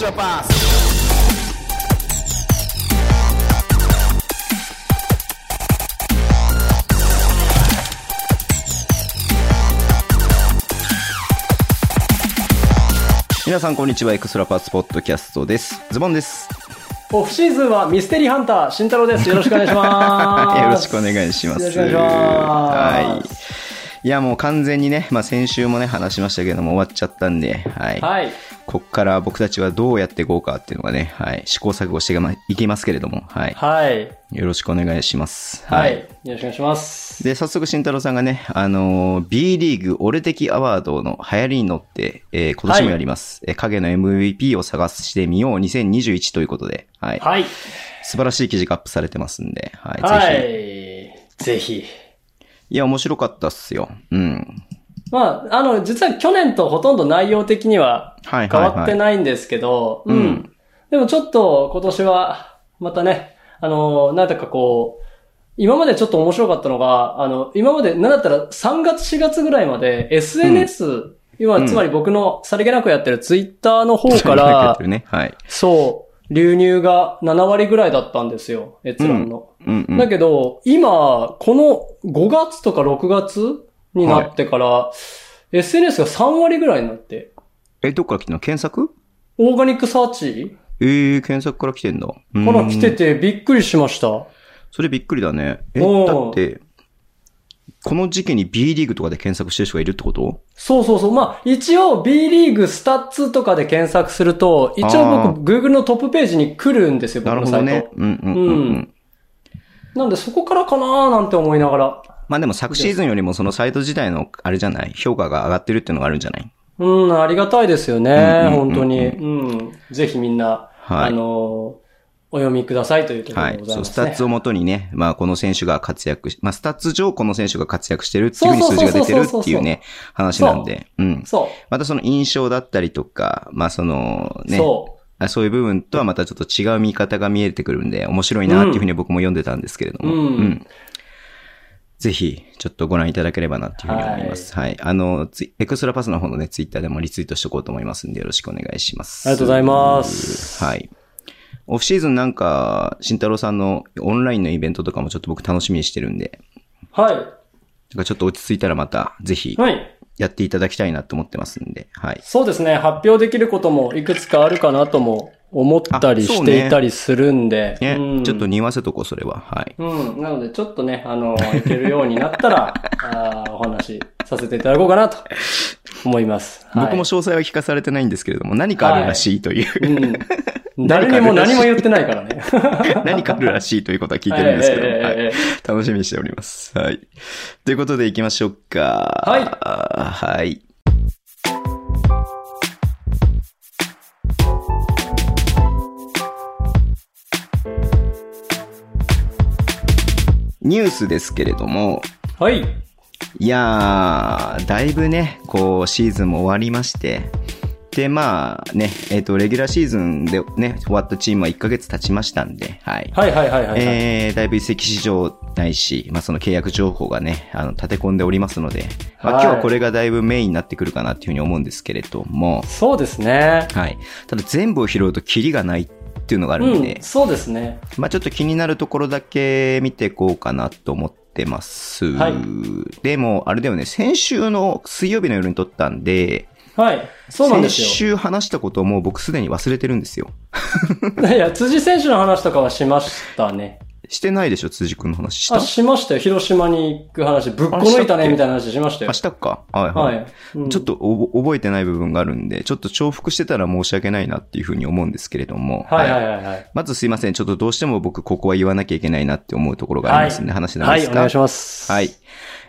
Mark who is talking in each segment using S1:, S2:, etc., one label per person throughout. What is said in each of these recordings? S1: your pass.
S2: Pass 皆さんこんにちはエクストラパーツポッドキャストですズボンです
S3: オフシーズンはミステリーハンター、慎太郎です。よろしくお願いします。
S2: よろしくお願いします
S3: よろしくお願いしま
S2: はいいやもう完全にね、まあ、先週もね話しましたけども終わっちゃったんではい、
S3: す。はい。
S2: こっから僕たちはどうやっていこうかっていうのがね、はい、試行錯誤していかまいきますけれどもはい
S3: はい。
S2: よろしくお願いします
S3: はい。よろしくお願いします。
S2: で、早速、慎太郎さんがね、あのー B リーグ俺的アワードの流行りに乗って、えー今年もやります。えー影の MVP を探してみよう2021ということで、はい。
S3: はい。
S2: 素晴らしい記事がアップされてますんで、はい。
S3: は
S2: ぜひ。
S3: い。ぜひ。
S2: いや、面白かったっすよ。うん。
S3: まあ、あの、実は去年とほとんど内容的には
S2: はいはいはい
S3: 変わってないんですけど、
S2: うん
S3: うん。でもちょっと今年は、またね、あの、なんだかこう、今までちょっと面白かったのが、あの、今まで、なんだったら3月4月ぐらいまで SNS、今、
S2: うん
S3: つまり僕のさりげなくやってるツイッターの方か
S2: そういうのやっ
S3: ら
S2: て、るね、はい。
S3: そう、流入が7割ぐらいだったんですよ、閲覧の。
S2: うんうん。
S3: だけど、今、この5月とか6月になってから、SNS が3割ぐらいになって、
S2: え、どっから来てんの検索
S3: オーガニックサーチ
S2: えー、検索から来てんだ。うん
S3: から来ててびっくりしました。
S2: それびっくりだね。え、
S3: お
S2: だ
S3: ー
S2: って、この時期に B リーグとかで検索してる人がいるってこと
S3: そうそうそう。まあ、一応 B リーグスタッツとかで検索すると、一
S2: あ
S3: 応僕 Google のトップページに来るんですよ、僕
S2: なる
S3: の
S2: ほ
S3: サイ
S2: どね。
S3: ト。
S2: うんうんうんう
S3: うんん。なんでそこからかなーなんて思いながら。
S2: まあでも昨シーズンよりもそのサイト自体の、あれじゃない評価が上がってるっていうのがあるんじゃない
S3: うん、ありがたいですよ
S2: うん
S3: ね、
S2: うんうんうん
S3: 本当に。うん。ぜひみんな、
S2: はい
S3: あのー、お読みくださいというところ
S2: は
S3: で
S2: い
S3: ご。ざい
S2: そ
S3: ま
S2: う、ス
S3: す
S2: タ
S3: ね。
S2: ッツをもとにね、まあこの選手が活躍し、まあスタッツ上この選手が活躍してるっていうふうに数字が出てるっていうね、話なんで、うん。
S3: そ
S2: またその印象だったりとか、まあその
S3: う。
S2: ね、
S3: そ
S2: あそういう部分とはまたちょっと違う見方が見えてくるんで、面白いなっていうふうに僕も読んでたんですけれども、
S3: うん
S2: ぜひ、ちょっとご覧いただければなっていうふうに思います。はい。あの、ツイエクストラパスの方のね、ツイッターでもリツイートしておこうと思いますんで、よろしくお願いします。
S3: ありがとうございます
S2: はい。オフシーズンなんか、慎太郎さんのオンラインのイベントとかもちょっと僕楽しみにしてるんで、
S3: う。は
S2: なんかちょっと落ち着いたらまた、ぜひ
S3: い。、はい。
S2: やっていただきたいなと思ってますんで、はい。
S3: そうですね。発表できることもいくつかあるかなとも思ったり
S2: あそう
S3: し
S2: ね
S3: ていたりするんで。
S2: ね、
S3: うん、
S2: ちょっと。匂わせとこう、それは。はい。
S3: うん。なので、ちょっとね、あの、いけるようになっ たら、あーお話しさせていただこうかなと思います。はい
S2: 僕も詳細は聞かされてないんですけれども、何かあるらしいと いう、
S3: うん。誰にも何も言ってないからね。
S2: 何かあるらしいという ことは聞いてるんですけど、
S3: ええええ
S2: は
S3: ええ
S2: い、楽しみにしております。はい。ということで行きましょうか。
S3: はい
S2: い。はい。ニュースですけれども、
S3: はい。
S2: いやー、だいぶね、こう、シーズンも終わりまして、で、まあね、えっ、と、レギュラーシーズンでね、終わったチームは1ヶ月経ちましたんで、はい。
S3: はいはいはいはい、はい
S2: えー、だいぶ移籍市場ないし、まあその契約情報がね、あの、立て込んでおりますので、まあ
S3: はい
S2: 今日はこれがだいぶメインになってくるかなっていうふうに思うんですけれども、
S3: そうですね。
S2: はい。ただ全部を拾うとキリがないっていうのがある
S3: うんん
S2: で、、
S3: そうですね。
S2: まあちょっと気になるところだけ見ていこうかなと思ってます。
S3: はい
S2: でも、あれだよね、先週の水曜日の夜に撮ったんで、
S3: はい。そうなんです
S2: 先
S3: よ。
S2: 週話したことをもう僕すでに忘れてるんですよ。
S3: いや、辻選手の話とかはしましたね。
S2: してないでしょ、辻君の話した
S3: あ、しましたよ。広島に行く話、ぶっこ抜いたね、みたいな話しましたよ
S2: あ、。したか。はいは。
S3: はいい。うん
S2: ちょっとおぼ覚えてない部分があるんで、ちょっと重複してたら申し訳ないなっていうふうに思うんですけれども。
S3: はいはいはいはい。
S2: まずすいません。ちょっとどうしても僕ここは言わなきゃいけないなって思うところがありますんで、話なん
S3: は
S2: で
S3: い、
S2: す
S3: お
S2: が。
S3: 願いします。
S2: はい。。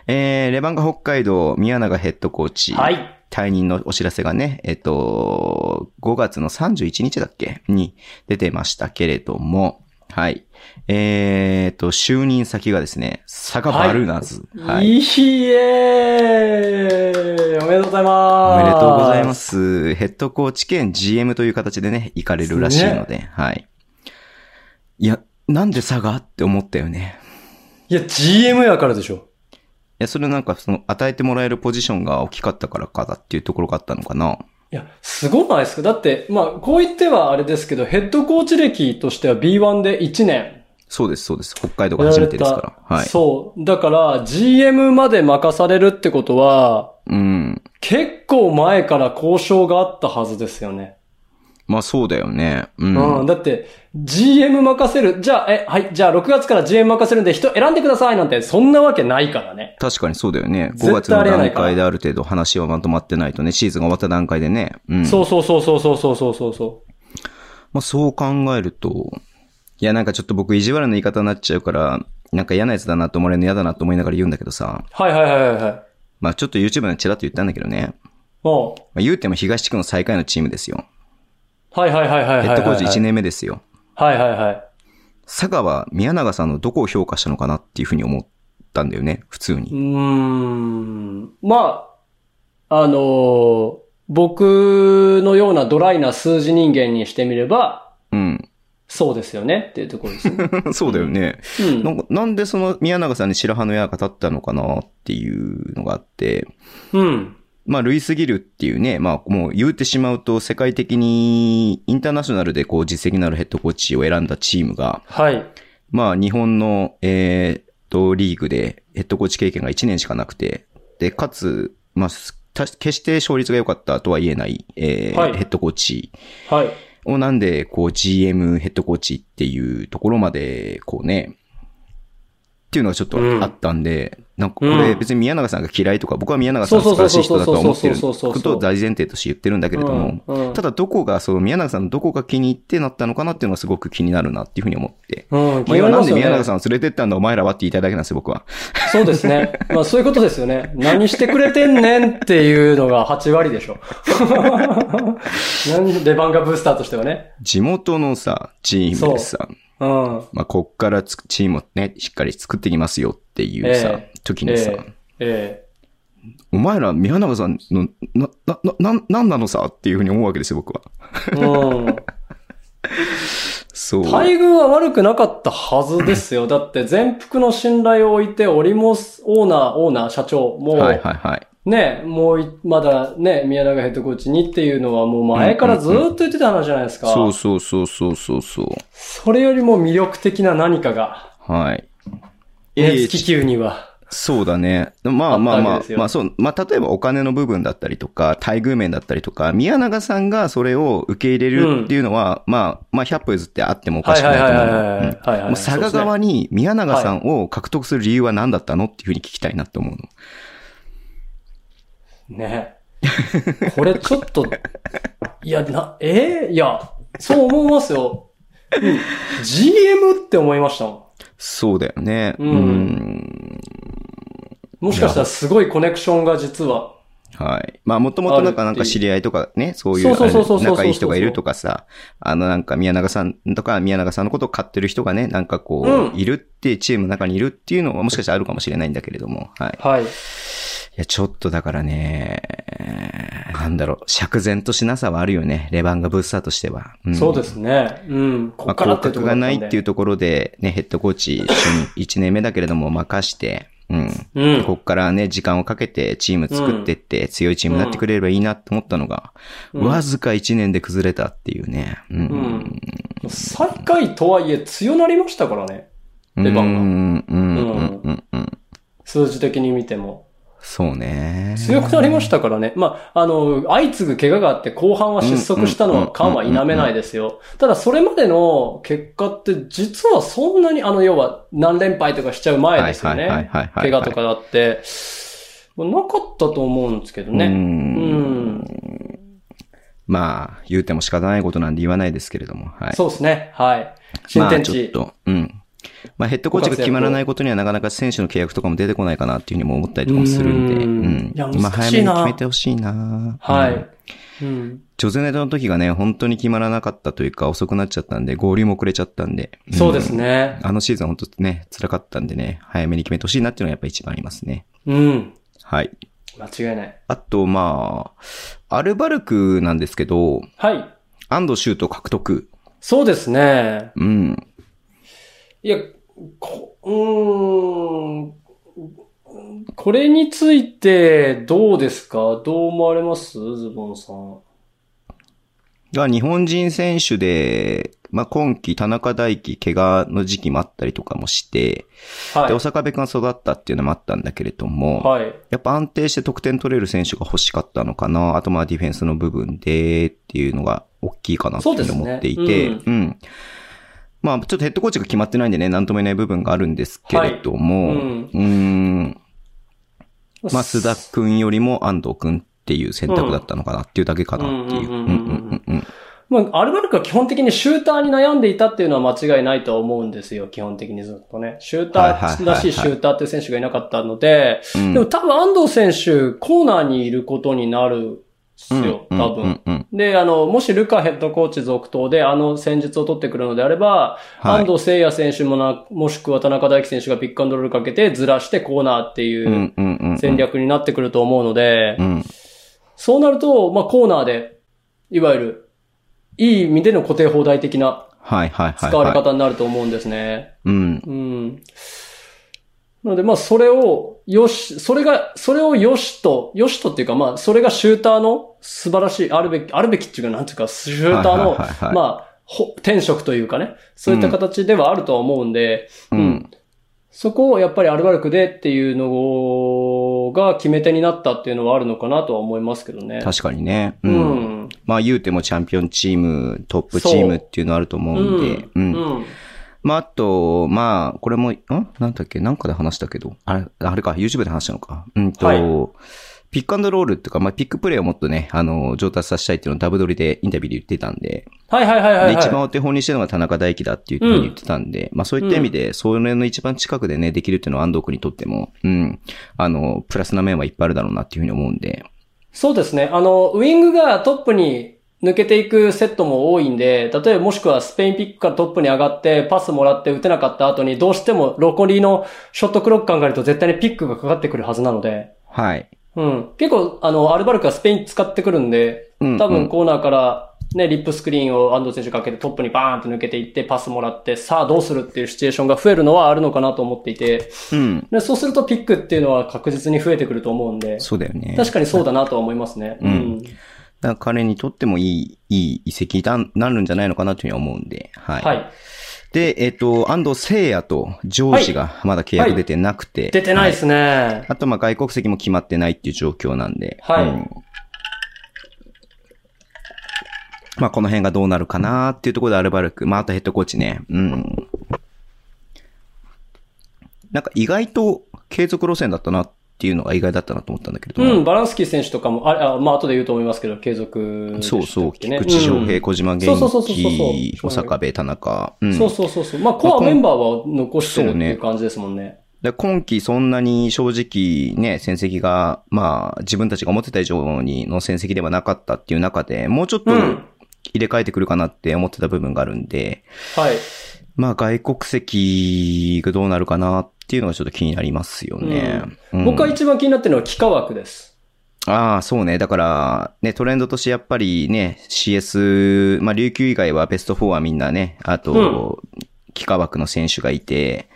S2: えー、レバンガ北海道宮永ヘッドコーチ。
S3: はい。
S2: 退任のお知らせがね、えっと、5月の31日だっけに出てましたけれども、はい。えー、と、就任先がですね、サガバルナーズ。はい。
S3: いえーおめでとうござい
S2: お
S3: ます。
S2: めでとうございま。す。ヘッドコーチ兼 GM という形でね、行かれるらしいので、はい。いや、なんで佐賀って思ったよね。
S3: いや、GM やからでしょ。
S2: いや、それなんかその与えてもらえるポジションが大きかったからかだっていうところがあったのかな。
S3: いいや、すごないですかだって、まあ、こう言ってはあれですけど、ヘッドコーチ歴としては B1 で1年
S2: そうです、そうです。北海道が
S3: やら
S2: 初め
S3: れ
S2: てですか
S3: た。
S2: ら。はい。
S3: そう。だから、GM まで任されるってことは、
S2: うん。
S3: 結構前から交渉があったはずですよね。
S2: まあそうだよね。う
S3: うん。
S2: ん。
S3: だって、GM 任せる。じゃあ、え、はい、じゃあ6月から GM 任せるんで人選んでくださいなんて、そんなわけないからね。
S2: 確かにそうだよね。5
S3: 絶
S2: 月
S3: 対
S2: の
S3: ありえな
S2: 段
S3: いから
S2: 階である程度話はまとまってないとね、シーズンが終わった段階でね。うん。
S3: そうそうそうそうそうそうそうそう。
S2: まあ、そう考えると、いや、なんかちょっと僕意地悪な言い方になっちゃうから、なんか嫌なやつだなと思われるの嫌だなと思いながら言うんだけどさ、
S3: はいはいはいはいはい。
S2: まあちょっと YouTube のチラッと言ったんだけどね、
S3: も
S2: まあ、言うても東地区の最下位のチームですよ。
S3: う。はいはいはいはいはい
S2: ヘ
S3: は
S2: ッ
S3: い。
S2: ドコーチ1。年目ですよ。
S3: はいはいはい。
S2: 佐賀は宮永さんのどこを評価したのかなっていうふうに思ったんだよね、普通
S3: うー
S2: に。
S3: ん。まあ、あのー僕のようなドライな数字人間にしてみれば、
S2: うん。
S3: そうですよねっていうところで すね。
S2: そうだよね。
S3: うん。
S2: なんかなんでその宮永さんに白羽の矢が立ったのかなっていうのがあって、
S3: うん。
S2: まあ、ルイス・ギルっていうね、まあ、もう言うてしまうと、世界的にインターナショナルでこう、実績のあるヘッドコーチを選んだチームが、
S3: はい。
S2: まあ、日本の、えーっと、リーグでヘッドコーチ経験が1年しかなくて、で、かつ、まあ、すた決して勝率が良かったとは言えない、えー
S3: はい
S2: ヘッドコーチ
S3: はい。
S2: をなんで、こう、GM ヘッドコーチっていうところまで、こうね、っていうのがちょっとあったんで、なんかこれ
S3: うん
S2: 別に宮永さんが嫌いとか、僕は宮永さん
S3: そ
S2: 素晴
S3: うそ
S2: ら
S3: う
S2: しいう人
S3: そそう
S2: だとは思ってる
S3: そうそうそうそう
S2: ことを大前提として言ってるんだけれども、
S3: うんうん
S2: ただどこが、その宮永さんのどこが気に入ってなったのかなっていうのがすごく気になるなっていうふうに思って。
S3: うん。
S2: まあ、今なんで宮永
S3: ん
S2: さんを連れてったんだお前らはって言いたいだけなんですよ、僕は。
S3: そうです ね。まあそういうことですよね。何してくれてんねんっていうのが8割で しょ。なんで番がブースターとしてはね。
S2: 地元のさ、チームでさ、
S3: うん。
S2: まあ、こっからつくチームをね、しっかり作っていきますよっていうさ、
S3: え
S2: 時
S3: え
S2: にさ、
S3: ええ
S2: お前ら、宮永さんの、な、な、な、ななんなのさっていうふうに思うわけですよ、僕は。
S3: え。 うん。
S2: そう。
S3: 待遇は悪くなかったはずですよ。だって、全幅の信頼を置いて、オリモスオーナー、オーナー、社長、もう、
S2: はいはいはい。
S3: ね、もうい、まだね、宮永ヘッドコーチにっていうのは、もう前からずーっと言ってた話じゃないですか。
S2: そうそうそうそうそうそう。
S3: それよりも魅力的な何かが、
S2: はい。
S3: 熱気球には。
S2: そうだね。まあまあ
S3: あった
S2: ま
S3: わ
S2: あ
S3: けです、よ
S2: まあそう、まあ例えばお金の部分だったりとか、待遇面だったりとか、宮永さんがそれを受け入れるっていうのは、まあ、まあ100歩譲ってあってもおか
S3: は
S2: し
S3: い
S2: く
S3: はい
S2: ない
S3: はい
S2: と
S3: はい
S2: 思うう
S3: はい
S2: ん。
S3: はいは
S2: も
S3: い。
S2: う佐賀側
S3: に。
S2: に宮永さんを獲得する理由は何だったのっていうふうに聞きたいなって思うの。
S3: ね。これちょっと、いや、な、ええいや、そう思いますよ。うん。GM って思いましたもん。
S2: そうだよね。
S3: うん
S2: うん
S3: もしかしたらすごいコネクションが実は。
S2: はい。まあ、もともとなんか、なんか知り合いとかね、そういう、
S3: そうそうそうそう
S2: あの仲いい人がいるとかさ、あの、なんか宮永さんとか、宮永さんのことを買ってる人がね、なんかこ
S3: う
S2: う、
S3: ん
S2: いるって、チームの中にいるっていうのはもしかしたらあるかもしれないんだけれども、はい。
S3: はい。
S2: いや、ちょっとだからね、なんだろう、釈然としなさはあるよね、レバンガブースターとしては。ん
S3: そうですね。うん。こ
S2: ま
S3: っ
S2: あ、
S3: から
S2: 広
S3: って
S2: 角
S3: とこ
S2: が
S3: ろだったん
S2: な
S3: で
S2: いっていうところで、ね、ヘッドコーチ就 任1年目だけれども任して、うん。
S3: うん
S2: ここからね、時間をかけてチーム作ってって、強いチームになってくれればいいなと思ったのが、
S3: うん
S2: わずか1年で崩れたっていうね。う。
S3: うんん。最下位とはいえ強なりましたからね。レバンガ
S2: うん、うん、うん、うん、うん。
S3: 数字的に見ても。
S2: そうね。
S3: 強くなりましたからね。まあ、あの、相次ぐ怪我があって後半は失速したの
S2: うんうん
S3: は感は否めないですよ。ただそれまでの結果って実はそんなに、あの、要は何連敗とかしちゃう前ですよ
S2: はいはい
S3: ね
S2: はいはい。はい
S3: 怪我とかだって、もうなかったと思うんですけど
S2: う。
S3: ね。うんん。
S2: まあ、言うても仕方ないことなんで言わないですけれども、はい。
S3: そうですね。はい。新天地。
S2: まあ、ちょっと、うん。まあ、ヘッドコーチが決まらないことにはなかなか選手の契約とかも出てこないかなっていうふうにも思ったりとかもするんで、う
S3: うん
S2: ん。
S3: いや
S2: まあ、
S3: 難
S2: 早
S3: し
S2: め
S3: い
S2: に
S3: な
S2: 決めてほしいな
S3: は
S2: うん
S3: い。うん。
S2: ジョゼネタの時がね、本当に決まらなかったというか、遅くなっちゃったんで、合流も遅れちゃったんで。ん
S3: そうです。ね。
S2: あのシーズン本当ね、辛かったんでね、早めに決めてほしいなっていうのがやっぱ一番ありますね。
S3: うん。
S2: はい。
S3: 間違いない。
S2: あと、まあ、アルバルクなんですけど、
S3: はい。
S2: 安藤シュート獲得。
S3: そうですね。
S2: うん。
S3: いや、こ、うーん。これについて、どうですかどう思われますズボンさん。
S2: が日本人選手で、まあ、今季田中大輝怪我の時期もあったりとかもして、
S3: は
S2: で、
S3: い
S2: 大。阪部君が育ったっていうのもあったんだけれども、
S3: はい。
S2: やっぱ安定して得点取れる選手が欲しかったのかな。あとまあディフェンスの部分でっていうのが大きいかなっていうふうに思ってい
S3: そうで
S2: て。
S3: すね
S2: うん、まあちょっとヘッドコーチが決まってないんでね、なんとも言えない部分があるんですけれども、
S3: はい
S2: うん、ん。まあ須田くんよりも安藤くんっていう選択だったのかなっていうだけかなっていう。
S3: う
S2: うんんうんん
S3: ううんうん
S2: うんうん。
S3: まあ、アルバルクは基本的にシューターに悩んでいたっていうのは間違いないとは思うんですよ、基本的にずっとね。シュー
S2: はい
S3: タ
S2: はいはいは
S3: ー
S2: い
S3: らしいシューターっていう選手がいなかったので、
S2: うん
S3: でも多分安藤選手、コーナーにいることになるんですよ、
S2: うん
S3: 多
S2: うん
S3: 分。
S2: うんうん
S3: で、あの、もしルカヘッドコーチ続投であの戦術を取ってくるのであれば、
S2: はい
S3: 安藤聖也選手もな、もしくは田中大輝選手がピックアンドロールかけてずらしてコーナーって
S2: う
S3: いうん
S2: うんうんうん。
S3: 戦略になってくると思うので、
S2: うん。
S3: そうなると、まあ、コーナーで、いわゆる、いい意味での固定放題的な
S2: はいはいはい、はい。
S3: 使われ方になると思うんですね。
S2: うん。
S3: うん。なので、まあ、それを、よし、それが、それをよしと、よしとっていうか、まあ、それがシューターの素晴らしい、あるべき、あるべきっていうか、なんていうか、シューターの
S2: はいはいはいは、い
S3: まあ、ほ天職というかね、そういった形ではあるとは思うんで、
S2: うん
S3: そこをやっぱりアルバルクでっていうのが決め手になったっていうのはあるのかなとは思いますけどね。
S2: 確かにね。
S3: う
S2: うん
S3: ん。
S2: まあ言うてもチャンピオンチーム、トップチームっていうのあると思うんで、
S3: う。
S2: うんん。
S3: うん
S2: まああと、まあ、これも、んなんだっけなんかで話したけど、あれ、あれか、YouTube で話したのか。うんと、
S3: はい
S2: ピックアンドロールっていうか、まあピックプレイをもっとね、あの、上達させたいっていうのをダブドリでインタビューで言ってたんで、
S3: はいはいはいはい、は
S2: で、
S3: い。
S2: 一番お手本にしてるのが田中大輝だっていうふうに言ってたんで、まあそういった意味で、それの一番近くでね、できるっていうのは安藤君にとっても、うん、あの、プラスな面はいっぱいあるだろうなっていうふうに思うんで、
S3: そうですね。あの、ウィングがトップに抜けていくセットも多いんで、例えばもしくはスペインピックからトップに上がって、パスもらって打てなかった後に、どうしてもロコリーのショットクロック考えると絶対にピックがかかってくるはずなので、
S2: はい。
S3: うん。結構、あの、アルバルクはスペイン使ってくるんで、
S2: うん
S3: 多
S2: う
S3: 分
S2: ん
S3: コーナーから、ね、リップスクリーンを安藤選手かけてトップにバーンと抜けていって、パスもらって、さあどうするっていうシチュエーションが増えるのはあるのかなと思っていて、
S2: うん。
S3: でそうするとピックっていうのは確実に増えてくると思うんで、
S2: そうだよね。
S3: 確かにそうだなとは思いますね。
S2: うんだから彼にとってもいい、いい遺跡になるんじゃないのかなというふうに思うんで、はい。
S3: はい。
S2: で、えっ、と、安藤聖也とジョージがまだ契約出てなくて。
S3: 出てないで
S2: は
S3: すね。
S2: あと、まあ、外国籍も決まってないっていう状況なんで。
S3: はい
S2: うんまあ、この辺がどうなるかなっていうところでアルバルク。まあ、あとヘッドコーチね。うん。なんか意外と継続路線だったなっていうのが意外だったなと思ったんだけれども。
S3: うん、バランスキー選手とかも、あ、あまあ、後で言うと思いますけど、継続、
S2: そうそう、菊池翔平、小島元
S3: そうそうそうそう
S2: 気、
S3: そ
S2: 小
S3: う
S2: 坂部、田中。う
S3: うんん。そうそうそうそう。まあ、コアメンバーは残してるっていう感じですもんね。
S2: で今季そんなに正直ね、戦績が、まあ自分たちが思ってた以上にの戦績ではなかったっていう中で、もうちょっと
S3: うん
S2: 入れ替えてくるかなって思ってた部分があるんで、
S3: はい。
S2: まあ外国籍がどうなるかなっていうのがちょっと気になりますよね。うん
S3: 僕が一番気になってるのは、幾何枠です。
S2: ああ、そうね。だから、ね、トレンドとしてやっぱりね、CS、まあ、琉球以外はベスト4はみんなね、あと、幾何枠の選手がいて、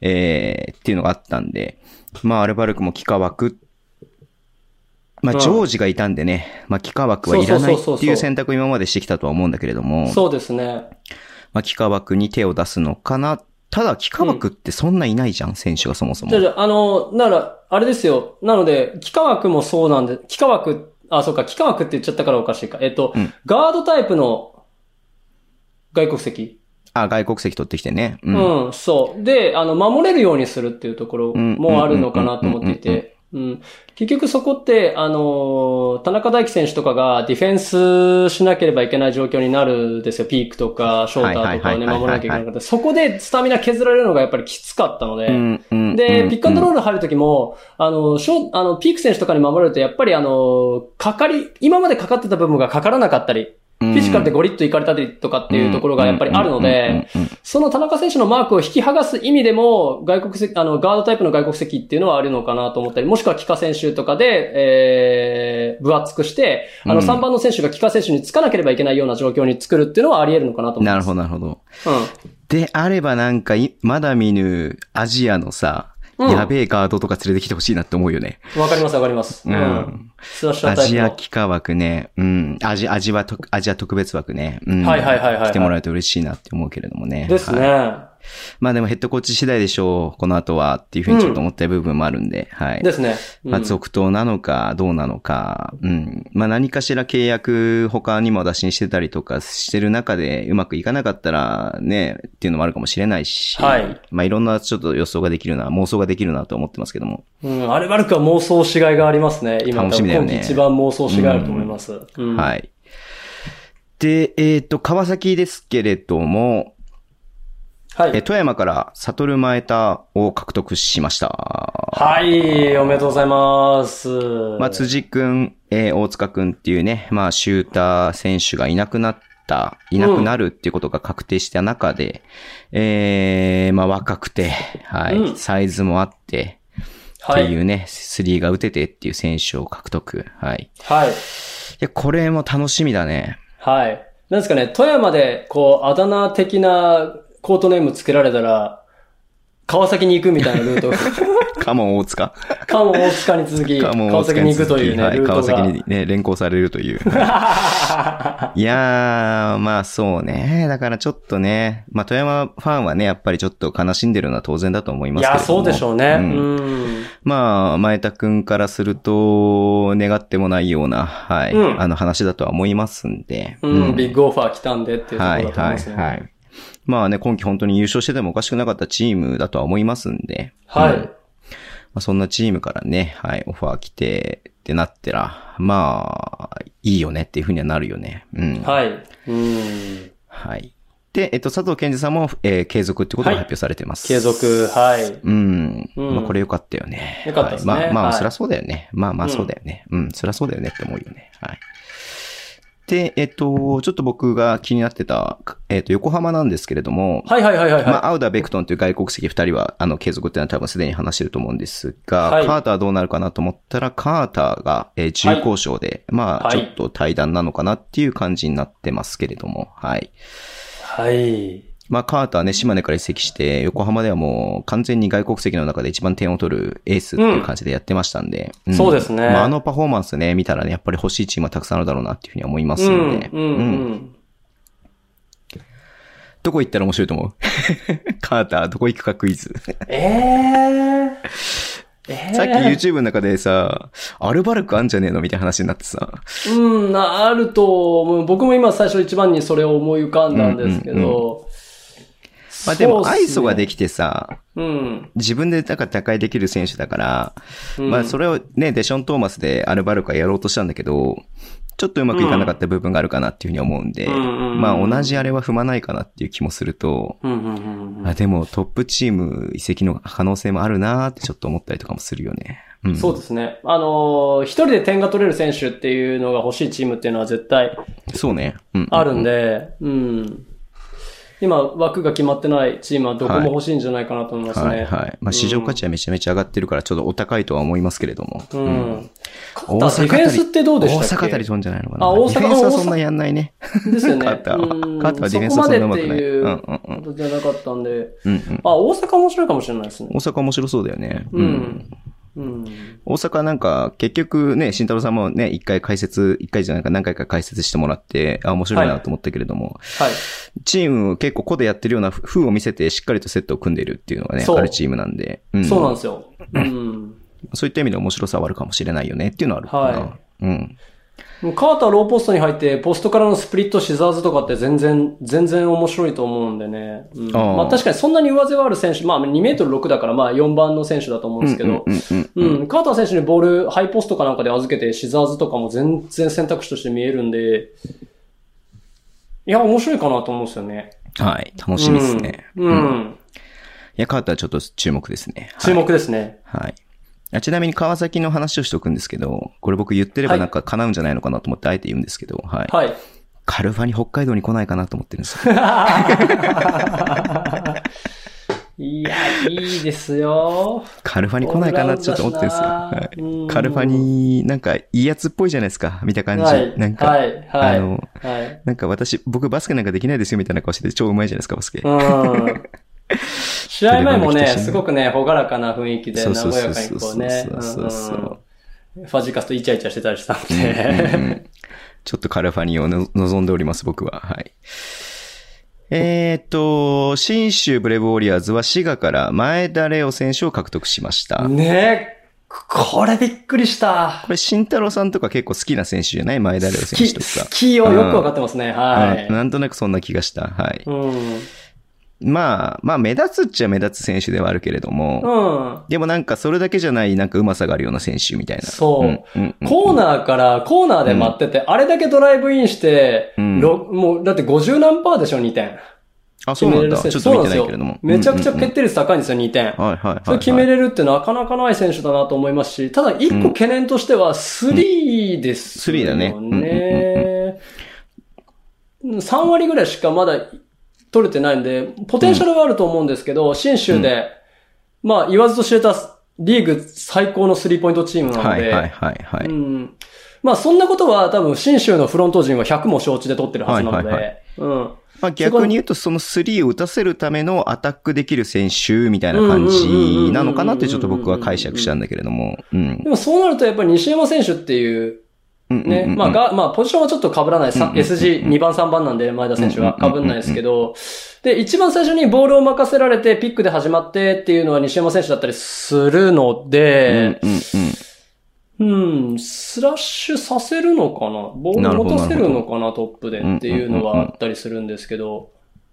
S2: えー、っていうのがあったんで、まあ、アルバルクも幾何枠、ま
S3: うん
S2: あ、ジョージがいたんでね、まあ、幾何枠はいらないっていう選択を今までしてきたとは思うんだけれども、
S3: そうですね。
S2: まあ、幾何枠に手を出すのかな。ただ、幾何枠ってそんないないじゃん、選手がそもそも
S3: じゃあ。じゃあ、あの、なら、あれですよ。なので、幾何枠もそうなんで、幾何枠、あ、そうか、幾何枠って言っちゃったからおかしいか。えっと、
S2: うん
S3: ガードタイプの外国籍。
S2: あ、外国籍取ってきてね。うん。
S3: うん、そう。で、あの、守れるようにするっていうところもあるのかなと思っていて、うん。結局そこって、あのー、田中大輝選手とかがディフェンスしなければいけない状況になるんですよ。ピークとか、ショーターとか
S2: はいはい
S3: をね、
S2: はいはいはい
S3: 守らなきゃいけなかった。そこでスタミナ削られるのがやっぱりきつかったので、
S2: うんうんう
S3: で、
S2: ん
S3: ピックアンドロール入るときも、あの、ショーあの、ピーク選手とかに守られると、やっぱりあの、かかり、今までかかってた部分がかからなかったり、フィジカルでゴリッといかれたりとかっていうところがやっぱりあるので、
S2: うんうんうんうんうん
S3: その田中選手のマークを引き剥がす意味でも、外国籍、あの、ガードタイプの外国籍っていうのはあるのかなと思ったり、もしくは帰化選手とかで、えー、分厚くして、あの、
S2: うん
S3: 3番の選手が帰化選手につかなければいけないような状況に作るっていうのはあり得るのかなと思い
S2: な
S3: ま
S2: る
S3: す。
S2: ほど、なるほど。
S3: なるほど。うん。
S2: であればなんかい、まだ見ぬアジアのさ、
S3: うん
S2: やべえガードとか連れてきてほしいなって思うよね。
S3: わかります、わかります。
S2: うん。
S3: スラッシャ
S2: ア
S3: ータイプ
S2: ジ
S3: の。
S2: ア企画枠ね、うん。アジアジアとアジア特別枠ね。うん。
S3: はいはいはいはいはい
S2: 来てもらえると嬉しいなって思うけれどもね。
S3: ですね。
S2: はいまあでもヘッドコーチ次第でしょう。この後はっていうふうにちょっと思った部分もあるんで、はい。
S3: ですね。うん
S2: まあ、続投なのか、どうなのか、うん。まあ、何かしら契約、他にも打診してたりとかしてる中で、うまくいかなかったら、ね、っていうのもあるかもしれないし、
S3: はい。
S2: まあ、いろんなちょっと予想ができるな、妄想ができるなと思ってますけども。
S3: うん、あれ悪くは妄想しがいがありますね。今、
S2: 楽しみだよね
S3: 多分今季一番妄想しがいあると思います。うん
S2: はい。で、えっ、と、川崎ですけれども、
S3: はい。
S2: え富山から悟前田を獲得しました。
S3: はい、おめでとうございます。
S2: まあ、辻くん、えー大塚くんっていうね、まあ、シューター選手がいなくなった、いなくなるっていうことが確定した中で、えー、まあ、若くて、はい、
S3: うん
S2: サイズもあって、
S3: は
S2: ってい
S3: い。
S2: うね、スリーが打ててっていう選手を獲得。はい。
S3: はい。
S2: いや、これも楽しみだね。
S3: はい。なんですかね、富山で、こう、あだ名的なコートネームつけられたら、川崎に行くみたいなル ート。
S2: カモン大塚。
S3: カモン大塚に続き、
S2: カモン
S3: 川
S2: 大
S3: 崎
S2: 塚
S3: に
S2: に
S3: 行く
S2: 続
S3: とい
S2: き、
S3: うね、
S2: はい、
S3: ルートが。
S2: 川崎にね、連行されると いう。いやー、まあそうね。だからちょっとね、まあ富山ファンはね、やっぱりちょっと悲しんでるのは当然だと思いま
S3: い
S2: すけれども。
S3: や、そうでしょうね。うんん。
S2: まあ、前田くんからすると、願ってもないような、はい、
S3: うん
S2: あの話だとは思いますんで。
S3: うん、ビッグオファー来たんでっていうとこ
S2: は
S3: ろ
S2: い、
S3: だと思
S2: は
S3: いま
S2: い、
S3: すね。
S2: はい。まあね、今季本当に優勝しててもおかしくなかったチームだとは思いますんで。
S3: はい。
S2: うんまあ、そんなチームからね、はい、オファー来てってなったら、まあ、いいよねっていうふうにはなるよね。うん。
S3: はい。うん。
S2: はい。で、えっと、佐藤健二さんも、えー継続ってことが発表されてます。
S3: 継。続、はい。
S2: うん。
S3: うん
S2: まあ、これ良かったよね。
S3: 良かったですね
S2: はいまあ、ま
S3: は
S2: あ、
S3: い
S2: そりゃそうだよね。まあまあ、そうだよね。うん、そりゃそうだよねって思うよね。はい。で、えっと、ちょっと僕が気になってた、えっと、横浜なんですけれども、
S3: はいはいはいはい
S2: ま
S3: は
S2: あ、アウダー・ベクトンという外国籍2人は、あの、継続っていうのは多分すでに話してると思うんですが、
S3: はい
S2: カーターどうなるかなと思ったら、カーターが、えー、重厚賞で、まあ、
S3: は
S2: ち
S3: い
S2: ょっと対談なのかなっていう感じになってますけれども、はい。
S3: い。はい。
S2: まあ、カーターね、島根から移籍して、横浜ではもう完全に外国籍の中で一番点を取るエースっていう感じでやってましたんで。ん
S3: そうですね
S2: まあ、あのパフォーマンスね、見たらね、やっぱり欲しいチームはたくさんあるだろうなっていうふうに思います
S3: うん
S2: で。
S3: うんう
S2: うん
S3: ん。
S2: どこ行ったら面白いと思う カーター、どこ行くかクイズ。
S3: ええええ
S2: さっき YouTube の中でさ、アルバルクあんじゃねえのみたいな話になってさ。
S3: うん、なあると思う、僕も今最初一番にそれを思い浮かんだんですけど。
S2: うんうんまあでも、愛想がで
S3: き
S2: きてさ、
S3: うん。
S2: 自分でなんか打開できる選手だから、
S3: うん
S2: まあそれをね、デション・トーマスでアルバルクはやろうとしたんだけど、ちょっとうまくいかなかった部分があるかなっていうふうに思うんで、
S3: うんうんうん
S2: まあ同じあれは踏まないかなっていう気もすると、
S3: うんうんうんう
S2: あでもトップチーム移籍の可能性もあるなーってちょっと思ったりとかもするよね。うん
S3: ん。そうですね。あのー一人で点が取れる選手っていうのが欲しいチームっていうのは絶対
S2: そうね。うん
S3: あるんで、うん。今、枠が決まってないチームはどこも欲しいんじゃないかなと思いますね。
S2: はいはい。まあ市場価値はめちゃめちゃ上がってるからちょっとお高いとは思いますけれども。
S3: う
S2: うん
S3: ん。カッターディフェンスってどうでしたっけ
S2: 大阪たり飛んじゃないのかな。
S3: あ大阪
S2: ディフェンスはそんなやんないね。
S3: です よね。
S2: カッターは
S3: うん
S2: カッターはディフェンス
S3: そ
S2: は
S3: こ
S2: そ
S3: ま
S2: ん
S3: で
S2: な上手
S3: って
S2: くない
S3: いう
S2: うんうんうん
S3: ことじゃなかったんで。
S2: うんうん。
S3: あ、大阪面白いかもしれないですね
S2: 大。阪面白そうだよね。
S3: うん。うん。
S2: 大阪なんか、結局ね、慎太郎さんもね、一回解説、一回じゃないか何回か解説してもらって、あ、面白いなと思ったけれども、
S3: はい。
S2: チーム結構個でやってるような風を見せて、しっかりとセットを組んでいるっていうのがね、
S3: そう
S2: あるチームなんで、うん
S3: そうなんですよ。うん。
S2: そういった意味で面白さはあるかもしれないよねっていうのはあるかな。
S3: は
S2: うん。
S3: もうカーターローポストに入って、ポストからのスプリット、シザーズとかって全然、全然面白いと思うんでね。うん、
S2: あー
S3: まあ確かにそんなに上背はある選手、まあ2メートル6だからまあ4番の選手だと思うんですけど、
S2: うんうんうん
S3: うん、カーター選手にボール、ハイポストかなんかで預けて、シザーズとかも全然選択肢として見えるんで、いや、面白いかなと思うんですよね。
S2: はい。楽しみですね。
S3: うん。
S2: い
S3: うん
S2: や、カーターちょっと注目ですね。はい
S3: 注目ですね。
S2: はい。あちなみに川崎の話をしておくんですけど、これ僕言ってればなんか叶うんじゃないのかなと思ってあえて言うんですけど、はい。
S3: はい。
S2: カルファに北海道に来ないかなと思ってるん ですよ。
S3: いや、いいですよ。
S2: カルファに来ないかなってちょっと思ってるんですよ。は
S3: うん
S2: い、カルファになんかいいやつっぽいじゃないですか、見た感じ。
S3: はい。
S2: なんか、
S3: はい。はい。
S2: あの、
S3: はい。
S2: なんか私、僕バスケなんかできないですよみたいな顔してて超うまいじゃないですか、バスケ。
S3: うん。試合前も
S2: プレバンでき
S3: ね、
S2: たしね
S3: すごくね、ほがらかな雰囲気で、
S2: そう
S3: 和
S2: そうそう
S3: やか
S2: そ
S3: に
S2: う
S3: こうね、うん
S2: そうそうそう
S3: うんファジーカスとイチャイチャしてたりしたん
S2: うんうんう
S3: で。
S2: んちょっとカルファニーをの望んでおります、僕は。はい。えーっと、新州ブレイブウォリアーズは滋賀から前田レオ選手を獲得しました。
S3: ねえ、これびっくりした
S2: こ。れ、慎太郎さんとか結構好きな選手じゃない前田レオ
S3: 好
S2: 選手
S3: き、
S2: と
S3: 好
S2: か。
S3: きをよくわかってますね、は。
S2: うんないんとなくそんな気がした。はい。
S3: うん。
S2: まあ、まあ、目立つっちゃ目立つ選手ではあるけれども、
S3: うん。
S2: でもなんかそれだけじゃない、なんかうまさがあるような選手みたいな。
S3: そうん
S2: んうん
S3: コーナーから、コーナーで待ってて、あれだけドライブインして、
S2: うん
S3: ろもう、だって50何パーでしょ、2点。
S2: あ、そうなんだ。
S3: 決
S2: ち
S3: めれる
S2: ょっと見て
S3: 選手
S2: ないけれども。
S3: そうなんですよめちゃくちゃ
S2: ッ
S3: 決定率高いんですよ、2点。
S2: はいはいはい。
S3: それ決めれるってなかなかない選手だなと思いますし、ただ一個懸念としては、3です
S2: ス
S3: よね。
S2: リーだねうん
S3: 3割ぐらいしかまだ取れてないんで、ポテンシャルはあると思うんですけど、新州で、まあ言わずと知れたリーグ最高のスリーポイントチームなの
S2: はい
S3: で、
S2: はいはいは
S3: う
S2: い。
S3: ん。まあそんなことは多分新州のフロント陣は100も承知で取ってるはずなので、
S2: はいは
S3: うん。
S2: まあ逆に言うと、その3を打たせるためのアタックできる選手みたいな感じなのかなってちょっと僕は解釈したんだけれども。うん
S3: で。もそうなるとやっぱり西山選手っていう、
S2: うんうんうん
S3: ね、
S2: うん
S3: まあ、が、まあ、ポジションはちょっと被らない、
S2: うん
S3: さ
S2: うんうん
S3: SG2 番3番なんで、前田選手は
S2: うんうんうん
S3: 被んないですけど、で、一番最初にボールを任せられて、ピックで始まってっていうのは西山選手だったりするので、
S2: うんうんうん
S3: うん、スラッシュさせるのかなボー
S2: なる
S3: ル
S2: ほ
S3: を
S2: ど
S3: 持たせるのかなトップで
S2: うんうんうんうん
S3: っていうのはあったりするんですけど、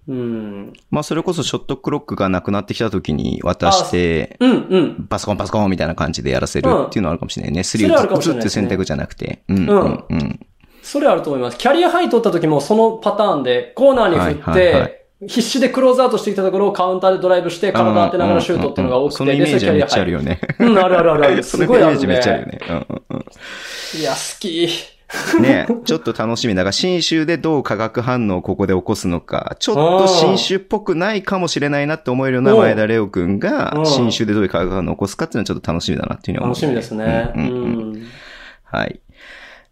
S3: うん、
S2: まあそれこそショットクロックがなくなってきた時に渡して、
S3: うん、うん。
S2: パソコンパソコンみたいな感じでやらせるっていうのはあるかもしれないね。
S3: それは
S2: 3
S3: ある
S2: を
S3: か
S2: 打
S3: もし
S2: つ
S3: れ
S2: ってい
S3: ない
S2: う
S3: ですね
S2: 選択じゃなくて。うんう
S3: うん
S2: んうん。
S3: それあると思います。キャリアハイ取った時もそのパターンで、コーナーに振っ
S2: はいはいは
S3: て、必死でクローズアウトしてきたところをカウンターでドライブして、体当てながらシュートっていうのが多くて、
S2: うんうんうんそのイメージはめっちゃある
S3: よ。
S2: よね。
S3: うん、あるあるあるあ る。
S2: そ
S3: す
S2: のイ
S3: ごいあ
S2: メー
S3: る、
S2: ジ
S3: ね。
S2: めっちゃあるよね。うんうんうん
S3: いや、好き。
S2: ね ちょっと楽しみだが、新州でどう化学反応をここで起こすのか、ちょっと新州っぽくないかもしれないなって思えるような
S3: うん
S2: 前田レオ君
S3: う
S2: が、
S3: ん
S2: 新州でどういう化学反応を起こすかっていうのはちょっと楽しみだなっていうふうに思う。
S3: 楽しみですね。
S2: う
S3: うんん。
S2: うんうんはい。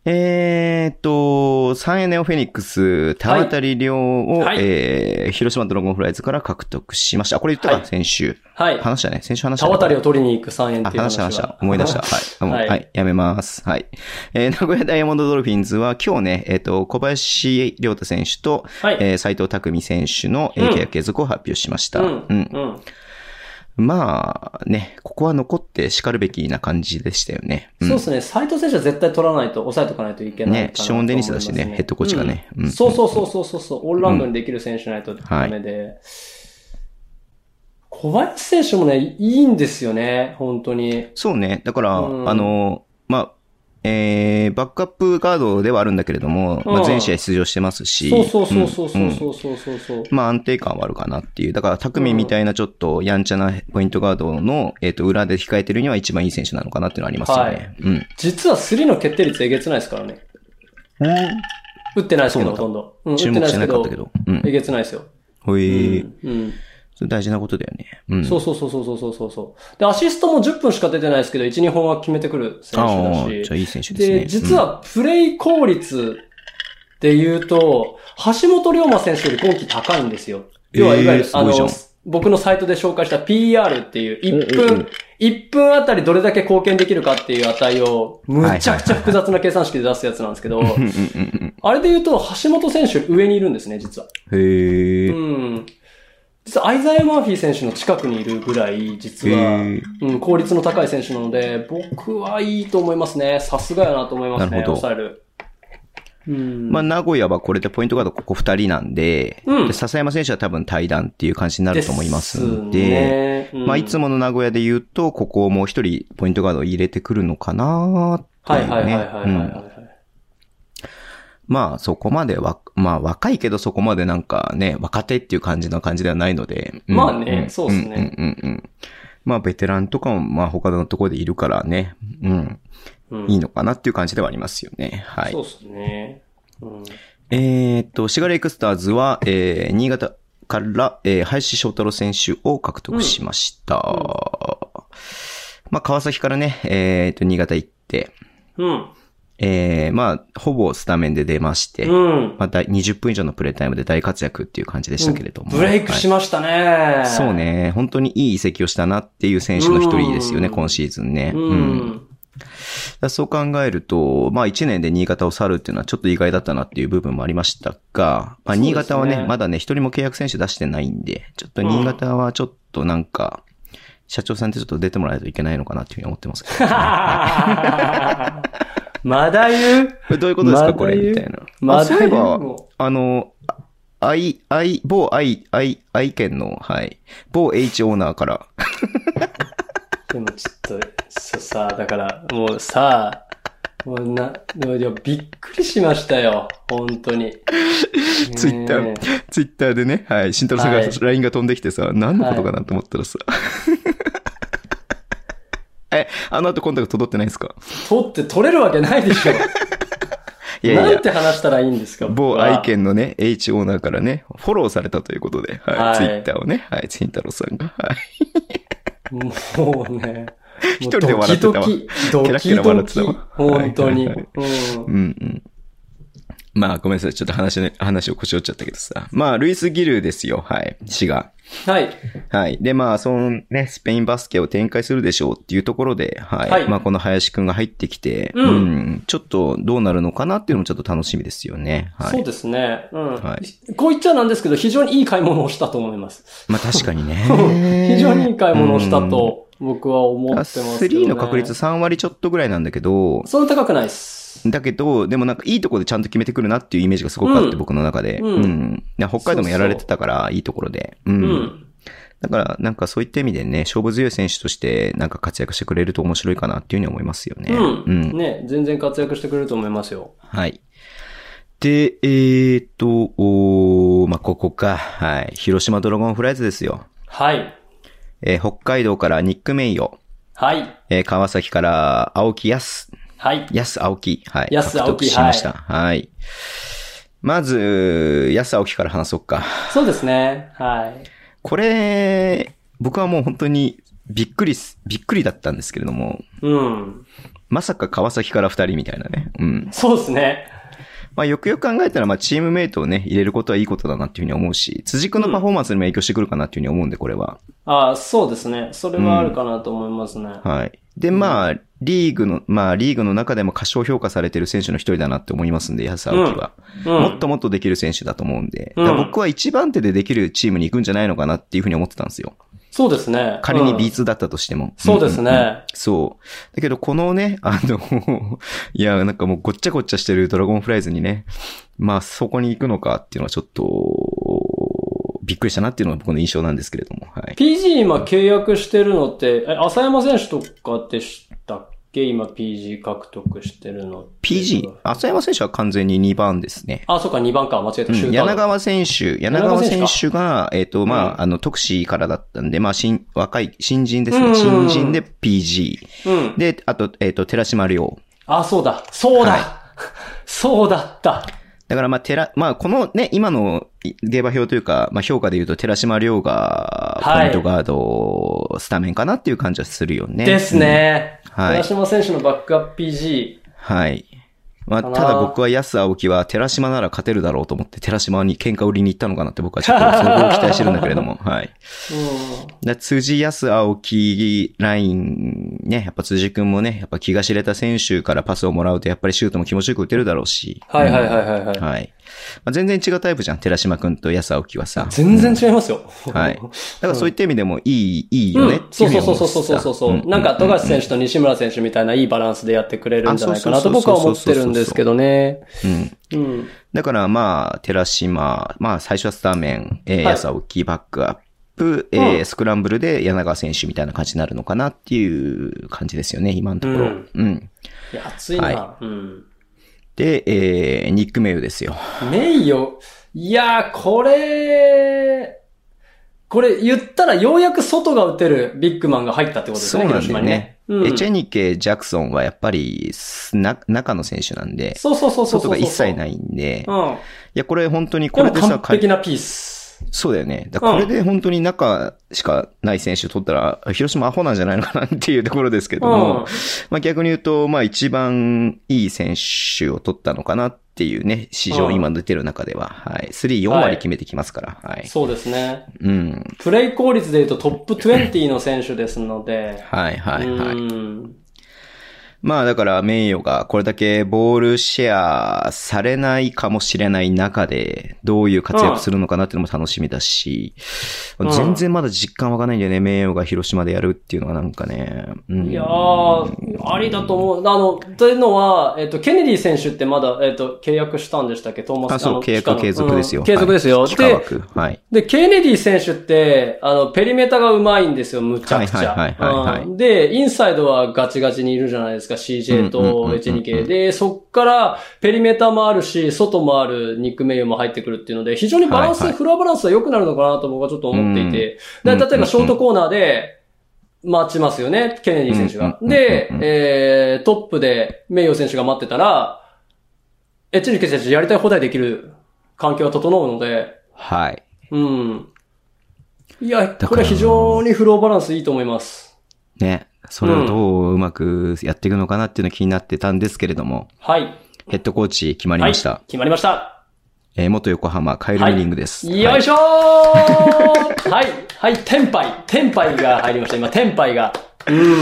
S2: えーっと、サンエネオフェニックス、田渡亮を、
S3: はい
S2: えー、広島ドラゴンフライズから獲得しました。あこれ言ったか、
S3: はい
S2: 先週。
S3: はい。
S2: 話したね。先週話した
S3: 田
S2: ね、
S3: 渡りを取りに行く3円っ
S2: あ、
S3: ていう
S2: 話
S3: 話
S2: した話した。
S3: は。
S2: 思い出した。はいあ。もう
S3: はい
S2: はい。やめます。はい。えー名古屋ダイヤモンドドルフィンズは今日ね、えっ、と、小林亮太選手と、
S3: はい
S2: えー斉藤匠選手のえー
S3: うん
S2: 契約継続を発表しました。
S3: う
S2: うん。
S3: ん。うん。
S2: まあ、ね、ここは残って叱るべきな感じでしたよね。
S3: そう
S2: うん
S3: で、すね。斎藤選手は絶対取らないと、抑えとかないといけないかな
S2: ねショーンデニスだしね
S3: と思います
S2: ヘッドコーチがね
S3: うん
S2: うん
S3: そうそうそうそうそうそう。オールラウンドにできる選手じゃないとダメで。小林選手もね、いいんですよね。本当に。
S2: そうね。だから、
S3: うん
S2: あの、まあ、えー、バックアップガードではあるんだけれども、まあ
S3: うん
S2: 全試合出場してますし。
S3: そうそうそうそうそ
S2: ん
S3: うんそうそうそうそう。
S2: まあ安定感はあるかなっていう。だから、匠みたいなちょっとやんちゃなポイントガードの、えっ、と、裏で控えてるには一番いい選手なのかなっていうのはありますよね。
S3: はい
S2: うん。
S3: 実は3の決定率えげつないですからね。打ってないです
S2: そう
S3: けど、
S2: なんだ
S3: ほとんど。うん、打って
S2: 注
S3: ない
S2: 目
S3: で
S2: して
S3: すけ
S2: なかっ
S3: ど
S2: たけ、ど。うん。
S3: えげつないですよ。
S2: ほ
S3: う
S2: い、
S3: ん。うん
S2: それ大事なことだよね。うん。
S3: そうそうそうそうそうそうそう。で、アシストも10分しか出てないですけど、1、2本は決めてくる選
S2: あ
S3: 手だ
S2: あ、
S3: し
S2: じゃ。あいい選手ですね。
S3: で、実はプレイ効率で言うと、橋本龍馬選手より今季高いんですよ。
S2: えー
S3: 要はいわゆる、
S2: す
S3: あ
S2: ごいじゃん
S3: の、僕のサイトで紹介した PR っていう、1
S2: うんうんうん
S3: 分、1分あたりどれだけ貢献できるかっていう値を、むちゃくちゃ複雑な計算式で出すやつなんですけど、
S2: うん。うんうん
S3: あれで言うと、橋本選手より上にいるんですね、実は。
S2: うん。へえ。
S3: うん。実はアイザイア・マーフィー選手の近くにいるぐらい、実
S2: へ
S3: は
S2: え、
S3: うん、効率の高い選手なので、僕はいいと思いますね。さすがやなと思います
S2: な
S3: ね、
S2: るほど
S3: 抑える。うん。
S2: まあ、名古屋はこれでポイントガードここ二人なんで、
S3: うん
S2: で笹山選手は多分対談っていう感じにな
S3: あ
S2: ると思いますんで、
S3: ねうん
S2: まあ、いつもの名古屋で言うと、ここをもう一人ポイントガードを入れてくるのかなって
S3: はいいう
S2: ね。
S3: はいはいはいはいは
S2: うん
S3: いはい。
S2: まあ、そこまでわ、まあ、若いけどそこまでなんかね、若手っていう感じな感じではないので。うん
S3: まあね
S2: ん
S3: そうっすね
S2: うんうんうんうん。まあ、ベテランとかも、まあ、他のところでいるからね。うん。
S3: うん
S2: いいのかなっていう感じではありますよね。はい
S3: そう。ですね。うん
S2: えーっと、シガレイクスターズは、えー、新潟から、えー、林翔太郎選手を獲得しました。
S3: うんうん
S2: まあ、川崎からね、えーっと、新潟行って、
S3: うん。
S2: えー、まあ、ほぼスタメンで出まして、
S3: うん。
S2: まあ、大20分以上のプレイタイムで大活躍っていう感じでしたけれども。
S3: ブレイクしましたね、
S2: はいそう。ね。本当にいい移籍をしたなっていう選手の一人ですよね、
S3: うん
S2: 今シーズンね。
S3: う
S2: だか
S3: ん。
S2: らそう考えると、まあ1年で新潟を去るっていうのはちょっと意外だったなっていう部分もありましたが、まあ新潟は
S3: そう
S2: ね、
S3: ですね
S2: まだね、一人も契約選手出してないんで、ちょっと新潟はちょっとなんか、社長さんってちょっと出てもらえないといけないのかなっていうふうに思ってますけど、
S3: まだ言う
S2: これどういうことですか、
S3: まだ言う
S2: これ、みたいな。
S3: ま
S2: あ
S3: だ
S2: そうい
S3: 言
S2: え
S3: う
S2: ば、
S3: も
S2: あの、あい、あい、某愛、愛、愛犬の、はい、某 H オーナーから、
S3: うでもちょっと、そうさ、だから、もうさ、もうな、いや、びっくりしましたよ。本当に。
S2: ツイッタ
S3: ねえ
S2: ー、ツイッターでね、はい、慎太郎さん
S3: は
S2: が
S3: い
S2: LINE が飛んできてさ、何のことかなと思ったらさ。 え、あの後コンタクト取ってないですか
S3: 取って取れるわけないでしょ。
S2: いやい
S3: な
S2: や
S3: ん。て話したらいいんですか
S2: 某
S3: 僕は
S2: 愛犬のね、H オーナーからね、フォローされたということで、はい、
S3: はい
S2: ツイッターをね、はい、慎太郎さんが、はい。
S3: もうね。
S2: 一人で笑ってたわ
S3: もうドキ
S2: ケ
S3: ドキ、ド
S2: ラ
S3: キ
S2: ケラ笑
S3: ド
S2: ってた
S3: キ
S2: わ。
S3: 本当に。
S2: はいはい
S3: うん
S2: うんうん。まあ、ごめんなさい。ちょっと話ね、話をこし折っちゃったけどさ。まあ、ルイス・ギルーですよ、はい、死が。
S3: はい。
S2: はい。で、まあ、そのね、スペインバスケを展開するでしょうっていうところで、はい。
S3: はい
S2: まあ、この林くんが入ってきて、
S3: うん
S2: んちょっとどうなるのかなっていうのもちょっと楽しみですよね。は
S3: そう
S2: い。
S3: ですね。うん。
S2: は
S3: こう言っちゃなんですけど、非常にいい買い物をしたと思います。
S2: まあ、確かに ね。
S3: 非常にいい買い物をしたと、僕は思ってますけど、ね。
S2: スリーの確率3割ちょっとぐらいなんだけど、
S3: そんな高くないです。
S2: だけど、でもなんかいいところでちゃんと決めてくるなっていうイメージがすごくあって、
S3: うん
S2: 僕の中で。
S3: うん
S2: で北海道もやられてたから、いいところで。う。
S3: うんん。
S2: だから、なんかそういった意味でね、勝負強い選手として、なんか活躍してくれると面白いかなっていうふうに思いますよね。
S3: うん。
S2: うん
S3: ね、全然活躍してくれると思いますよ。
S2: はい。で、えーと、おーまあ、ここか。はい。広島ドラゴンフライズですよ。
S3: はい。
S2: えー北海道からニック・メイヨ。
S3: はい。
S2: えー川崎から青木安。
S3: はい。
S2: 安青木。はい。
S3: 安青
S2: 獲得
S3: 木
S2: しました。はい。まず、安青木から話そうか。
S3: そうですね。はい。
S2: これ、僕はもう本当にびっくりす、びっくりだったんですけれども、
S3: うん。
S2: まさか川崎から二人みたいなね。うん。
S3: そうですね。
S2: まあ、よくよく考えたら、まあ、チームメイトをね、入れることはいいことだなっていうふうに思うし、辻君のパフォーマンスにも影響してくるかなっていうふうに思うんで、これは。
S3: ああ、そうですね。それはあるかなと思いますね。
S2: はい。で、まあ、リーグの、まあ、リーグの中でも過小評価されてる選手の一人だなって思いますんで、安青木は、
S3: うん
S2: もっともっとできる選手だと思うんで、
S3: うん
S2: だから僕は一番手でできるチームに行くんじゃないのかなっていうふうに思ってたんですよ。
S3: そうですね。
S2: 仮に
S3: うん
S2: B2 だったとしても。
S3: そうで
S2: ん
S3: す
S2: んん
S3: ね。
S2: そう。だけど、このね、あの、 いや、なんかもうごっちゃごっちゃしてるドラゴンフライズにね、まあ、そこに行くのかっていうのはちょっと、びっくりしたなっていうのが僕の印象なんですけれども、はい。
S3: PG 今契約してるのって、え、浅山選手とかでしたっけ今 PG 獲得してるのって。
S2: PG、浅山選手は完全に2番ですね。
S3: あ、そうか、2番か。間違え
S2: う
S3: た。シュー
S2: ん、
S3: ター
S2: 柳川選手、柳川選手が、えっ、と、まあ、
S3: うん
S2: あの、特使からだったんで、まあ、新、若い、新人ですね。
S3: うん
S2: 新人で PG。
S3: うん。
S2: で、あと、えっ、と、寺島亮。
S3: あ、そうだ。そうだ、
S2: はい
S3: そうだった。
S2: だからまあ、寺、まあ、このね、今のい下馬評というか、まあ、評価で言うと、寺島亮が、
S3: は
S2: ポイ
S3: い
S2: ントガード、スタメンかなっていう感じはするよね。
S3: ですね。
S2: うんはい
S3: 寺島選手のバックアップ
S2: う
S3: PG。
S2: ん。はい。まあ、
S3: か
S2: た
S3: な
S2: だ僕は安青木は、寺島なら勝てるだろうと思って、寺島に喧嘩売りに行ったのかなって僕はちょっと、そこを期待してるんだけれど も、はい。
S3: うん。
S2: だ辻安青木ライン、ね、やっぱ辻君もね、やっぱ気が知れた選手からパスをもらうと、やっぱりシュートも気持ちよく打てるだろうし。
S3: はいはい
S2: い。
S3: はいはい、はい。
S2: はい。まあ、全然違うタイプじゃん、寺島君と安青木はさ。
S3: 全然違いますよ。
S2: はい。だからそういった意味でもいい、いいよねっ
S3: うん、
S2: てい
S3: そうう
S2: ふに
S3: そ
S2: 思
S3: うそうそうそうそうそう。なんか、富樫選手と西村選手みたいないいバランスでやってくれるんじゃないかなと僕は思ってるんですけどね。
S2: 手。うん。
S3: うん。
S2: だからまあ、寺島、まあ最初はスターメン、えー、
S3: はい
S2: 安青木、バックアップ、えー
S3: うん
S2: スクランブルで柳川選手みたいな感じになるのかなっていう感じですよね、今のところ。
S3: うん
S2: うん、
S3: いや、熱いな。
S2: は
S3: うん。
S2: で、えー、ニック・メイユですよ。
S3: 名誉。いやー、これ、これ言ったらようやく外が打てるビッグマンが入ったってことですね、
S2: そうなんだよね
S3: 広島にね。うん
S2: エチェニケ・ジャクソンはやっぱりな、中の選手なんで、
S3: そうそうそうそうそう。。
S2: 外が一切ないいんで、
S3: うん。
S2: いや、これ本当に
S3: で
S2: これ
S3: も
S2: でさ、
S3: 完璧なピース。
S2: そうだよね。だからこれで本当に中しかない選手取ったら、広島アホなんじゃないのかなっていうところですけども、
S3: うん。
S2: まあ逆に言うと、まあ一番いい選手を取ったのかなっていうね、市場
S3: うん
S2: 今出てる中では、はい。3、4割決めてきますから、はい。
S3: そうですね。
S2: うん。
S3: プレイ効率で言うとトップ20の選手ですので。
S2: はいはいはい。
S3: うん
S2: まあだから名誉がこれだけボールシェアされないかもしれない中で、どういう活躍するのかなっていうのも楽しみだし、
S3: うん
S2: 全然まだ実感わかんないんだよね、名誉が広島でやるっていうのはなんかね。うん、
S3: いやー、ありだと思う。あの、というのは、えっと、ケネディ選手ってまだ、えっと、契約したんでしたっけトーマス
S2: あ、そう、
S3: の
S2: 契
S3: 期間
S2: 約
S3: の
S2: 継続ですよ。
S3: うん継続ですよ。
S2: はい、
S3: で、
S2: 幾何学はい。
S3: で、ケネディ選手って、あの、ペリメーターが上手いんですよ、むちゃくち
S2: はいはいはいはいは
S3: ゃ
S2: い。
S3: うんで、インサイドはガチガチにいるじゃないですか、CJ
S2: うんうんうんうん
S3: とエチェニケ。で、そっから、ペリメーターもあるし、外もある、ニックメイユも入ってくるっていうので、非常にバランス、
S2: はいはい
S3: フロアバランスは良くなるのかなと僕はちょっと思ってい
S2: う
S3: て。
S2: ん
S3: で例えば、ショートコーナーで、待ちますよね、ケネディ選手が。
S2: うんうんうんうん
S3: で、えー、トップで、メイヨ選手が待ってたら、エチェニケ選手やりたい放題できる環境が整うので、
S2: はい。
S3: うん。いや、
S2: ら
S3: これは非常にフローバランスいいと思います。
S2: ね。それをどううまくやっていくのかなっていうの気になってたんですけれども、
S3: はい。
S2: ヘッドコーチ決まりました。
S3: はい、決まりました。
S2: えー元横浜カイル・ウィリングです。
S3: よいしょーはい。はい、テンパイ。テンパイが入りました、今、テンパイが。うん。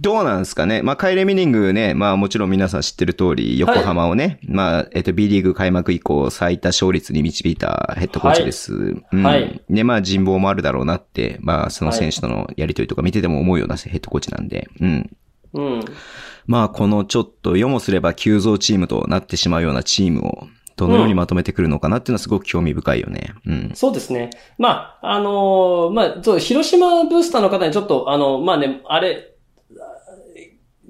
S2: どうなんですかねまあ、カイレミリングね、まあもちろん皆さん知ってる通り、横浜をね、まあ、えっと、B リーグ開幕以降最多勝率に導いたヘッドコーチです。うん
S3: はい
S2: で、まあ人望もあるだろうなって、まあその選手とのやりとりとか見てても思うようなヘッドコーチなんで、うん。
S3: うん。
S2: まあこのちょっと、よもすれば急増チームとなってしまうようなチームを、どのようにまとめてくるのかなっていうのはすごく興味深いよね。うん。
S3: そうですね。まあ、あのーまあ、そう、広島ブースターの方にちょっと、あの、まあね、あれ、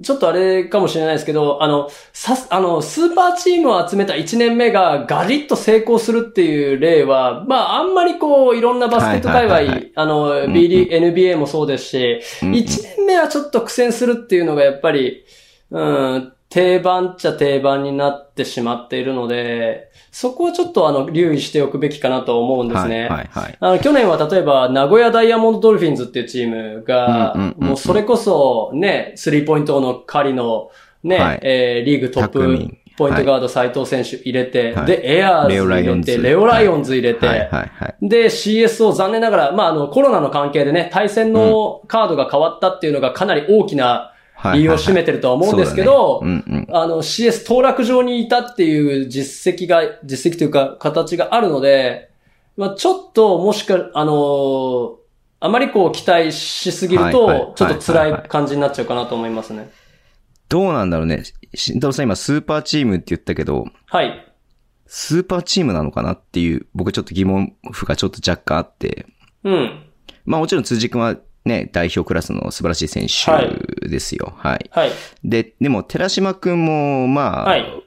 S3: ちょっとあれかもしれないですけど、あの、さす、あの、スーパーチームを集めた1年目がガリッと成功するっていう例は、まあ、あんまりこう、いろんなバスケット界
S2: はいはいはい
S3: 隈、あの、B リ NBA もそうですし、
S2: うんうん
S3: 1年目はちょっと苦戦するっていうのがやっぱり、うん、定番っちゃ定番になってしまっているので、そこはちょっとあの、留意しておくべきかなと思うんです
S2: は
S3: ね。
S2: い、はい、はい。
S3: あの、去年は例えば、名古屋ダイヤモンドドルフィンズっていうチーム
S2: うんうん
S3: が、
S2: うんうん
S3: もうそれこそ、ね、スリーポイントの狩りの、ね、
S2: はい
S3: えーリーグトッ
S2: 匠
S3: プ、ポイントガード斉藤選手入れて、
S2: はい
S3: で、エアーズ
S2: レオライオ
S3: 入
S2: ン
S3: れて、
S2: ズ
S3: レオライオンズ入れて、
S2: はい、はい、はい。
S3: で、CS を残念ながら、まあ、あの、コロナの関係でね、対戦のカードが変わったっていうのがかなり大きな
S2: はい
S3: 理由を占めてるとは思うんですけど、
S2: そうだねうん、うん。
S3: あの、CS 当落上にいたっていう実績が、実績というか、形があるので、まあちょっと、もしか、あのーあまりこう期待しすぎる
S2: はいはい
S3: と、ちょっと
S2: はいはい
S3: 辛
S2: はい
S3: い感じになっちゃうかなと思いますね。
S2: どうなんだろうね。慎太郎さん今スーパーチームって言ったけど、
S3: はい。
S2: スーパーチームなのかなっていう、僕ちょっと疑問符がちょっと若干あって。
S3: うん。
S2: まあもちろん辻君はね、代表クラスの素晴らしい選手ですよ。はい。
S3: はい。
S2: で、でも寺島君も、まあ、
S3: はい。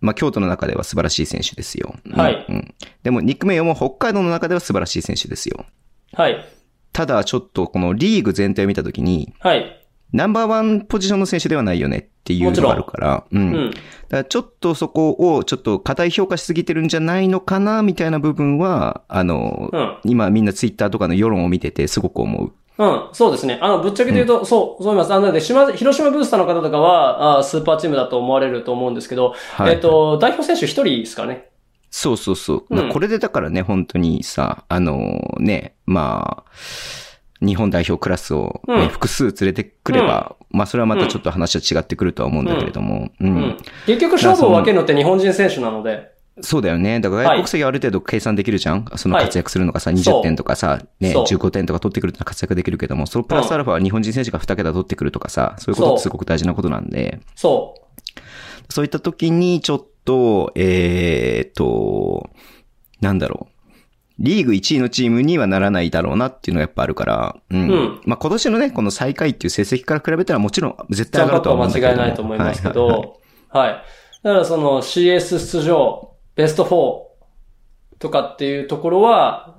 S2: まあ京都の中では素晴らしい選手ですよ。うん
S3: はい
S2: うん、でもニックメイヨも北海道の中では素晴らしい選手ですよ。
S3: はい。
S2: ただちょっとこのリーグ全体を見たときに、
S3: はい。
S2: ナンバーワンポジションの選手ではないよねっていうのがあるから、う。
S3: うんん。
S2: だからちょっとそこをちょっと過大評価しすぎてるんじゃないのかなみたいな部分は、あの、
S3: うん
S2: 今みんなツイッターとかの世論を見ててすごく思う。
S3: うん、そうですね。あの、ぶっちゃけて言うと、そう、そう思います。あの、なので、島津広島ブースターの方とかは、あースーパーチームだと思われると思うんですけど、
S2: はい
S3: えっ、と、代表選手一人ですかね。
S2: そうそうそう。
S3: うん
S2: これでだからね、本当にさ、あのね、まあ、日本代表クラスを、ね
S3: うん
S2: 複数連れてくれば、まあそれはまたちょっと話は違ってくるとは思うんだけれども、うん
S3: うん。結局、勝負を分けるのって日本人選手なので、
S2: そうだよね。だから外国籍はある程度計算できるじゃん、その活躍するのがさ、
S3: い
S2: 20点とかさ、ね、
S3: そう
S2: 15点とか取ってくると活躍できるけども、そのプラスアルファは日本人選手が2桁取ってくるとかさ、そういうことってすごく大事なことなんで、
S3: そう。
S2: そういった時にちょっと、えー、と、なんだろう。リーグ1位のチームにはならないだろうなっていうのがやっぱあるから、うん。
S3: うん
S2: まあ今年のね、この最下位っていう成績から比べたらもちろん絶対上がるとは思うんだけ
S3: ジャ
S2: ど
S3: ン
S2: も。
S3: プアップは間違いないと思いますけ
S2: ははは
S3: ど、はい。だからその CS 出場、ベスト4とかっていうところは、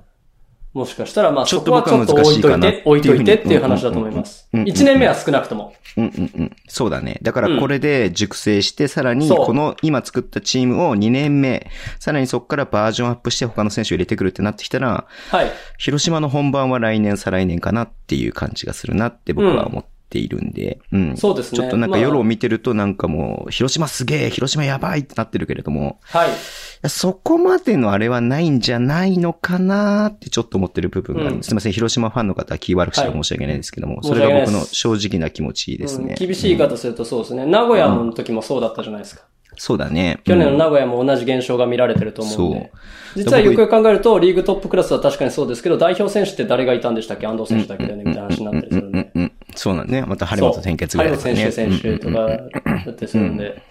S3: もしかしたら、まあ、
S2: ちょ
S3: そ
S2: っ
S3: ことは
S2: 僕
S3: ちょ
S2: は
S3: っと置いと
S2: 難しい
S3: い
S2: かなってい
S3: て
S2: う、
S3: 置いといてっ
S2: ふうに
S3: ていう話だと思います。
S2: うんうんうん
S3: 1年目は少なくとも。
S2: うんうんうん。そうだね。だか
S3: う
S2: ら
S3: ん
S2: これで熟成して、さらに
S3: そう
S2: この今作ったチームを2年目、さらにそこからバージョンアップして他の選手を入れてくるってなってきたら、
S3: はい。
S2: 広島の本番は来年再来年かなっていう感じがするなって僕は思っているんで、うん。
S3: そうですね。
S2: ちょっとなんか夜を
S3: ま
S2: 見てるとなんかもう、広島すげえ、広島やばいってなってるけれども、
S3: あはい。
S2: いやそこまでのあれはないんじゃないのかなってちょっと思ってる部分がある、
S3: うん
S2: すいません、広島ファンの方は気悪くしたら申し訳ないですけども、
S3: い
S2: それが僕の
S3: 申
S2: 正直な気持ちですね。
S3: うん厳しい言い
S2: うん
S3: 方するとそうですね。名古屋の時もそうだったじゃないですか。
S2: そうだね。
S3: 去年の
S2: うん
S3: 名古屋も同じ現象が見られてると思うんで。
S2: う
S3: 実は
S2: 僕
S3: よくよく考えると、リーグトップクラスは確かにそうですけど、代表選手って誰がいたんでしたっけ安藤選手だけだよね、みたいな話になったりするんで。
S2: うんうんそうなんだね。また張本天傑ぐらい
S3: そ
S2: だから
S3: う張
S2: ね。
S3: 本選手、
S2: うんうん
S3: 選手とかだったりするんで。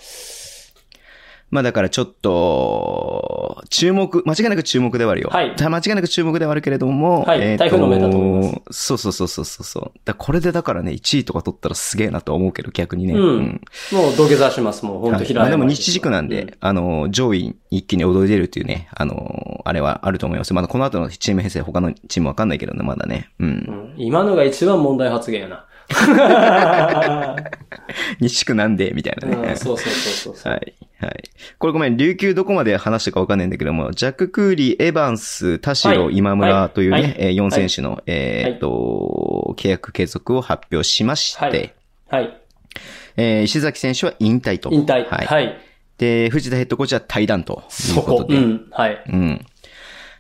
S2: まあだからちょっと、注目、間違いなく注目ではあるよ。
S3: はい
S2: た間違いなく注目ではあるけれども、
S3: はい
S2: ーと
S3: 台風の目だと思いま
S2: そうそうそうそうそうそう。だこれでだからね、1位とか取ったらすげえなとは思うけど、逆にね。
S3: うんもう土下座します、もう本当
S2: はい
S3: 平
S2: ま
S3: 山
S2: あで
S3: に
S2: も日軸なんで、あの、上位に一気に踊り出るっていうね、あの、あれはあると思います。まだこの後のチーム編成、他のチームわかんないけどね、まだね。うん
S3: う。ん今のが一番問題発言 やな。
S2: 日軸なんで、みたいなね。
S3: うんそうそうそうそう。
S2: はい。はい。これごめん、琉球どこまで話したかわかんないんだけども、ジャック・クーリー、エヴァンス、田代、
S3: はい
S2: 今村という
S3: は
S2: ね
S3: い、
S2: え4選手の、えー
S3: は
S2: っ
S3: い
S2: と、契約継続を発表しま し
S3: はい
S2: て、。
S3: はい。
S2: えー石崎選手は引退と。
S3: 引退。
S2: はい。
S3: はい。
S2: で、藤田ヘッドコーチは退団と。
S3: そ
S2: いうこ
S3: こ。
S2: と
S3: う
S2: で。
S3: ん。はい。
S2: うん。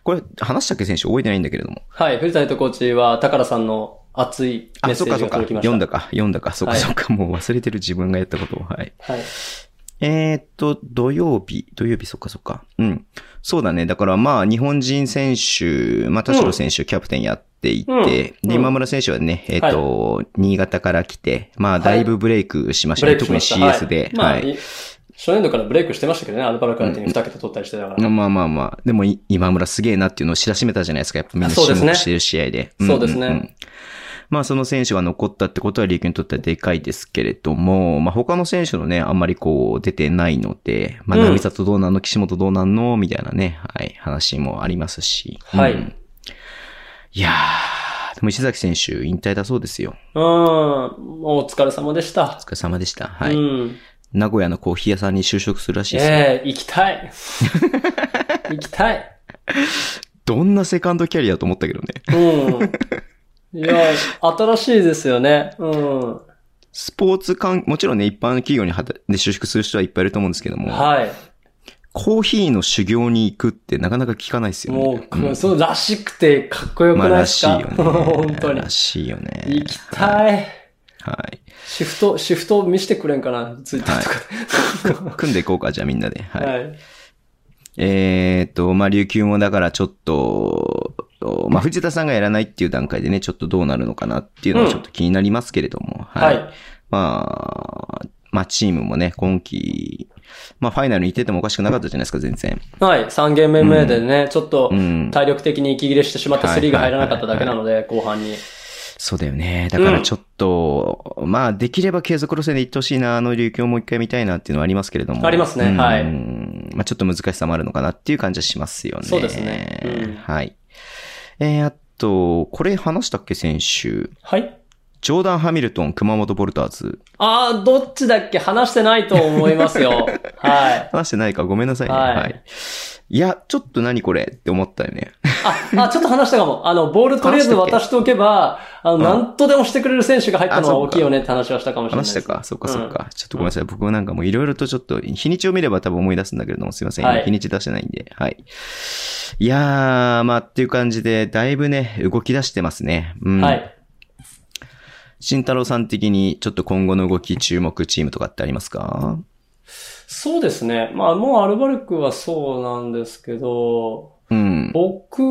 S2: これ、話したっけ選手覚えてないんだけれども。
S3: はい。藤田ヘッドコーチは、宝さんの熱いメ
S2: あ、
S3: ッ
S2: そ
S3: セ
S2: っ
S3: ー
S2: か
S3: ジ
S2: そ
S3: が
S2: っか。
S3: 届きました。
S2: 読んだか、読んだか。そっか
S3: はい
S2: そっか。もう忘れてる自分がやったことを。はい。
S3: はい。
S2: えーっと、土曜日、土曜日、そっかそっか。うん。そうだね。だからまあ、日本人選手、まあ、田代選手、キャプテンやっていて、
S3: うん
S2: で、
S3: うん
S2: 今村選手はね、えーっと、新潟から来て、まあ、だいぶブレイクしましたね。特に CS で。
S3: はい。まあ、
S2: はい
S3: い初年度からブレイクしてましたけどね、アルバルカラティに2桁取ったりしてたから。
S2: まあまあまあ。でもい、今村すげえなっていうのを知らしめたじゃないですか。やっぱみんな注
S3: そうですね
S2: 目してる試合で。んんん
S3: そうですね。
S2: まあその選手が残ったってことは琉球にとってはでかいですけれども、まあ他の選手のね、あんまりこう出てないので、まあ
S3: うん
S2: 波里どうなんの、岸本どうなんの、みたいなね、はい、話もありますし。。
S3: はいう
S2: んいやー、でも石崎選手引退だそうですよ。
S3: うん。お疲れ様でした
S2: お。疲れ様でした。はい。
S3: うん。
S2: 名古屋のコーヒー屋さんに就職するらしいですよ。
S3: ええ行きたい。 行きたい。
S2: どんなセカンドキャリアと思ったけどね。
S3: うん。いや、新しいですよね。うん。
S2: スポーツ関、もちろんね、一般企業に働で就職する人はいっぱいいると思うんですけども、
S3: はい。
S2: コーヒーの修行に行くってなかなか聞かないですよね。
S3: もう、そう、らしくてかっこよく
S2: まあ、
S3: ない
S2: ら
S3: で
S2: し
S3: す
S2: い
S3: か、
S2: よね。
S3: 本当に。
S2: らしいよね。
S3: 行きたい。
S2: はい。
S3: シフト、シフト見せてくれんかなツイッターとか
S2: 組んでいこうか、じゃあみんなで。はい。
S3: で。はい。
S2: えーっと、まあ、琉球もだからちょっと、まあ、藤田さんがやらないっていう段階でね、ちょっとどうなるのかなっていうの
S3: う
S2: は
S3: ん
S2: ちょっと気になりますけれども、
S3: はい。
S2: まあ、まあ、チームもね、今季、まあ、ファイナルに行っててもおかしくなかったじゃないですか、全然。
S3: はい。3ゲーム目でね、ちょっと
S2: うん
S3: 体力的に息切れしてしまって
S2: はい
S3: スリーが入らなかっただけなので、後半に。
S2: そうだよね。だからちょっと、まあ、できれば継続路線で行ってほしいな、あの流況もう一回見たいなっていうのはありますけれども。
S3: ありますね
S2: うん
S3: はい
S2: まあ、ちょっと難しさもあるのかなっていう感じはしますよね。
S3: そうですねうん
S2: はい。えー、あと、これ話したっけ、先週。
S3: はい。
S2: ジョーダン・ハミルトン、熊本ボルターズ。
S3: あー、どっちだっけ話してないと思います よ。はい。
S2: 話してないか、ごめんなさいね。
S3: はい
S2: い、いや、ちょっと何これって思ったよね。
S3: あ、あ、ちょっと話したかも。あの、ボールとりあえず渡しておけば、あの、
S2: ん
S3: なんとでもしてくれる選手が入ったのは
S2: あそう
S3: 大
S2: か
S3: きいよねって話はしたかもしれない
S2: 話
S3: で
S2: し
S3: す。
S2: たか、そっかそっか、ちょっとごめんなさい。僕もなんかもういろいろとちょっと、日にちを見れば多分思い出すんだけれども、すいません。
S3: はい
S2: 日にち出してないんで。はい。いやー、まあっていう感じで、だいぶね、動き出してますね。う。
S3: うんん。は。い。
S2: 慎太郎さん的に、ちょっと今後の動き、注目チームとかってありますか
S3: そうですね。まあ、もうアルバルクはそうなんですけど、
S2: うん。
S3: 僕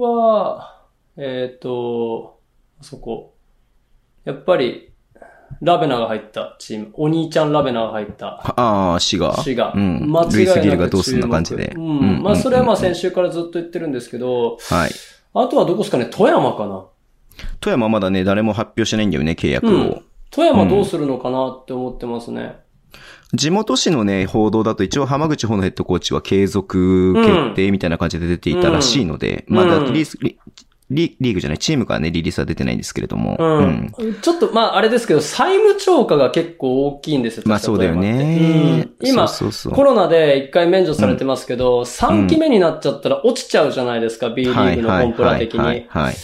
S3: は、えっ、と、そこ。やっぱり、ラベナが入ったチーム、お兄ちゃんラベナが入った
S2: ああ、滋賀。
S3: 市が、
S2: うん。
S3: 間違いなく
S2: ルイス・ギルがどうすんな
S3: 注目
S2: 感じで。
S3: うん。まあ、それはまあ先
S2: 週。
S3: 週からずっと言ってるんですけど、
S2: はい。
S3: あとはどこですかね、富山かな。
S2: 富山まだね、誰も発表してないんだよね、契約を。
S3: うん富山どうするのかなって思ってますね。
S2: 地元紙のね、報道だと一応浜口穂のヘッドコーチは継続決定みたいな感じで出ていたらしいので、
S3: うん
S2: まだ
S3: うん
S2: リリースリ、リリーグじゃない、チームからね、リリースは出てないんですけれども、
S3: うん。ちょっと、まあ、あれですけど、債務超過が結構大きいんですよ。
S2: まあそうだよ
S3: 富山っ
S2: ね
S3: て。うん、今、
S2: そうそうそ
S3: コ
S2: う。
S3: ロナで一回免除されてますけど、3期目になっちゃったら落ちちゃうじゃないですか、B リーグのコンプラ的
S2: はい
S3: に。
S2: はいはい。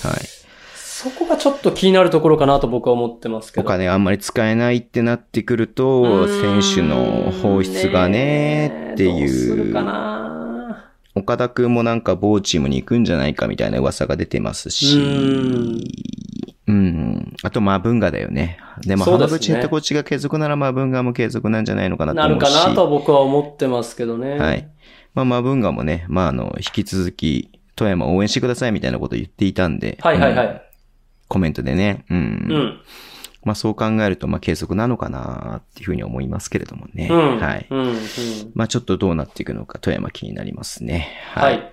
S3: そこがちょっと気になるところかなと僕は思ってますけ
S2: お
S3: ど。
S2: 金あんまり使えないってなってくると、選手の放出がね、って
S3: どうす
S2: い
S3: る
S2: う
S3: か。な
S2: 岡田くんもなんか某チームに行くんじゃないかみたいな噂が出てますし、
S3: う
S2: うん。あと、マブンガだよね。でも、
S3: そうで
S2: 浜
S3: すね
S2: 口ヘッドコーチが継続ならマブンガも継続なんじゃないのかなと
S3: な
S2: 思
S3: る
S2: うし。
S3: かなとは僕は思ってますけどね。
S2: はい。まあ、マブンガもね、まあ、あの、引き続き、富山応援してくださいみたいなこと言っていたんで、
S3: はいはいは
S2: うん
S3: い。
S2: コメントでね、うん。
S3: うん。
S2: まあ、そう考えると、まあ、継続なのかなっていうふうに思いますけれどもね。
S3: うん。
S2: はい。
S3: うん。うん
S2: まあ、ちょっとどうなっていくのか、富山気になりますね。
S3: はい。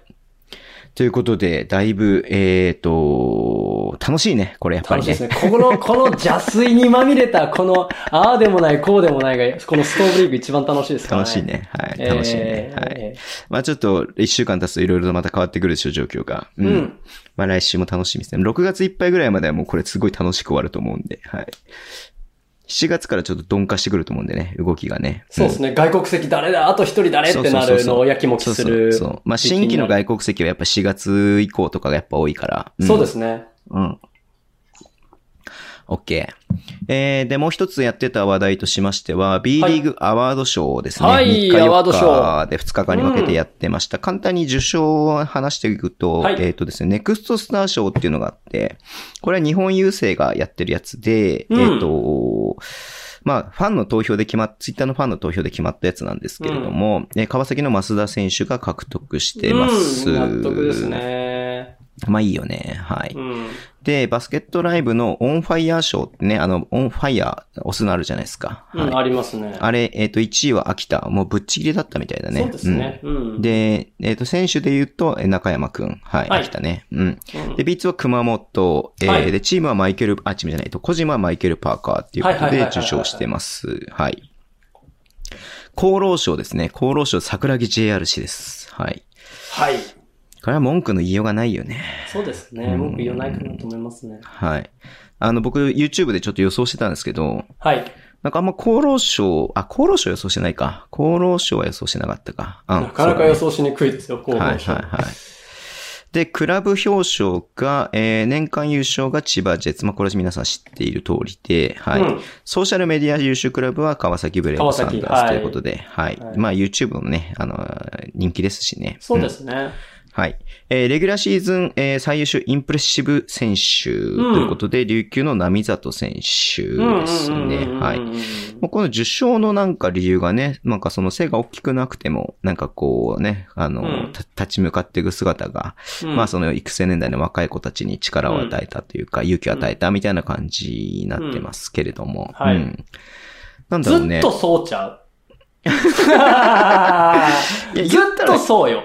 S2: ということで、だいぶ、えっ、と、楽しいね、これやっぱ
S3: 楽
S2: り
S3: しいで
S2: ね。
S3: すね。この、この邪水にまみれた、この、ああでもない、こうでもないが、このストーブリーグ一番楽しいですからね。
S2: 楽しい。ね。はい。
S3: えー
S2: 楽しいね。はい。
S3: え
S2: まあちょっと、一週間経つといろいろとまた変わってくるでしょう、状況が。
S3: ーうん。
S2: まあ来週も楽しみですね。6月いっぱいぐらいまではもうこれすごい楽しく終わると思うんで、はい。7月からちょっと鈍化してくると思うんでね、動きがね。
S3: そうですね。外国籍誰だあと一人誰って
S2: そ
S3: な
S2: うそうそう
S3: る
S2: そ
S3: の
S2: う
S3: をやきもき
S2: そう
S3: す
S2: そう
S3: る。
S2: そう。まあ新規の外国籍はやっぱ4月以降とかがやっぱ多いから。。
S3: そうですすね。
S2: うん。OK。えー、で、もう一つやってた話題としましては、B リーグアワード賞ですね。
S3: はい
S2: 3日
S3: アワード賞
S2: 4日で2日間に分けてやってました。簡単に受賞を話していくと、
S3: はい
S2: えっ、とですね、ネクストスター賞っていうのがあって、これは日本郵政がやってるやつで、
S3: うん
S2: えっ、と、まあ、ファンの投票で決まっ、ツイッターのファンの投票で決まったやつなんですけれども、えー川崎の増田選手が獲得してます。
S3: うん、納得です。ね。
S2: まあいいよね。はい。
S3: うん。
S2: で、バスケットライブのオンファイヤー賞ってね、あの、オンファイヤー押すのあるじゃないですか。
S3: う
S2: はい
S3: ん、ありますね。
S2: あれ、えっ、と、1位は秋田。もうぶっちぎりだったみたいだね。
S3: そうですね。う。
S2: うんん、で、えっ、と、選手で言うと、え中山くん。はい、
S3: はい
S2: 秋田ね。うん。
S3: うん
S2: で、ビーツは熊本。えー
S3: はい
S2: で、チームはマイケル、あ、チームじゃないと、個人はマイケル・パーカーっていうこ
S3: は
S2: と
S3: いはい
S2: で
S3: はいはいはい
S2: 受賞してます。はい。厚労省ですね。厚労省桜木 JR 氏です。はい。
S3: はい。
S2: これは文句の言いようがないよね。
S3: そうですね。文句言わないかなと思いますね。
S2: はい。あの、僕、YouTube でちょっと予想してたんですけど、
S3: はい。
S2: なんかあんま厚労省、あ、厚労省予想してないか。厚労省は予想してなかったか。うん
S3: なかなか予
S2: そ
S3: 想しにくいですよ、候
S2: う
S3: 補
S2: だね
S3: 者
S2: はいはいはい。で、クラブ表彰が、えー年間優勝が千葉ジェッツ。まあ、これは皆さん知っている通りで、はい。
S3: うん
S2: ソーシャルメディア優秀クラブは川崎ブレイブサンダース
S3: 川崎
S2: と
S3: はい
S2: いうことで、はい。
S3: はい
S2: まあ、YouTube もね、あのー、人気ですしね。
S3: そう
S2: す
S3: ですね。
S2: はい。えーレギュラーシーズン、えー最優秀インプレッシブ選手ということで、琉球の波里選手ですね。はい。
S3: うんうんうんうんうん
S2: もうこの受賞のなんか理由がね、なんかその背が大きくなくても、なんかこうね、あの、
S3: うん
S2: た立ち向かっていく姿が、
S3: うん
S2: まあその育成年代の若い子たちに力を与えたというか、勇気を与えたみたいな感じになってますけれども。
S3: うんはい
S2: んなんだろう
S3: ずっ
S2: ね。
S3: とそうち ゃう。 ず
S2: や
S3: っとそうよ。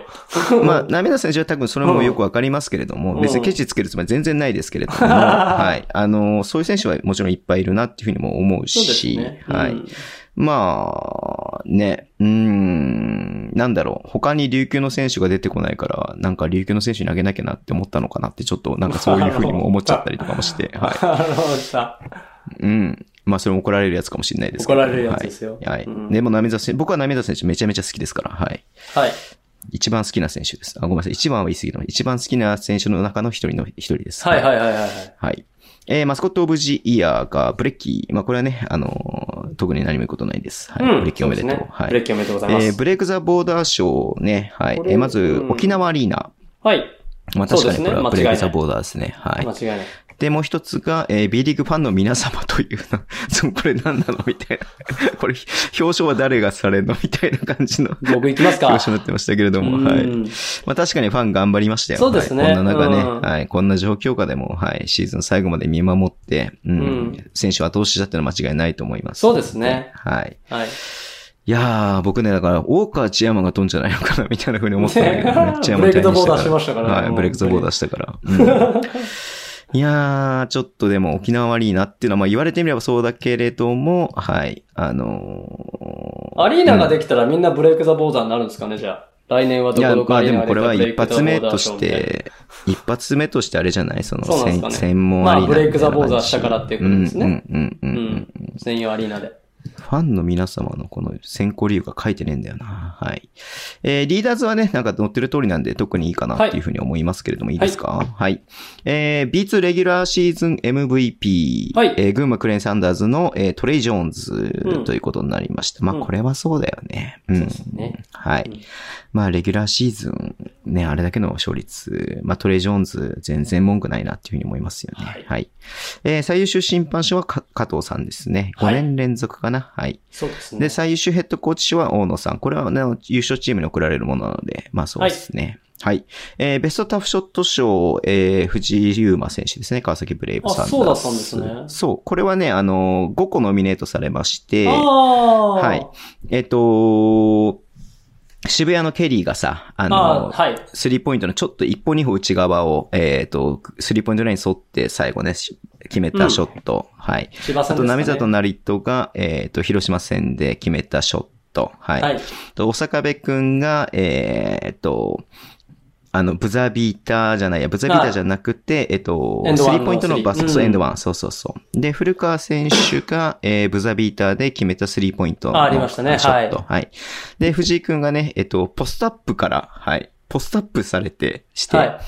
S2: まあ、涙選手は多分それもよくわかりますけれども、
S3: うん
S2: 別にケチつけるつもり全然ないですけ れども、はい。あの、そういう選手はもちろんいっぱいいるなっていうふうにも思う
S3: そうです
S2: し、
S3: ね。
S2: は
S3: う
S2: い
S3: ん。
S2: まあ、ね、うーん、なんだろう。他に琉球の選手が出てこないから、なんか琉球の選手にあげなきゃなって思ったのかなって、ちょっとなんかそういうふうにも思っちゃったりとかも して、は
S3: あのさ、
S2: い。うん。まあ、それも怒られるやつかもしれないですけ
S3: 怒
S2: ど、
S3: られるやつですよ。
S2: はい。はい
S3: うん
S2: でも、涙選手、僕は涙選手めちゃめちゃ好きですから、はい。
S3: はい。
S2: 一番好きな選手です。あ、ごめんなさい。一番は言い過ぎた。一番好きな選手の中の一人の一人です。。
S3: はいはいいはいはいはい。
S2: はい。えー、マスコットオブジイヤーがブレッキー。まあ、これはね、あのー特に何も言うことないです。はい。
S3: うん
S2: ブレッキーおめでとう。
S3: そすね
S2: はい。
S3: ブレッキーおめでとうございま
S2: えー
S3: す。
S2: ブレイクザボーダー賞ね。はい
S3: こ。れ
S2: えーまず
S3: う、ん
S2: 沖縄アリーナ。
S3: はい。
S2: まあ、
S3: そう
S2: 確かに
S3: ですね
S2: これはブレイクザボーダーですね。はい
S3: 間。違いない。
S2: で、もう一つが、えー B リーグファンの皆様というの。 そうこれ何なの みたいな。これ、表彰は誰がされるのみたいな感じの表
S3: 僕行 きますか。
S2: 彰になってましたけれども。は
S3: う
S2: い。
S3: ん
S2: まあ確かにファン頑張りましたよ。
S3: そうですね
S2: はいこんな中ね、
S3: うん
S2: はい、こんな状況下でも、はい、シーズン最後まで見守って、うん、
S3: うん
S2: 選手を後押ししたっていうのは間違いないと思います。
S3: そうですね
S2: はい。
S3: はい。。
S2: いやー、僕ね、だから、大川千山が飛んじゃないのかな、みたいな風に思ってたんだけどね千山退任
S3: ブレイクザボーダーしましたからね
S2: はい、
S3: もう
S2: ブレイクザボーダーしたから。うんいやー、ちょっとでも沖縄悪いなっていうのは、まあ言われてみればそうだけれども、はい。あのー
S3: アリーナができたらみんなブレイクザボーザーになるんですかね、じゃあ。来年はど
S2: い
S3: こ
S2: や、
S3: どこ
S2: ま
S3: ア
S2: あ
S3: リ
S2: で
S3: ーナが
S2: も
S3: で
S2: こ
S3: き
S2: れ
S3: たら
S2: は一発
S3: ブレイクザボー
S2: 目
S3: ザー
S2: と
S3: ショー
S2: し
S3: みたいな。
S2: て、一発目としてあれじゃないその、
S3: そうなんです
S2: 専
S3: かね
S2: 専門
S3: まあ
S2: アリーナみたいな感じ。
S3: ブレイクザボーザーしたからっていうことですね
S2: うんうんうんうんうん
S3: うん。専用アリーナで。
S2: ファンの皆様のこの選考理由が書いてねえんだよな。はい。えーリーダーズはね、なんか載ってる通りなんで特にいいかなっていうふうに思いますけれども、い、いですかはい、えー B2 レギュラーシーズン MVP。
S3: はい
S2: えー群馬クレン・サンダーズの、えートレイ・ジョーン
S3: うん
S2: ズということになりました。
S3: うん
S2: まあ、これはそうだよね。うん。
S3: そうですね
S2: は
S3: うん
S2: い。まあ、レギュラーシーズン、ね、あれだけの勝率、まあ、トレイ・ジョーンズ全然文句ないなっていうふうに思いますよね。
S3: はい
S2: はい。えー最優秀審判賞はか加藤さんですね。
S3: はい
S2: 5年連続かな。はい。
S3: そうですね。
S2: で、最優秀ヘッドコーチ賞は大野さん。これは、ね、優勝チームに贈られるものなので、まあそうですね。はい。えー、ベストタフショット賞、えー、藤井優馬選手ですね。川崎ブレイブさん
S3: あそうだったんですね
S2: そう。これはね、あのー、5個ノミネートされまして、
S3: ああ。
S2: はい。えっ、と渋谷のケリーがさ、あ
S3: あ
S2: の
S3: ー
S2: ー
S3: はい。
S2: スリーポイントのちょっと一歩二歩内側を、えっ、と、スリーポイントラインに沿って最後ね、し決めたショット。はい。
S3: 千葉さ
S2: あ
S3: ん
S2: と、
S3: ですか、
S2: 波
S3: ね。
S2: 里成人が、えっ、と、広島戦で決めたショット。はい。
S3: はい。
S2: と、おさかべくんが、えっ、と、あの、ブザービーターじゃないや、ブザービーターじゃなくて、えっ、と
S3: エン、ド
S2: ス
S3: ワン
S2: リー
S3: の
S2: ポイントのバス
S3: スリー
S2: そう
S3: うん
S2: エンドワン、そうそうそう。で、古川選手が、えー、ブザービーターで決めたスリーポイントの
S3: あありましたね
S2: ショット。はい。で、藤井くんがね、えっ、と、ポストアップから、はい、ポストアップされて、して、
S3: はい。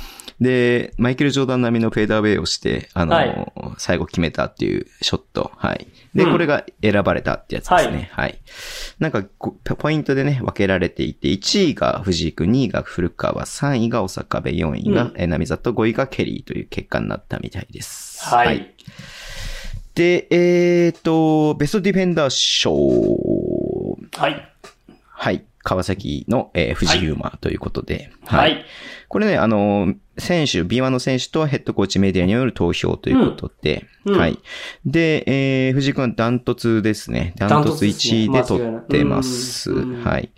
S2: で、マイケル・ジョーダン並みのフェーダーウェイをして、あの、
S3: はい
S2: 最後決めたっていうショット。はい。で、
S3: うん
S2: これが選ばれたってやつですね。はい。なんかこう、ポイントでね、分けられていて、1位が藤井君、2位が古川、3位が大阪部、4位
S3: うん
S2: がえー波里、5位がケリーという結果になったみたいです。
S3: はい。
S2: で、えっ、と、ベストディフェンダー賞。
S3: はい。
S2: はい。川崎の、えー藤井優馬ということで。
S3: はい。
S2: これね、あの、選手、B1 の選手とヘッドコーチメディアによる投票ということで、
S3: うんうん
S2: はい。で、えー、藤井君はダントツですね。ダントツ1位で
S3: ダントツですね
S2: 取ってます。
S3: 間違いないうん
S2: はい。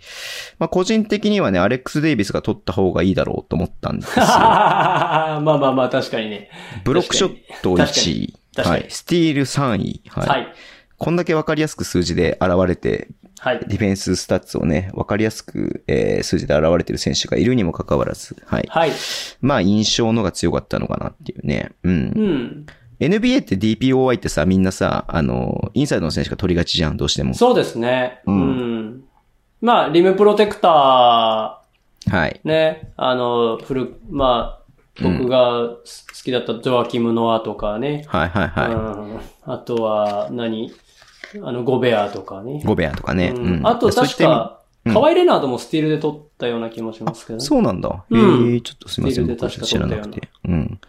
S2: まあ、個人的にはね、アレックス・デイビスが取った方がいいだろうと思ったんです よ。
S3: まあまあまあ、確かにね。
S2: ブロックショット
S3: 確か
S2: 1
S3: に
S2: 位。
S3: 確か
S2: は
S3: に
S2: い。スティール3位。はい。
S3: はい。
S2: こんだけわかりやすく数字で現れて、
S3: はい。
S2: ディフェンススタッツをね、わかりやすく、えー数字で現れてる選手がいるにもかかわらず、はい。
S3: はい。
S2: まあ、印象のが強かったのかなっていうね。うん
S3: うん。
S2: NBA って DPOI ってさ、みんなさ、あの、インサイドの選手が取りがちじゃん、どうしても。
S3: そうですね。う。
S2: うんん
S3: まあ、リムプロテクタ
S2: はい。
S3: ー、ね、あの、古、まあ、僕がす好きだったジョアキム・ノアとかね。
S2: はいはいは
S3: うん。あとは何、あの、ゴベアとかね
S2: い。。ゴベアとかね。
S3: う
S2: うんん
S3: あと
S2: そういっ
S3: 確
S2: た意味
S3: か、
S2: うん
S3: カワイレナードもスティールで取ったような気もしますけどね。
S2: そうなんだ。え
S3: うん
S2: え、ちょっとすみません、
S3: リーグで
S2: 僕は
S3: 確か
S2: 知らなく。
S3: 取って
S2: うん。ま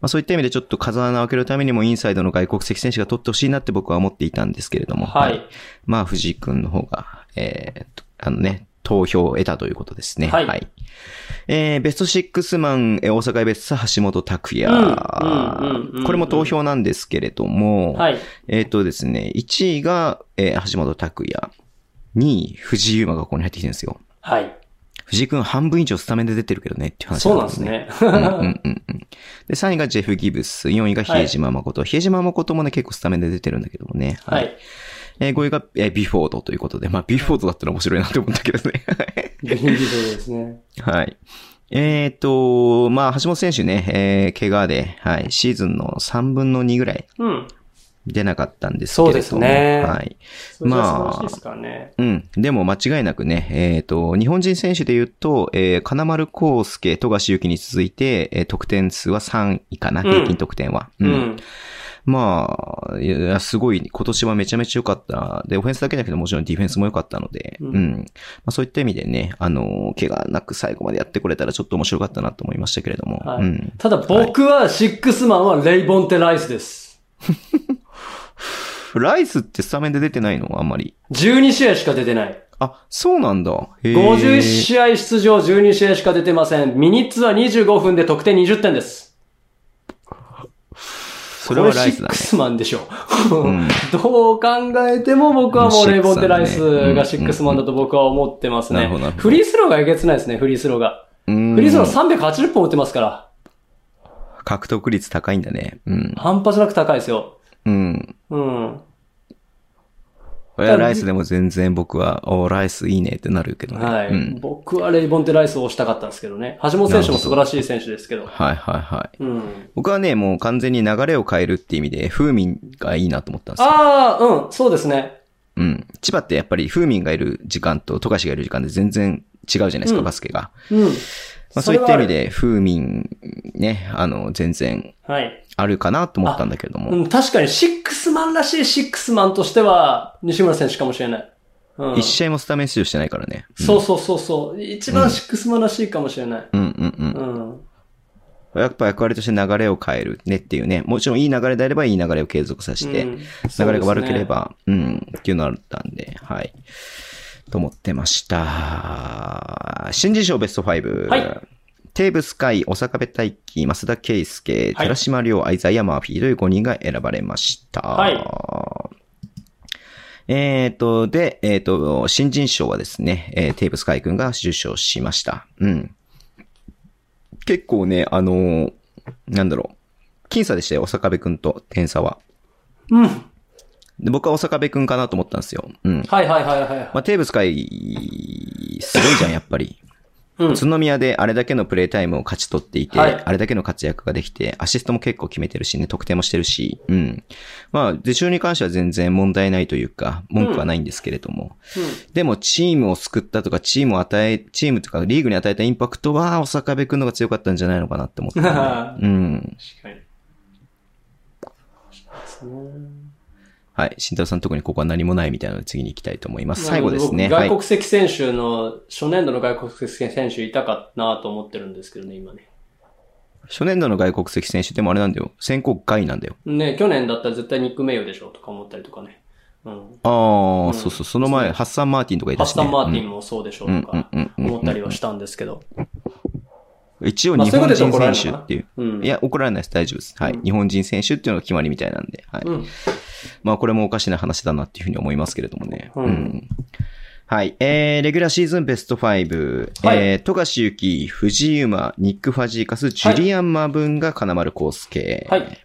S2: あそういった意味でちょっと風穴を開けるためにもインサイドの外国籍選手が取ってほしいなって僕は思っていたんですけれども。
S3: はい。。
S2: まあ藤井くんの方が、えーっと、あのね、投票を得たということですね。
S3: はい
S2: えー、ベスト6マン、えー大阪エベッサ、橋本拓也、
S3: うんうんうんうん
S2: これも投票なんですけれども、
S3: はい。
S2: えっ、とですね、1位が、えー橋本拓也。2位、藤井優馬がここに入ってきてるんですよ。
S3: はい。
S2: 藤井くん半分以上スタメンで出てるけどねっていう話
S3: そうなんです。ね。
S2: うんうんうんうん。で、3位がジェフ・ギブス。4位が比江島誠。比江島誠もね、結構スタメンで出てるんだけどもね。
S3: は
S2: はい。
S3: い。
S2: えー5位が、えービュフォードということで。まあ、ビュフォードだったら面白いなと思ったけどね。
S3: ベニギドですね。
S2: はい。えっ、と、まあ、橋本選手ね、えー怪我で、はい、シーズンの3分の2ぐらい
S3: うん。
S2: 出なかったんですけれども。
S3: そうですね
S2: はい。
S3: それじゃ
S2: まあ
S3: 素晴らしいですからね。
S2: うん。でも間違いなくね、えっ、と、日本人選手で言うと、えー、金丸康介、富樫勇樹に続いて、えー得点数は3位かな、
S3: うん
S2: 平均得点は。
S3: う
S2: うん
S3: ん。
S2: まあ、いやすごい、今年はめちゃめちゃ良かった。で、オフェンスだけだけど、もちろんディフェンスも良かったので、
S3: う
S2: うんん。まあ、そういった意味でね、あの、怪我なく最後までやってくれたらちょっと面白かったなと思いましたけれども。
S3: は
S2: う
S3: い
S2: ん。
S3: ただ僕は、シックスマンはレイボンテ・ライスです。
S2: ライスってスタメンで出てないのあんまり。
S3: 12試合しか出てない。
S2: あ、そうなんだ。へー
S3: 51試合出場、12試合しか出てません。ミニッツは25分で得点20点です。
S2: それはライスだ
S3: こ
S2: ね
S3: れシック。スマンでしょ。
S2: ん
S3: どう考えても僕はもうレイボンテ・ライスがシ
S2: シ
S3: ッ
S2: ッ
S3: ク
S2: ク
S3: ス
S2: ス
S3: マ
S2: マ
S3: ン
S2: ン
S3: だ
S2: ね
S3: と僕は思ってます
S2: な
S3: ね
S2: るほどなる。ほど
S3: フリースローがえげつないですね、フリースローが。
S2: うん
S3: フリースロー380本打ってますから。
S2: 獲得率高いんだね。うん。
S3: 半端じゃなく高いですよ。
S2: うん。
S3: うん。
S2: これはライスでも全然僕は、おライスいいねってなるけどね。
S3: はい。
S2: うん。
S3: 僕はレイボンテライスを推したかったんですけどね。橋本選手も素晴らしい選手ですけど。
S2: はいはいはい。
S3: うん。
S2: 僕はね、もう完全に流れを変えるって意味で、風民がいいなと思ったんですよ。
S3: ああ、うん、そうですね。
S2: うん。千葉ってやっぱり風民がいる時間と、富樫がいる時間で全然違うじゃないですか、
S3: うん
S2: バスケが。
S3: うん。
S2: まあ、そういった意味
S3: で。
S2: で、風民ね、あの、全然
S3: はい。
S2: あるかなと思ったんだけど
S3: う
S2: も。
S3: ん、確かにシックスマンらしいシックスマンとしては、西村選手かもしれない。うん。
S2: 一試合もスタメン出場してないからね。うん
S3: そうそうそうそう。一番シックスマンらしいかもしれない。
S2: うんうんうん。
S3: うん。
S2: やっぱ役割として流れを変えるねっていうね。もちろんいい流れであればいい流れを継続させて、
S3: うん
S2: 流れが悪けれ。ば、うん、っていうのあったんで、はい。と思ってました。新人賞ベスト5。
S3: はい
S2: テーブスカイ、小坂部大輝、増田圭介、
S3: はい
S2: 寺島亮、アイザイア・マーフィーという5人が選ばれました。
S3: は
S2: えっ、と、で、えっ、と、新人賞はですね、えーテーブスカイ君が受賞しました。うん。結構ね、あのーなんだろう。僅差でしたよ、小坂部君と点差は。
S3: そうですね
S2: で僕は大阪部君かなと思ったんですよ。うん
S3: うん。。はいはいはいはい。
S2: まあ、テーブス海、すごいじゃん、やっぱり。
S3: うん
S2: 宇。都宮であれだけのプレイタイムを勝ち取っていて、
S3: はい
S2: あれだけの活躍ができて、アシストも結構決めてるしね、得点もしてるし、うん。まあ、受賞に関しては全然問題ないというか、文句はないんですけれども。でも、チームを救ったとか、チームを与え、チームとかリーグに与えたインパクトは、大阪部君の方が強かったんじゃないのかなって思 ったんで。うん。
S3: 確かに。そうですね
S2: はい。慎太郎さん特にここは何もないみたいなので次に行きたいと思います。
S3: な
S2: 最
S3: る
S2: 後
S3: ほど
S2: ですね。
S3: 僕
S2: はい
S3: 外国籍選手の、初年度の外国籍選手いたかなと思ってるんですけどね、今ね。
S2: 初年度の外国籍選手でもあれなんだよ。選考外なんだよ。
S3: ね、去年だったら絶対ニック・メイヨでしょとか思ったりとかね。うん。
S2: ああ、
S3: うん
S2: そうそう。その前、ハッサン・マーティンとかい
S3: パ
S2: た
S3: ス
S2: し、ね。
S3: タン・マーティ
S2: ン。
S3: ンもそうでしょ
S2: うん
S3: とか
S2: うんうんうん
S3: 思ったりはしたんですけど。
S2: 一応
S3: まあ
S2: 日
S3: そういう
S2: 本
S3: ことで
S2: 人
S3: 怒られ
S2: 選
S3: るのか
S2: 手
S3: な
S2: っていう。
S3: うん。
S2: い、や、怒られないです。大丈夫です。はい。
S3: うん
S2: 日本人選手っていうのが決まりみたいなんで。はい。
S3: うん。
S2: まあ、これもおかしな話だなっていうふうに思いますけれどもね。
S3: うん
S2: はい。えー、レギュラーシーズンベスト5。
S3: はい
S2: えー、富樫勇樹、藤井馬、ニック・ファジーカス、ジュリアン・マブンが金丸康介。
S3: はい。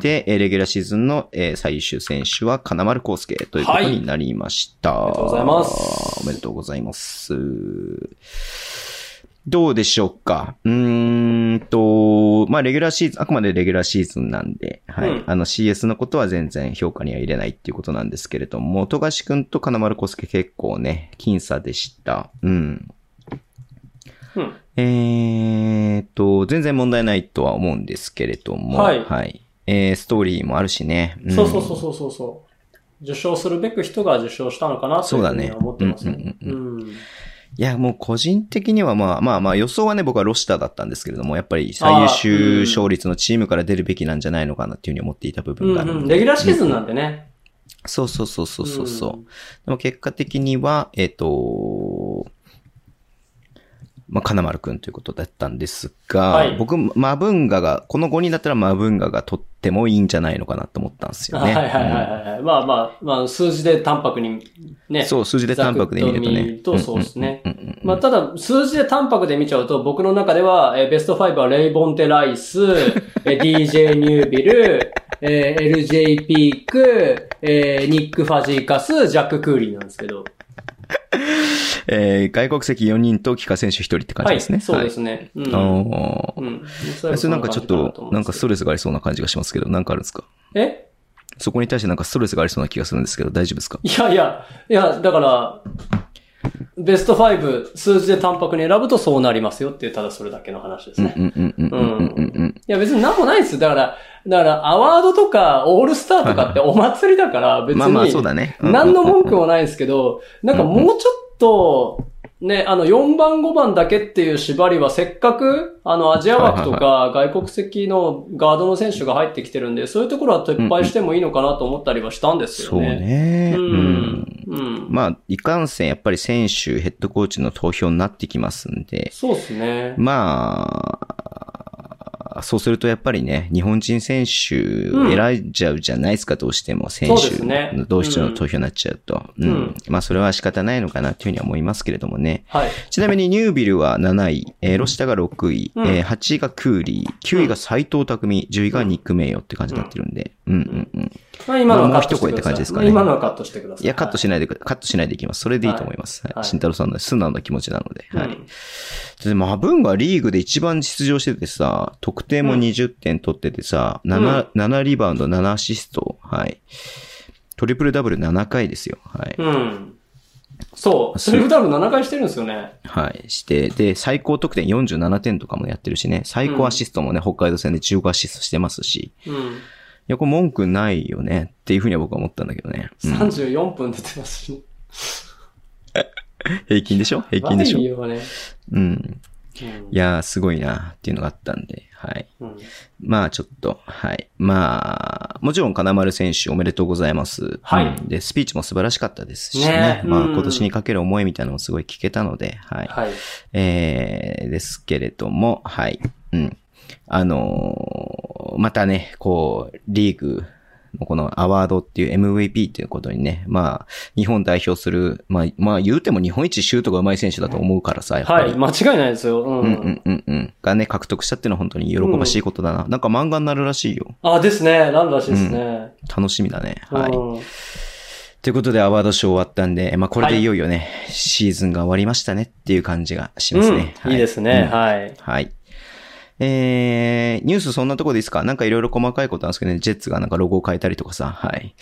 S2: で、えーレギュラーシーズンの、えー最終選手は金丸康介ということになりました。
S3: いおめでとうございます
S2: おめでとうございます。どうでしょうかうーんと、まあ、レギュラーシーズン、あくまでレギュラーシーズンなんで、はい。
S3: うん
S2: あの CS のことは全然評価には入れないっていうことなんですけれども、富樫くんと金丸康介結構ね、僅差でした。うん。
S3: うん。
S2: えーっと、全然問題ないとは思うんですけれども、
S3: はい
S2: えーストーリーもあるしね。ん
S3: そうそうそうそうそうそう。受賞するべく人が受賞したのかなというふうには思ってますね。
S2: そうだね
S3: うん。
S2: いや、もう個人的にはまあまあまあ予想はね、僕はロシターだったんですけれども、やっぱり最優秀勝率のチームから出るべきなんじゃないのかなっていうふうに思っていた部
S3: う
S2: 分
S3: ん
S2: がある
S3: うんん。
S2: で。
S3: レギュラーシーズンなんでね。
S2: そうそうそうそうそうそう。
S3: ん
S2: でも結果的には、えっ、と、まあ、金丸くんということだったんですが、
S3: はい
S2: 僕、マブンガが、この5人だったらマブンガがとってもいいんじゃないのかなと思ったんですよね。
S3: はいはいはい
S2: うん
S3: はいはい。まあまあ、まあ、数字で淡白に、ね。
S2: そう、数字で淡白で見ると
S3: ざくっ
S2: ね。
S3: と見るとそうですね。
S2: うんうんうんうん
S3: まあ、ただ、数字で淡白で見ちゃうと、僕の中では、えーベスト5はレイボンテ・ライス、えー DJ ニュービル、えー LJ ピーク、えーニック・ファジーカス、ジャック・クーリーなんですけど。
S2: えー外国籍4人と帰化選手1人って感じ
S3: は
S2: で
S3: い、
S2: すね。
S3: そうですね。う
S2: はい。
S3: ん。
S2: あ
S3: う
S2: ー
S3: ん。それは
S2: それなんかちょっと
S3: こ、
S2: なん
S3: 感じ
S2: か
S3: か
S2: ストレスがありそうな感じがしますけど、なんかあるんですか
S3: なと思うんですけどえ
S2: そこに対してなんかストレスがありそうな気がするんですけど、大丈夫ですか
S3: いやいや、いや、だから、ベスト5、数字で淡白に選ぶとそうなりますよっていう、ただそれだけの話です
S2: うん
S3: ね。
S2: うんうんうんうんうんうんうん。
S3: いや別に何もないですよ。だから、だからアワードとかオールスターとかってお祭りだから別に、
S2: まあまあそうだね。うんうんうん
S3: 何の文句もないんですけど、なんかもうちょっと、ね、あの4番5番だけっていう縛りはせっかく、あのアジア枠とか外国籍のガードの選手が入ってきてるんで、そういうところは撤廃してもいいのかなと思ったりはしたんですよ
S2: そう
S3: ね。
S2: ね。
S3: う
S2: うん
S3: ん。うん。
S2: まあ、いかんせんやっぱり選手、ヘッドコーチの投票になってきますんで、
S3: そうですね。
S2: まあそうするとやっぱりね、日本人選手
S3: うん
S2: 選んじゃうじゃないですか、どうしても。選
S3: そうで
S2: 手
S3: すね
S2: の同士の投票になっちゃうと。
S3: うんうん
S2: まあそれは仕方ないのかなというふうには思いますけれどもね。
S3: はい。
S2: ちなみにニュービルは7位、えーロシタが6位、
S3: うん
S2: えー8位がクーリー、9位が斎藤匠、10位がニック名誉って感じになってるんで。うんうんうん。
S3: まあ今のはカ
S2: もう
S3: ット
S2: 一
S3: して
S2: 声って
S3: くださ
S2: 感
S3: い。
S2: じですかね
S3: 今のはカットしてください。
S2: いや、カットしないでく、カットしないでいきます。それでいいと思います。はい
S3: はい
S2: 慎太郎さんの素直な気持ちなので。
S3: は。
S2: はいい。で、マブンがリーグで一番出場しててさ、得点も
S3: うん
S2: 20点取っててさ、7、7リバウンド、7アシスト、はい。トリプルダブル7回ですよ。はい。
S3: うん。うんそう。スリフダブル7回してるんですよね。
S2: はい。して、で、最高得点47点とかもやってるしね、最高アシストもね、北海道戦で15アシストしてますし、
S3: うん。
S2: いや、これ文句ないよね、っていうふうには僕は思ったんだけどね。うん
S3: 34分出てますしね。
S2: 平均でしょ平均でしょ
S3: 悪いよね。
S2: うん。
S3: うん
S2: いやー、すごいな、っていうのがあったんで、はい。
S3: うん
S2: まあちょっと、はい。まあ、もちろん金丸選手おめでとうございます。
S3: はい
S2: うんで、スピーチも素晴らしかったですしね。
S3: ね
S2: まあ
S3: うん
S2: 今年にかける思いみたいなのもすごい聞けたので、はい。
S3: はい。
S2: えー、ですけれども、はい。うん。あのーまたね、こう、リーグのこのアワードっていう MVP っていうことにね、まあ、日本代表する、まあ、まあ言うても日本一シュートが上手い選手だと思うからさ、やっぱ
S3: は
S2: り。
S3: い。間違いないですよ。う
S2: うん
S3: ん。
S2: うんうんうん。がね、獲得したっていうのは本当に喜ばしいことだな。なんか漫画になるらしいよ。
S3: あ、ですね。ランらしいですね。
S2: 楽しみだね。はい。
S3: うん
S2: ということでアワードショー終わったんで、まあこれでいよいよね、シーズンが終わりましたねっていう感じがしますね。
S3: うんいいですね。
S2: はい
S3: はい。
S2: うん。はい。えー、ニュースそんなとこでいいですかなんかいろいろ細かいことなんですけどね、ジェッツがなんかロゴを変えたりとかさ、はい。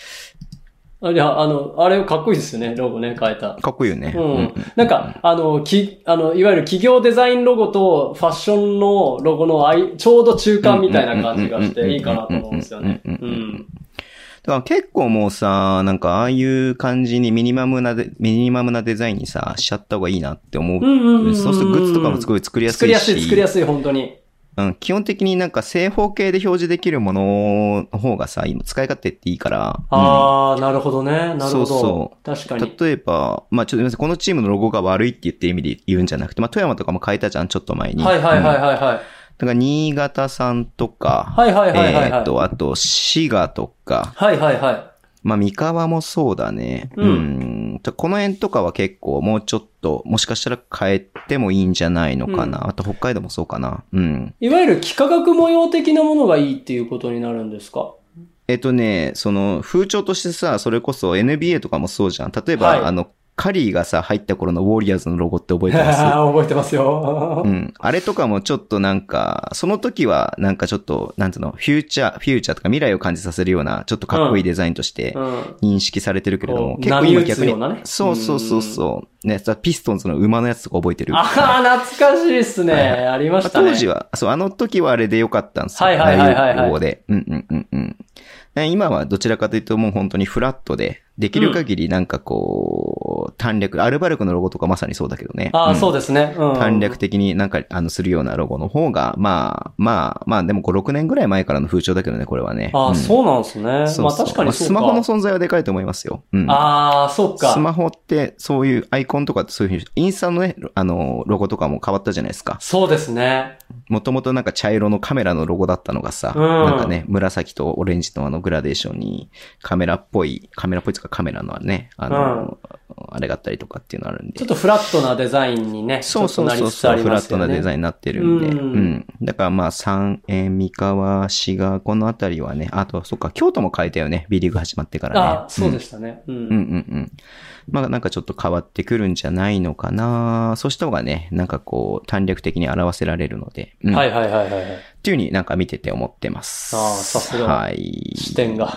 S3: あいや、あの、あれかっこいいですよね、ロゴね、変えた。
S2: かっこいいよね。
S3: うん。なんか、あの、き、あの、いわゆる企業デザインロゴとファッションのロゴのあい、ちょうど中間みたいな感じがし
S2: うんうんうんうんうんうん
S3: ていいかなと思うんですよね。
S2: う
S3: うん
S2: うんうんうん
S3: ん。
S2: だから結構もうさ、なんかああいう感じにミニマムなで、ミニマムなデザインにさ、しちゃった方がいいなって思う。
S3: うんうんうんうん
S2: そうするとグッズとかもすごい作りやす
S3: 作
S2: い
S3: り
S2: し。
S3: やすい、作りやすい、本当に。
S2: うん、基本的になんか正方形で表示できるものの方がさ、今使い勝手っていいから。うん
S3: あー、なるほどね。なるほど。
S2: そうそ
S3: 確かに。
S2: 例えば、まあちょっとすみません、このチームのロゴが悪いって言ってる意味で言うんじゃなくて、まあ富山とかも変えたじゃん、ちょっと前に。
S3: はいはいはい
S2: うん
S3: はいはい。
S2: だから新潟さんとか、
S3: はいはいはいはいはい
S2: えーっと、あと滋賀とか、
S3: はいはいは
S2: まあ三河もそうだね。
S3: うん
S2: んとこの辺とかは結構もうちょっと、もしかしたら変えてもいいんじゃないのかな。あと北海道もそうかな。うん。
S3: い。いわゆる幾何学模様的なものがいいっていうことになるんですか
S2: えっとね、その風潮としてさ、それこそ NBA とかもそうじゃん。例えば、
S3: はい
S2: あの、カリーがさ、入った頃のウォリアーズのロゴって 覚えて ま
S3: 覚えてます
S2: すう
S3: よ。
S2: ん。あれとかもちょっとなんか、その時はなんかちょっと、なんつうの、フューチャー、フューチャーとか未来を感じさせるような、ちょっとかっこいいデザインとして
S3: うん。
S2: 認識されてるけれども、
S3: こう
S2: 結構今
S3: 波打つ
S2: 逆に
S3: ようなね、
S2: そうそうそうそう。ね、さピストンズの馬のやつとか覚えてる。
S3: ああ、懐かしいっすね。
S2: はいは
S3: ありま
S2: まあ
S3: したね。
S2: 当時は、そう、あの時はあれでよかったんですよ。
S3: はいはいはいはいはい
S2: ああう方法で。うんうんうんうん。ね今はどちらかというともう本当にフラットで、できる限りなんかこう、短略、アルバルクのロゴとかまさにそうだけどね。
S3: ああ、
S2: うん
S3: そうですね。うん。
S2: 短略的になんか、あの、するようなロゴの方が、まあ、まあ、まあ、でも5、6年ぐらい前からの風潮だけどね、これはね。
S3: ああ、
S2: うん
S3: そうなんですね。
S2: そうそう
S3: まあ確か
S2: ま
S3: に
S2: あ
S3: そうか。
S2: スマホの存在はでかいと思いますよ。うん。
S3: ああ、そうか。
S2: スマホって、そういうアイコンとかってそういうふうに、インスタのね、あの、ロゴとかも変わったじゃないですか。
S3: そうですね。
S2: もともとなんか茶色のカメラのロゴだったのがさ、
S3: うん
S2: なんかね、紫とオレンジのあのグラデーションにカメラっぽい、カメラっぽいとかカメラのね、あの、あれがあったりとかっていうのあるん
S3: ち
S2: で
S3: ょっ。とフラットなデザインにね、
S2: そうそう
S3: ちょっと
S2: そ
S3: なり
S2: う
S3: つつあ
S2: そう、
S3: り
S2: フ
S3: ま
S2: ラッ
S3: す
S2: ト
S3: よね。
S2: なデザインになってるんで。う
S3: うんん。
S2: だからまあ、三円、三河、滋賀、このあたりはね、あと、そっか、京都も変えたよね、B リーグ始まってからね。
S3: ああ、そうでしたね。うん。
S2: うんうんうん。まあなんかちょっと変わってくるんじゃないのかなそうした方がね、なんかこう短略的に表せられるので、うん
S3: はいはいはいはいはい。
S2: っていうふうになんか見てて思ってます。
S3: ああさすが
S2: はい。
S3: 視点が。。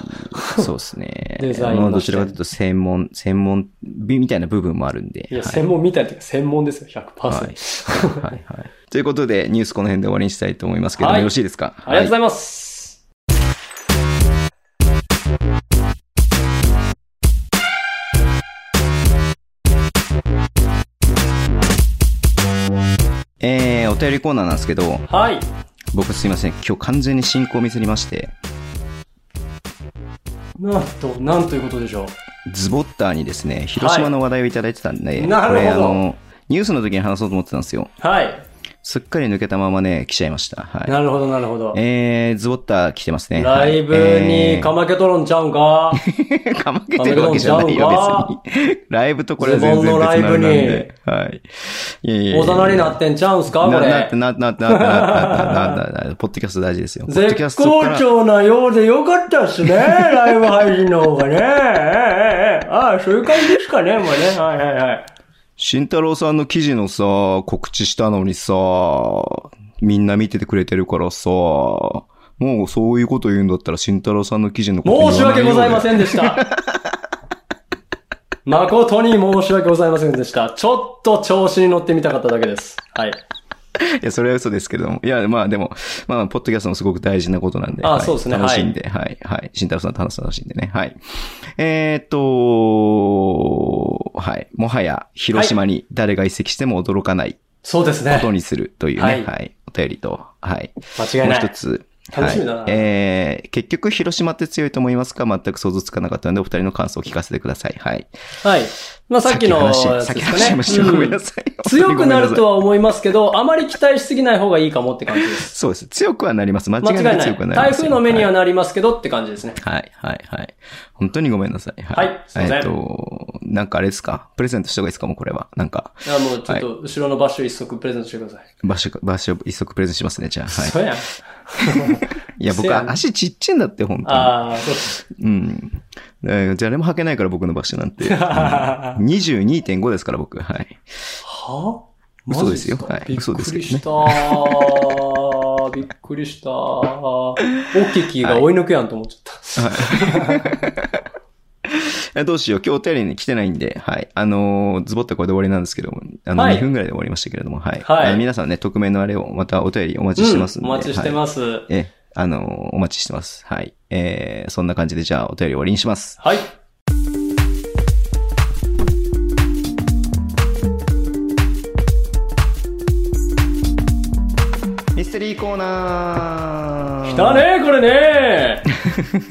S2: そうですね
S3: デザインの視点
S2: まあどちらかというと専門、専門みたいな部分もあるんで。
S3: いや、
S2: はい
S3: 専門みたいなというか専門ですよ、100%。
S2: はい。 はいはい。ということで、ニュースこの辺で終わりにしたいと思いますけども、
S3: はい
S2: よろしいですか
S3: ありがとうござ
S2: い
S3: います。
S2: えー、お便りコーナーなんですけど、
S3: はい。
S2: 僕すいません。今日完全に進行をミスりまして、
S3: なんと、なんということでしょう。
S2: ズボッターにですね、広島の話題をいただいてたんで、
S3: いなるほど
S2: これあの、ニュースの時に話そうと思ってたんですよ。
S3: はい。
S2: すっかり抜けたままね、来ちゃいました。はい。
S3: なるほど、なるほど。
S2: えー、ズボッタ来てますね。
S3: ライブにかまけとるんちゃうんか
S2: け、かまけてるわけじゃないよ、別に。ライブとこれは全然別なあれなんで。はい。いやいやいや
S3: 大人になってんちゃうんすかこ
S2: ななっ
S3: れ
S2: て。なってなってなってなってなってなってなってポッドキャスト大事ですよ。ポッドキャス
S3: 絶
S2: トか
S3: 好
S2: ら
S3: 調なようでよかった っすね。ライブ配信の方がね。ええええええああ、そういう感じですかね、もうね。はいはいはい。
S2: 慎太郎さんの記事のさ、告知したのにさ、みんな見ててくれてるからさ、もうそういうこと言うんだったら慎太郎さんの記事のこと言わ
S3: 申
S2: な
S3: し
S2: いようで
S3: 訳ございませんでした。 誠に申し訳ございませんでした。ちょっと調子に乗ってみたかっただけです。はい。
S2: いや、それは嘘ですけれども。いや、まあでも、まあ、ポッドキャストもすごく大事なことなんで。
S3: あ
S2: はい
S3: そうですね
S2: 楽しいんで、はい、はい。慎太郎さんと話すの楽しいんでね。はい。えーっと、はい。もはや、広島に誰が移籍しても驚かない
S3: そうです
S2: こ
S3: ね
S2: と。にするというね、は、
S3: はいい
S2: お便りと、はい。
S3: 間違い
S2: もう
S3: な
S2: 一
S3: い。
S2: つ。
S3: 楽しみだな
S2: はい、えー、結局、広島って強いと思いますか全く想像つかなかったので、お二人の感想を聞かせてください。はい。
S3: はい。まあさっきのや
S2: 話し
S3: つ
S2: さっ
S3: で
S2: き
S3: すか
S2: 話しま
S3: ね
S2: した。ごめん
S3: う
S2: なんさい。
S3: 強くなると
S2: は。
S3: は思いますけど、あまり期待しすぎない方がいいかもって感じです。
S2: そうです。強くはなります。間
S3: 間
S2: 違
S3: 違
S2: い
S3: い
S2: な
S3: ないい。
S2: 強くはなりますよ。
S3: 台風の目に
S2: はい
S3: はなりますけどって感じですね。
S2: はい、はい、はい。本当にごめんなさい。
S3: はいすいません
S2: えっと、なんかあれですかプレゼントした方がいいですかもうこれは。なんか、
S3: あもうちょっと、後ろのバッシュ一足プレゼントしてください。
S2: 場所、場所、一足プレゼントしますね、じゃあ。は
S3: そうやん。
S2: い。いや、僕
S3: せやね
S2: 足ちっちゃいんだって、本当
S3: ああ、そ うです。
S2: に。うん。えー誰も履けないから、僕の場所なん て。うん22.5ですから、僕。はい。
S3: はマジ
S2: 嘘ですよ
S3: か
S2: はい
S3: びっ
S2: 嘘です
S3: く
S2: けどね
S3: りしたー。 びっくりしたー。オッキーが追い抜くやんと思っちゃった。
S2: えどうしよう。今日お便りに来てないんで、はい。あのーズボッとこれで終わりなんですけども、あの、
S3: はい
S2: 2分ぐらいで終わりましたけれども、はい。
S3: はい
S2: あの皆さんね、匿名のあれを、またお便りお待ちしてますん
S3: うん
S2: で。
S3: お待ちし
S2: は
S3: て
S2: い
S3: ます。はい。
S2: え、あのーお待ちしてます。はい。えーそんな感じで、じゃあ、お便り終わりにします。ミステリーコーナー
S3: 来たねこ れね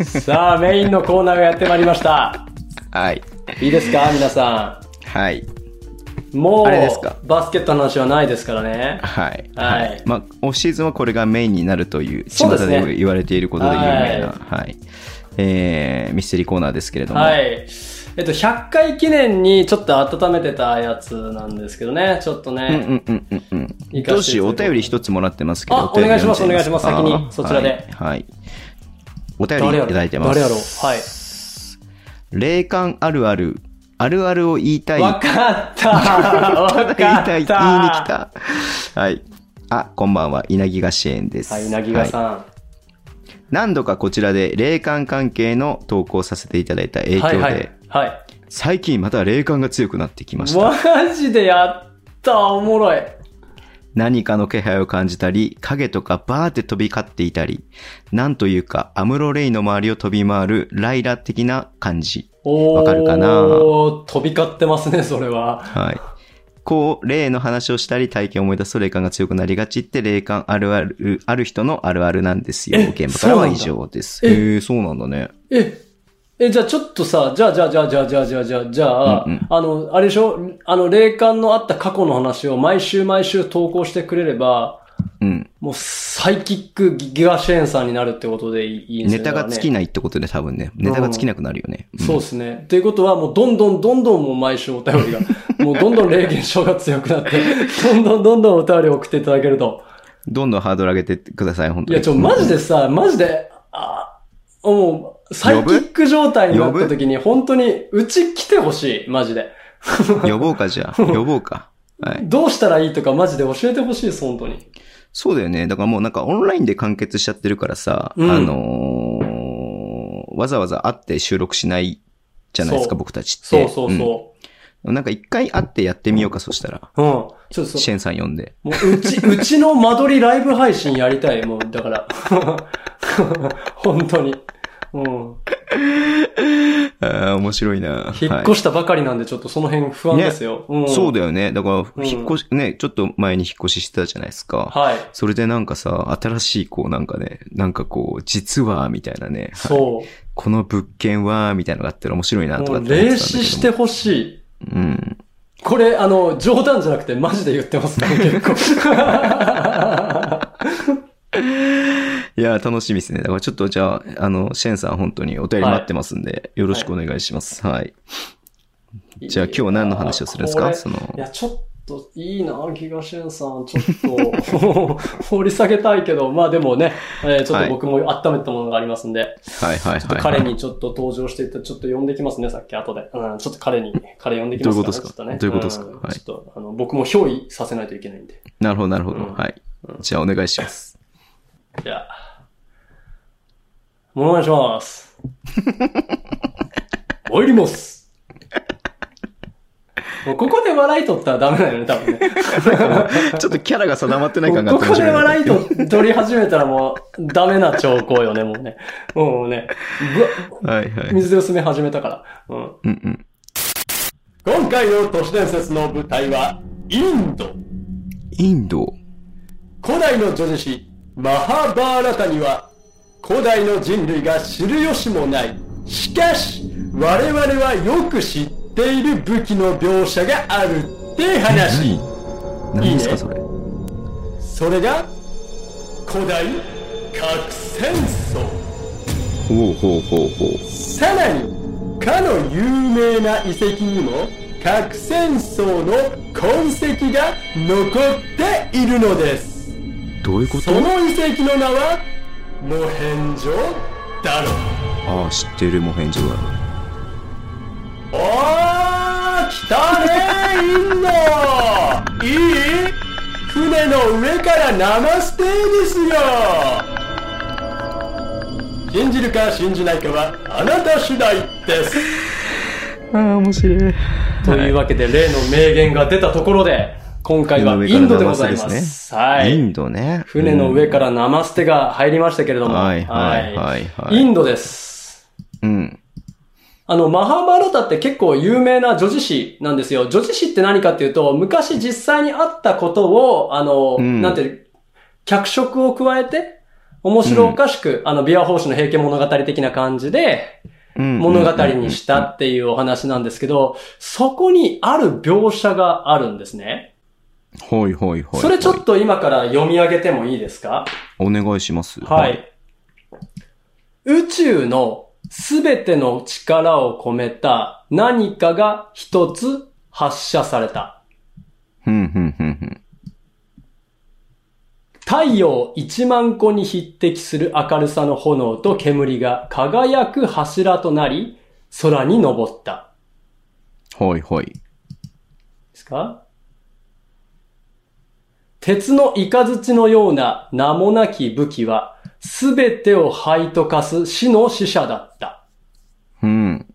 S3: さあ、メインのコーナーがやってまいりました。
S2: はい。
S3: いいですか皆さ
S2: はい。
S3: ん。もう、
S2: あれですか
S3: バスケットの話はないですからね。
S2: はい。
S3: はい
S2: まあ、オフシーズンはこれがメインになるという、
S3: そう
S2: 巷
S3: ですね
S2: で言われていることで有名な、はい、えーミステリーコーナーですけれども。
S3: はい。えっと、100回記念にちょっと温めてたやつなんですけどね、ちょっとね。
S2: うんうんうんうんうん。
S3: 行かせていただきます
S2: どうしよう、お便り一つもらってますけど。
S3: あ
S2: 便り
S3: お願いします
S2: 読んじゃか
S3: お願いします先にそちらで
S2: はい。はいお便り
S3: 誰やろ
S2: いただいてます。
S3: 誰やろはい。
S2: 霊感あるある、あるあるを言いたい。
S3: わかったわか
S2: 言い
S3: った
S2: たい、言いに来た。はい。あ、こんばんは、稲木が支援です。
S3: はい、なぎが
S2: は
S3: さん。
S2: い何度かこちらで霊感関係の投稿させていただいた影響
S3: は
S2: で、
S3: い、はい。はい。
S2: 最近また霊感が強くなってきました。
S3: マジでやったおもろい。
S2: 何かの気配を感じたり、影とかバーって飛び交っていたり、なんというか、アムロレイの周りを飛び回るライラ的な感じ。
S3: おー
S2: わかるかな
S3: 飛び交ってますね、それは。
S2: はい。こう、霊の話をしたり、体験を思い出すと霊感が強くなりがちって、霊感あるある、ある人のあるあるなんですよ。
S3: え
S2: 現場から
S3: そう
S2: は
S3: なん
S2: 以
S3: だ
S2: 上です。
S3: え
S2: へえ、そうなんだね。
S3: え、え、じゃあちょっとさ、じゃあじゃあじゃあじゃあじゃあじゃあじゃあ、じゃあ、
S2: うんうん
S3: あの、あれでしょあの、霊感のあった過去の話を毎週毎週投稿してくれれば、
S2: うん。
S3: もうサイキックギガシェーンさんになるってことでいいいいん
S2: ネ
S3: ですよ
S2: タが尽き
S3: だか
S2: ないってことで多分ね。ネタが尽きなくなるよね。
S3: らねそうですね。ということは、もうどんどんどんどんもう毎週お便 りが、もうどんどん霊現象が強くなって、どんどんどんどんお便りを送っていただけると。
S2: どんどんハードル上げてってください、本
S3: い
S2: 当に。
S3: や、ちょ、マジでさ、マジで、あ、もう、サイキック状態になった時に、本当に、うち来てほしい、マジで。
S2: 呼ぼうか、じ ゃあ。呼ぼうか。はい。
S3: どうしたらいいとか、マジで教えてほしいです、本当に。
S2: そうだよね。だからもうなんかオンラインで完結しちゃってるからさ、
S3: うん
S2: あのーわざわざ会って収録しないじゃないですか、
S3: そう
S2: 僕たちって。
S3: そうそうそ
S2: うんなんか一回会ってやってみようか、そしたら。
S3: う。うん。ちょっと
S2: シ
S3: そ
S2: ェ
S3: う。
S2: ンさん呼んで。
S3: もう、うち、 うちの間取りライブ配信やりたい、もう、だから。 本当に。うん。
S2: ああ、面白いな。
S3: 引っ
S2: は
S3: 越したばかりなんで、ちょっとその辺不安ですよ。う
S2: い
S3: ん。
S2: そうだよね。だか
S3: う
S2: ら、
S3: ん
S2: 引っ越し、ね、ちょっと前に引っ越ししてたじゃないですか。
S3: はい。
S2: それでなんかさ、新しいこうなんかね、なんかこう、実は、みたいなね。はい
S3: そ
S2: この物件は、みたいなのがあったら面白いな
S3: う。
S2: と
S3: も
S2: か
S3: う、
S2: って思ってたんだけども。
S3: 霊視してほしい。
S2: うん。
S3: これ、あの、冗談じゃなくてマジで言っ てますね、結構。
S2: いや、楽しみですね。だからちょっとじゃあ、あの、シェンさん本当にお便り待ってますんで、よろしくお願いします。はい。じゃあ今日は何の話をするんです
S3: い
S2: か
S3: や
S2: その
S3: い、や、ちょっといいな、東園さん。ちょっと、 掘り下げたいけど、まあでもね、えーちょっ
S2: はい
S3: と僕も温めたものがありますんで、
S2: はいはい
S3: ちょっと
S2: はい、
S3: 彼にちょっと登場していた、ちょっと呼んできますね、さっき後で。うん、ちょっと彼に、彼呼んできます
S2: どういうことですか
S3: ちょっね
S2: どういうことですか
S3: ん
S2: はい
S3: ちょっと、あの、僕も憑依させないといけないんで。
S2: なるほどなるほど。
S3: うん
S2: はい。
S3: うん
S2: じゃあお願いし ます。
S3: じゃあ、お願い します。参ります。もうここで笑い取ったらダメだよね、多分ね。
S2: ちょっとキャラが定まってない感があ
S3: こ
S2: って面
S3: こで
S2: 白いな
S3: 笑いと取り始めたらもう、ダメな兆候よね、もうね。もうね、
S2: はいは
S3: ぶ
S2: い。
S3: 水で薄め始めたから。うん。
S2: うんうん。
S3: 今回の都市伝説の舞台は、インド。
S2: インド。
S3: 古代の女子誌、マハバーラタには、古代の人類が知る由もない。しかし、我々はよく知っている武器の描写があるって話。
S2: 何ですかそれ。
S3: それが、古代核戦争。
S2: ほうほうほうほう。
S3: さらにかの有名な遺跡にも核戦争の痕跡が残っているのです
S2: どういうこと
S3: その遺跡の名はモヘンジョダロ
S2: ああ、知ってるも返事だ。
S3: おー来たねインドいい船の上から生ステーですよ信じるか信じないかはあなた次第です
S2: ああ、面白い。
S3: というわけで、例の名言が出たところで、今回はインドでございます。
S2: 船の上から生瀬イ
S3: はい。
S2: ンドね。。
S3: 船の上からら生捨てが入りましたけれども。
S2: はいはいはいはい
S3: インドです。
S2: うん。
S3: あの、マハーバラタって結構有名な女子誌なんですよ。女子誌って何かっていうと、昔実際にあったことを、あの、
S2: うん
S3: なんていう、脚色を加えて、面白おかしく、あの、ビア法師の平家物語的な感じで、
S2: うん
S3: 物語にしたっていうお話なんですけど、そこにある描写があるんですね。
S2: ほいほいほい。
S3: それちょっと今から読み上げてもいいですか
S2: お願いします。
S3: はい。宇宙のすべての力を込めた何かが一つ発射された。
S2: ふんふんふんふん。
S3: 太陽1万個に匹敵する明るさの炎と煙が輝く柱となり、空に昇った。
S2: ほいほい。
S3: ですか鉄の雷のような名もなき武器は、すべてを灰と化す死の死者だった。
S2: うん。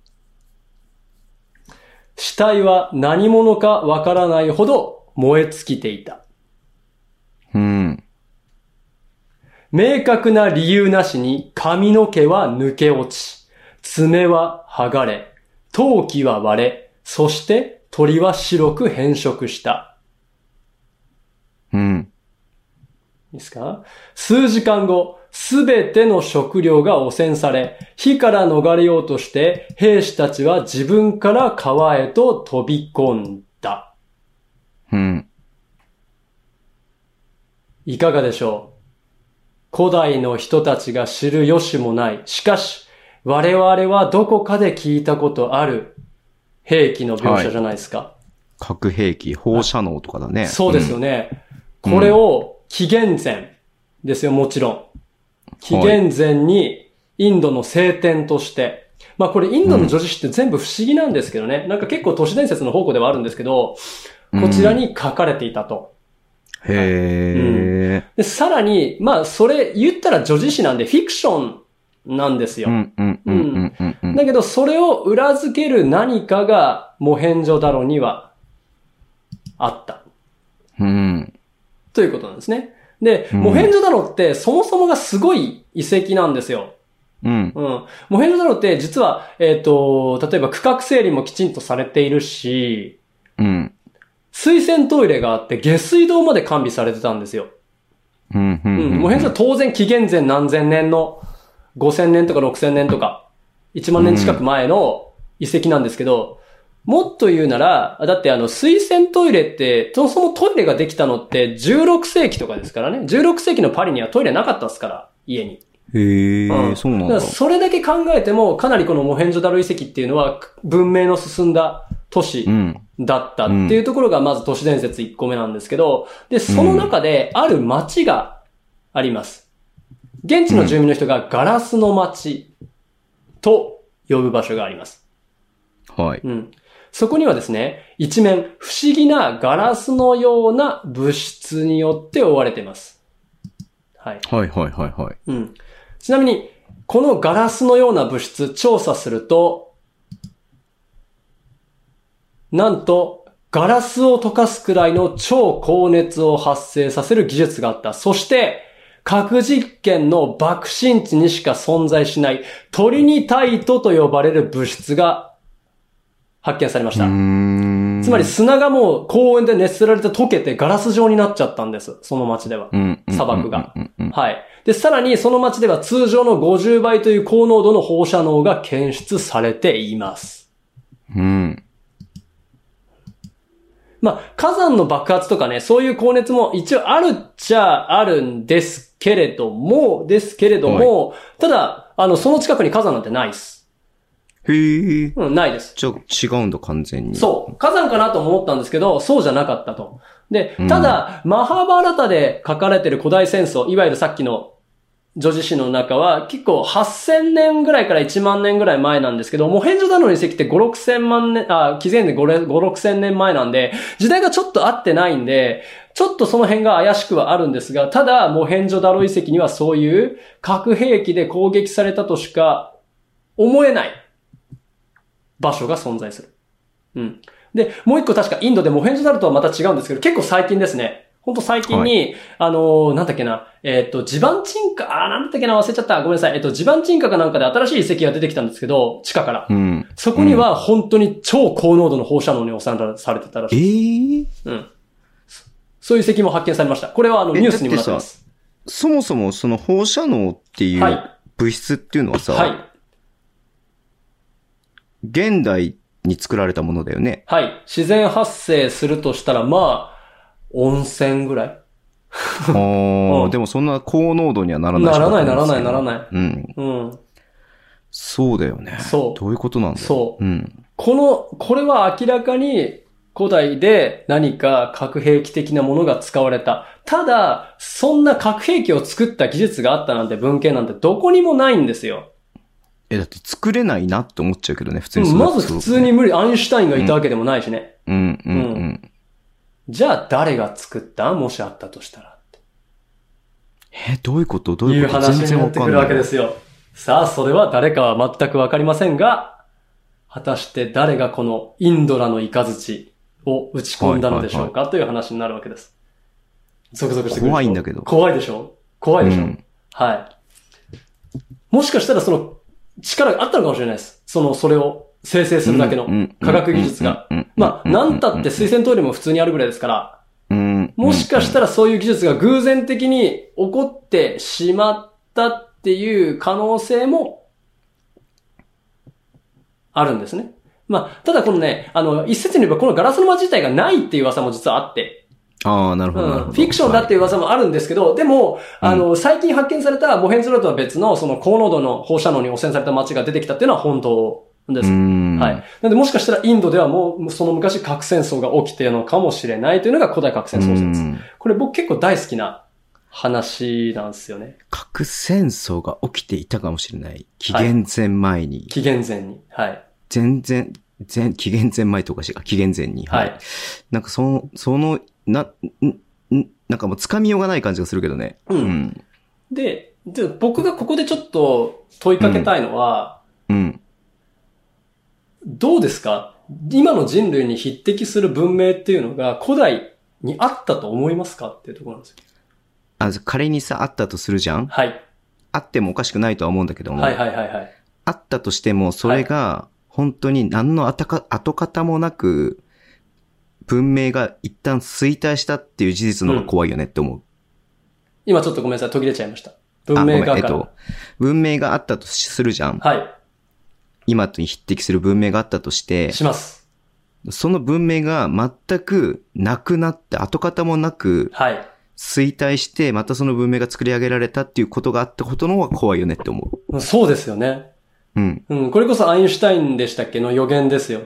S3: 死体は何者かわからないほど燃え尽きていた。
S2: うん。
S3: 明確な理由なしに髪の毛は抜け落ち、爪は剥がれ、陶器は割れ、そして鳥は白く変色した。
S2: うん。
S3: いいですか数時間後、すべての食料が汚染され、火から逃れようとして、兵士たちは自分から川へと飛び込んだ。
S2: うん。
S3: いかがでしょう古代の人たちが知る由もない。しかし、我々はどこかで聞いたことある兵器の描写じゃないですか。
S2: 核兵器、放射能とかだね。
S3: そうですよね。これを紀元前ですよ、もちろん。紀元前にインドの聖典として、まあこれインドの女子誌って全部不思議なんですけどね、なんか結構都市伝説の宝庫ではあるんですけど、
S2: うん
S3: こちらに書かれていたと。
S2: うん。へ
S3: で、さらに、まあそれ言ったら女子誌なんでフィクションなんです
S2: え。
S3: よ。
S2: うんうんうんうんうんうん。
S3: だけどそれを裏付ける何かがモヘンジョダロにはあった。
S2: うん。
S3: ということなんですね。で、
S2: うん
S3: モヘンジョダロってそもそもがすごい遺跡なんですよ。
S2: うん。
S3: うん。モヘンジョダロって実は、えっ、と、例えば区画整理もきちんとされているし、
S2: うん。
S3: 水洗トイレがあって下水道まで完備されてたんですよ。
S2: うん。う。
S3: うんん。モヘンジョダロ当然紀元前何千年の5000年とか6000年とか1万年近く前の遺跡なんですけど、もっと言うなら、だってあの、水洗トイレって、そもそもトイレができたのって16世紀とかですからね。16世紀のパリにはトイレなかったですから、家に。
S2: へえ、
S3: うん
S2: そうなん
S3: だか
S2: だ
S3: ら。それだけ考えても、かなりこのモヘンジョダロ遺跡っていうのは、文明の進んだ都市
S2: うん。
S3: だったっていうところがまず都市伝説1個目なんですけど、で、その中である町があります。現地の住民の人がガラスの町と呼ぶ場所があります。
S2: はい。
S3: うん。そこにはですね、一面不思議なガラスのような物質によって覆われています。はい。
S2: はいはいはいはい。
S3: うん。ちなみに、このガラスのような物質調査すると、なんと、ガラスを溶かすくらいの超高熱を発生させる技術があった。そして、核実験の爆心地にしか存在しないトリニタイトと呼ばれる物質が発見されまし
S2: う
S3: た。
S2: ーん。
S3: つまり、砂がもう高温で熱せられて溶けてガラス状になっちゃったんです。その街では。
S2: うん、うん
S3: 砂漠が。
S2: うんうんうん
S3: はい。で、さらにその町では通常の50倍という高濃度の放射能が検出されています。
S2: うん。
S3: まあ、火山の爆発とかね、そういう高熱も一応あるっちゃあるんですけれども、ですけれども、ただ、あの、その近くに火山なんてないっす。
S2: へえ。
S3: うん、ないです。
S2: じゃあ違うんだ、完全に。
S3: そう。火山かなとも思ったんですけど、そうじゃなかったと。で
S2: うん、
S3: ただ、マハーバーラタで書かれてる古代戦争、いわゆるさっきの女子史の中は、結構8000年ぐらいから1万年ぐらい前なんですけど、モヘンジョダロの遺跡って5、6000万年、あ、紀元で5、6000年前なんで、時代がちょっと合ってないんで、ちょっとその辺が怪しくはあるんですが、ただ、モヘンジョダロ遺跡にはそういう核兵器で攻撃されたとしか思えない場所が存在する。うん。で、もう一個確かインドでモヘンジョダロとはまた違うんですけど、結構最近ですね。ほんと最近に、
S2: は
S3: あのーなんだっけな、えっ、と、地盤沈下、あー、なんだったっけな、忘れちゃった。ごめんなさい。えっ、と、地盤沈下かなんかで新しい遺跡が出てきたんですけど、地下から。
S2: うん。
S3: そこには本当に超高濃度の放射能に収めらされてたらしい。
S2: ええ
S3: うん。そそういう遺跡も発見されました。これはあの、
S2: え
S3: ニュースにもなってます。
S2: そもそもその放射能ってい
S3: は
S2: う
S3: い
S2: 物質っていうのはさ、
S3: はい。
S2: 現代に作られたものだよ ね。
S3: はい。自然発生するとしたら、まあ、温泉ぐらい
S2: ああ、
S3: うん
S2: でもそんな高濃度にはならない
S3: ならない、ならない、なら
S2: い。
S3: ない。
S2: うん。
S3: うん。
S2: そうだよね。
S3: そう
S2: どういうことなんだろ
S3: そう
S2: う。うん。
S3: この、これは明らかに古代で何か核兵器的なものが使われた。ただ、そんな核兵器を作った技術があったなんて文献なんてどこにもないんですよ。
S2: え、だって作れないなって思っちゃうけどね、普通に
S3: うん
S2: それ
S3: ま
S2: だと
S3: ず普通に。無理。アインシュタインがいたわけでもないしね。
S2: うん、うん、うん。
S3: じゃあ誰が作ったもしあったとしたら。
S2: え、どういうことどう
S3: い
S2: いううこと
S3: 話
S2: 全然
S3: にな
S2: わ
S3: って
S2: か
S3: く
S2: ん
S3: る
S2: な
S3: わ
S2: い。
S3: けですよ。さあ、それは誰かは全くわかりませんが、果たして誰がこのインドラのイカズチを打ち込んだのでしょうかという話になるわけです。続々してくるでしょ。
S2: 怖いんだけど
S3: 怖いでしょ怖いでしょ、
S2: うん
S3: はい。もしかしたらその力があったのかもしれないです。その、それを生成するだけの科学技術が。
S2: うん。
S3: まあ、なんたって
S2: す、
S3: 水洗トイレも普通にあるぐらいですから、
S2: うん
S3: もしかしたらそういう技術が偶然的に起こってしまったっていう可能性もあるんですね。まあ、ただこのね、あの、一説に言えばこのガラスの間自体がないっていう噂も実はあって、
S2: ああ、なる
S3: う
S2: ほどなる
S3: ん
S2: ほ
S3: フ
S2: ど。
S3: ィクションだっていう噂もあるんですけど、でも、あの、最近発見されたモヘンゾロとは別のその高濃度の放射能に汚染された街が出てきたっていうのは本当で
S2: う
S3: す。
S2: ん。
S3: はい。なんでもしかしたらインドではもうその昔核戦争が起きてるのかもしれないというのが古代核
S2: う
S3: 戦争説です。
S2: ん。
S3: これ僕結構大好きな話なんですよね。
S2: 核戦争が起きていたかもしれない。紀元前前に。
S3: 紀元前に。はい。
S2: 全然、全、紀元前前とおかしいか、紀元前に。
S3: はい。
S2: なんかその、その、な、ん、ん、なんかもう掴みようがない感じがするけどね。
S3: うん
S2: ん。
S3: で、で僕がここでちょっと問いかけたいのは、
S2: うん。
S3: どうですか今の人類に匹敵する文明っていうのが古代にあったと思いますかっていうところなんですよ。
S2: あ、仮にさ、あったとするじゃん
S3: はい。
S2: あってもおかしくないとは思うんだけども。
S3: はいはいはいはい。
S2: あったとしても、それが、本当に何の跡か跡形もなく、文明が一旦衰退したっていう事実の方が怖いよねって思う。
S3: 今ちょっとごめんなさい。途切れちゃいました。
S2: あ
S3: 文
S2: ごめ
S3: 明
S2: ん
S3: が
S2: えっと、文明があったとするじゃん。
S3: は
S2: 今とに匹敵する文明があったとして
S3: い。、します。
S2: その文明が全くなくなって、跡形もなく
S3: はい。
S2: 衰退して、またその文明が作り上げられたっていうことがあったことの方が怖いよねって思
S3: うんそうですよね。
S2: う。うん。
S3: うん、これこそアインシュタインでしたっけの予言ですよ。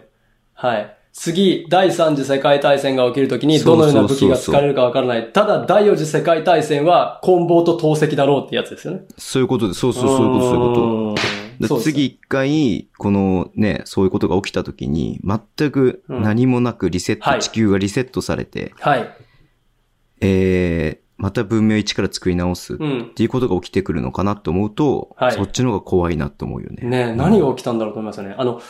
S3: はい。次、第三次世界大戦が起きるときにどのような武器が使われるかわからない。ただ、第四次世界大戦は棍棒と投石だろうってやつですよね。
S2: そういうことで、そうそう、そういうこと、そういうこと。
S3: ん
S2: で
S3: そうですね
S2: 次一回、このね、そういうことが起きた時に、全く何もなくリセット、
S3: はい
S2: 地球がリセットされて、
S3: はい。
S2: えー、また文明を一から作り直すっ
S3: うん。
S2: ていうことが起きてくるのかなと思うと、
S3: はい
S2: そっちの方が怖いなと思うよね。
S3: ねえ何が起きたんだろうと思いますよね。あの、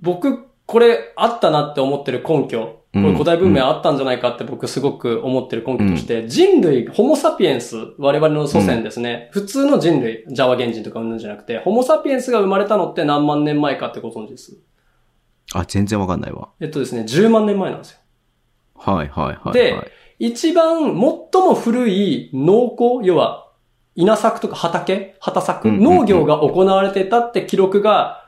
S3: 僕、これあったなって思ってる根拠、こ
S2: う
S3: れ
S2: ん
S3: 古代文明あったんじゃないかって僕すごく思ってる根拠として、人類、ホモサピエンス、我々の祖先ですね、普通の人類、ジャワ原人とかうんぬんじゃなくて、ホモサピエンスが生まれたのって何万年前かってご存知です。
S2: あ、全然わかんないわ。
S3: えっとですね、10万年前なんですよ。
S2: はいはいはい、はい。
S3: で一番最も古い農耕、要は稲作とか畑、畑作、
S2: うんうんうん
S3: 農業が行われてたって記録が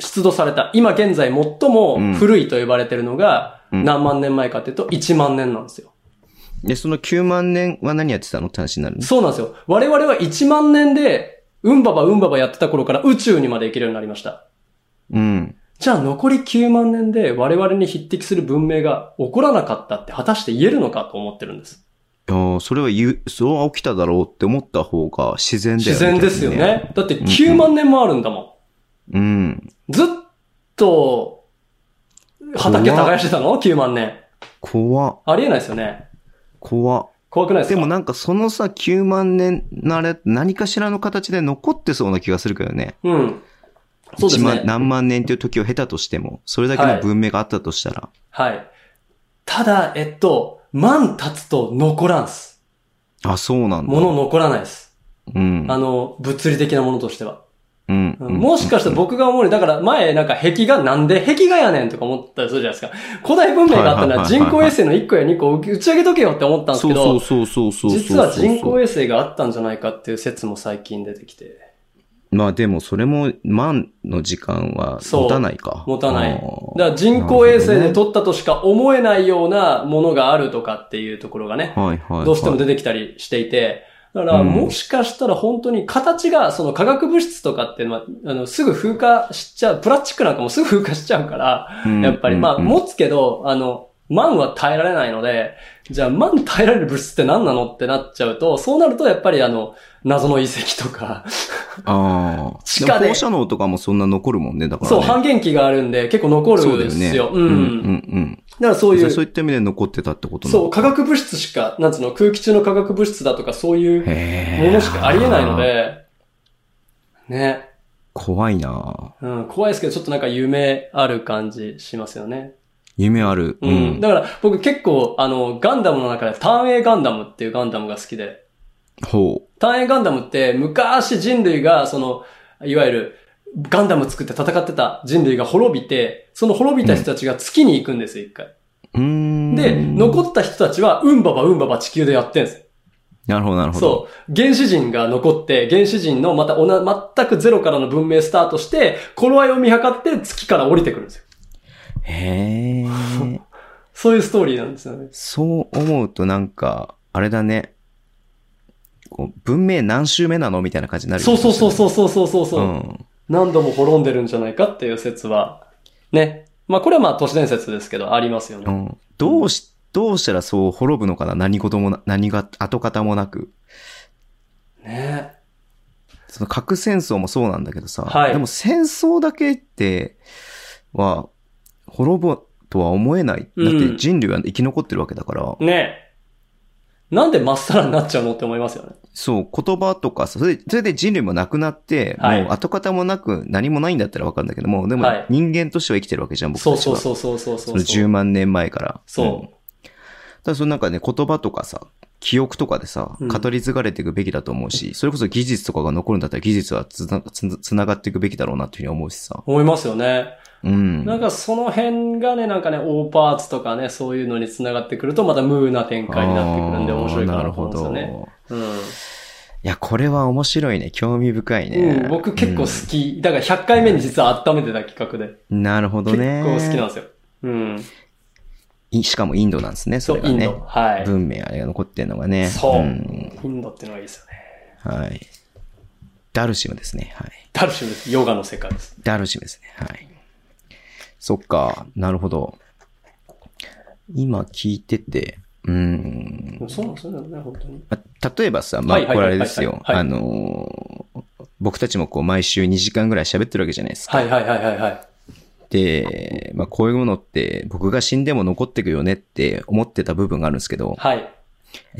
S3: 出土された。今現在最も古いと呼ばれてるのが
S2: うん
S3: 何万年前かっていうと1万年なんですよ。
S2: で、その9万年は何やってたのって話になるね。
S3: そうなんですよ。我々は1万年でうんばばうんばばやってた頃から宇宙にまで行けるようになりました。
S2: うん。
S3: じゃあ残り9万年で我々に匹敵する文明が起こらなかったって果たして言えるのかと思ってるんです。
S2: いやーそれは言う、そうは起きただろうって思った方が自然だよね。
S3: 自然ですよね。だって9万年もあるんだもん。
S2: 逆にね。うん。
S3: ずっと、畑耕してたの ?9 万年。
S2: 怖、
S3: ありえないですよね。
S2: 怖。
S3: 怖くないです
S2: で
S3: か
S2: もなんかそのさ、9万年のあれ、何かしらの形で残ってそうな気がするけどね。
S3: うん。そうです
S2: 一万
S3: ね。
S2: 何万年という時を経たとしても、それだけの文明があったとしたら。
S3: はい。ただ、えっと、万経つと残らんす。
S2: あ、そうなんだ。
S3: 物残らないです。
S2: うん。
S3: あの、物理的なものとしては。
S2: うん。
S3: うんもしかしたら僕が思うに、だから前なんか壁画なんで壁画やねんとか思ったりするじゃないですか。古代文明があったのは
S2: はいはいはい
S3: 人
S2: はい
S3: 工衛星の1個や2個打ち上げとけよって思ったんです
S2: そう
S3: け
S2: そう
S3: ど、
S2: そうそうそうそう。
S3: 実は人工衛星があったんじゃないかっていう説も最近出てきて。
S2: まあでもそれも万の時間は持たないか。
S3: 持たない
S2: あー
S3: だから人工衛星
S2: な
S3: で
S2: るほ
S3: 撮ったとしか思えないようなものがあるとかっていうところがね、
S2: どねはいはい。
S3: どうしても出てきたりしていて、だから
S2: うん
S3: もしかしたら本当に形が、その化学物質とかっていうのは、あの、すぐ風化しちゃう、プラスチックなんかもすぐ風化しちゃうから、
S2: うん
S3: やっぱり、まあ、
S2: うん
S3: 持つけど、あの、万は耐えられないので、じゃあ万耐えられる物質って何なのってなっちゃうと、そうなるとやっぱりあの、謎の遺跡とか、
S2: ああ。
S3: 地下で
S2: も放射能とかもそんな残るもんね、だから、ね。
S3: そう、半減期があるんで結構残
S2: そ
S3: る
S2: うんだ
S3: で
S2: よ
S3: す
S2: ね。
S3: よ。
S2: うん
S3: うん。
S2: うん。
S3: だからそううんい
S2: じゃあ
S3: う
S2: そういった意味で残ってたってことな
S3: そう、
S2: う。
S3: 化学物質しか、なんつうの、空気中の化学物質だとかそういう
S2: へえ。
S3: ものしかありえないの。で、ね、
S2: 怖いな
S3: うん、怖いですけど、ちょっとなんか夢ある感じしますよね。
S2: 夢ある。
S3: うん。だから僕結構、あの、ガンダムの中で、単影ガンダムっていうガンダムが好きで、
S2: ほう。
S3: 単影ガンダムって昔人類が、その、いわゆる、ガンダム作って戦ってた人類が滅びて、その滅びた人たちが月に行くんですよ、一回。
S2: うーん。
S3: で、残った人たちは、うんばばうんばば地球でやってんです。
S2: なるほど、なるほど。
S3: そう。原始人が残って、原始人のまたおな、全くゼロからの文明スタートして、頃合いを見計って月から降りてくるんですよ。
S2: へえ。
S3: そういうストーリーなんですよね。
S2: そう思うとなんか、あれだね。こう文明何周目なのみたいな感じになるよ
S3: そう
S2: ね
S3: そうそうそうそうそうそう
S2: う
S3: そう、
S2: ん。
S3: 何度も滅んでるんじゃないかっていう説は、ね。まあこれはまあ都市伝説ですけど、ありますよね。
S2: うん。どうし、どうしたらそう滅ぶのかな何事もな、何が、跡形もなく。
S3: ね
S2: その核戦争もそうなんだけどさ。
S3: はい
S2: でも戦争だけって、は、滅ぼとは思えない。だっ
S3: うん
S2: て人類は生き残ってるわけだから。
S3: ねなんでまっさらになっちゃうのって思いますよね。
S2: そう、言葉とかさ、それで、それで人類もなくなって、
S3: はい
S2: もう跡形もなく何もないんだったらわかるんだけども、でも
S3: はい
S2: 人間としては生きてるわけじゃん、僕たち
S3: そう
S2: は。
S3: そうそうそうそうそう。
S2: その10万年前から。
S3: そうん
S2: ただそのなんかね、言葉とかさ、記憶とかでさ、
S3: うん
S2: 語り継がれていくべきだと思うし、それこそ技術とかが残るんだったら技術はつなつなつながっていくべきだろうなっていうふうに思うしさ。
S3: 思いますよね。
S2: うん。
S3: なんかその辺がね、なんかね、オーパーツとかね、そういうのに繋がってくると、またムーな展開になってくるんで面白いかなと思うんですよね。うん。
S2: いや、これは面白いね。興味深いね。
S3: うん、僕結構好き。だから100回目に実は温めてた企画で。
S2: うんなるほど
S3: 結
S2: ね。
S3: 構好きなんですよ。うん。
S2: いしかもインドなんですね、そ
S3: そ
S2: れ
S3: う、
S2: が
S3: イン
S2: ね。
S3: ド。はい。
S2: 文明あれが残ってるのがね。
S3: そうんインドってのがいいですよね。
S2: はい。ダルシムですね。はい。
S3: ダルシムです。ヨガの世界です。
S2: ダルシムですね。はい。そっか。なるほど。今聞いてて、うーん。
S3: うんそうなんですよね、本当に。
S2: まあ例えばさ、まあ、
S3: はいはい
S2: これあれです
S3: は
S2: よ
S3: い。はいはい
S2: あのー僕たちもこう、毎週2時間ぐらい喋ってるわけじゃないですか。
S3: はいはいはいはいはい。
S2: で、まあ、こういうものって、僕が死んでも残ってくよねって思ってた部分があるんですけど、
S3: はい。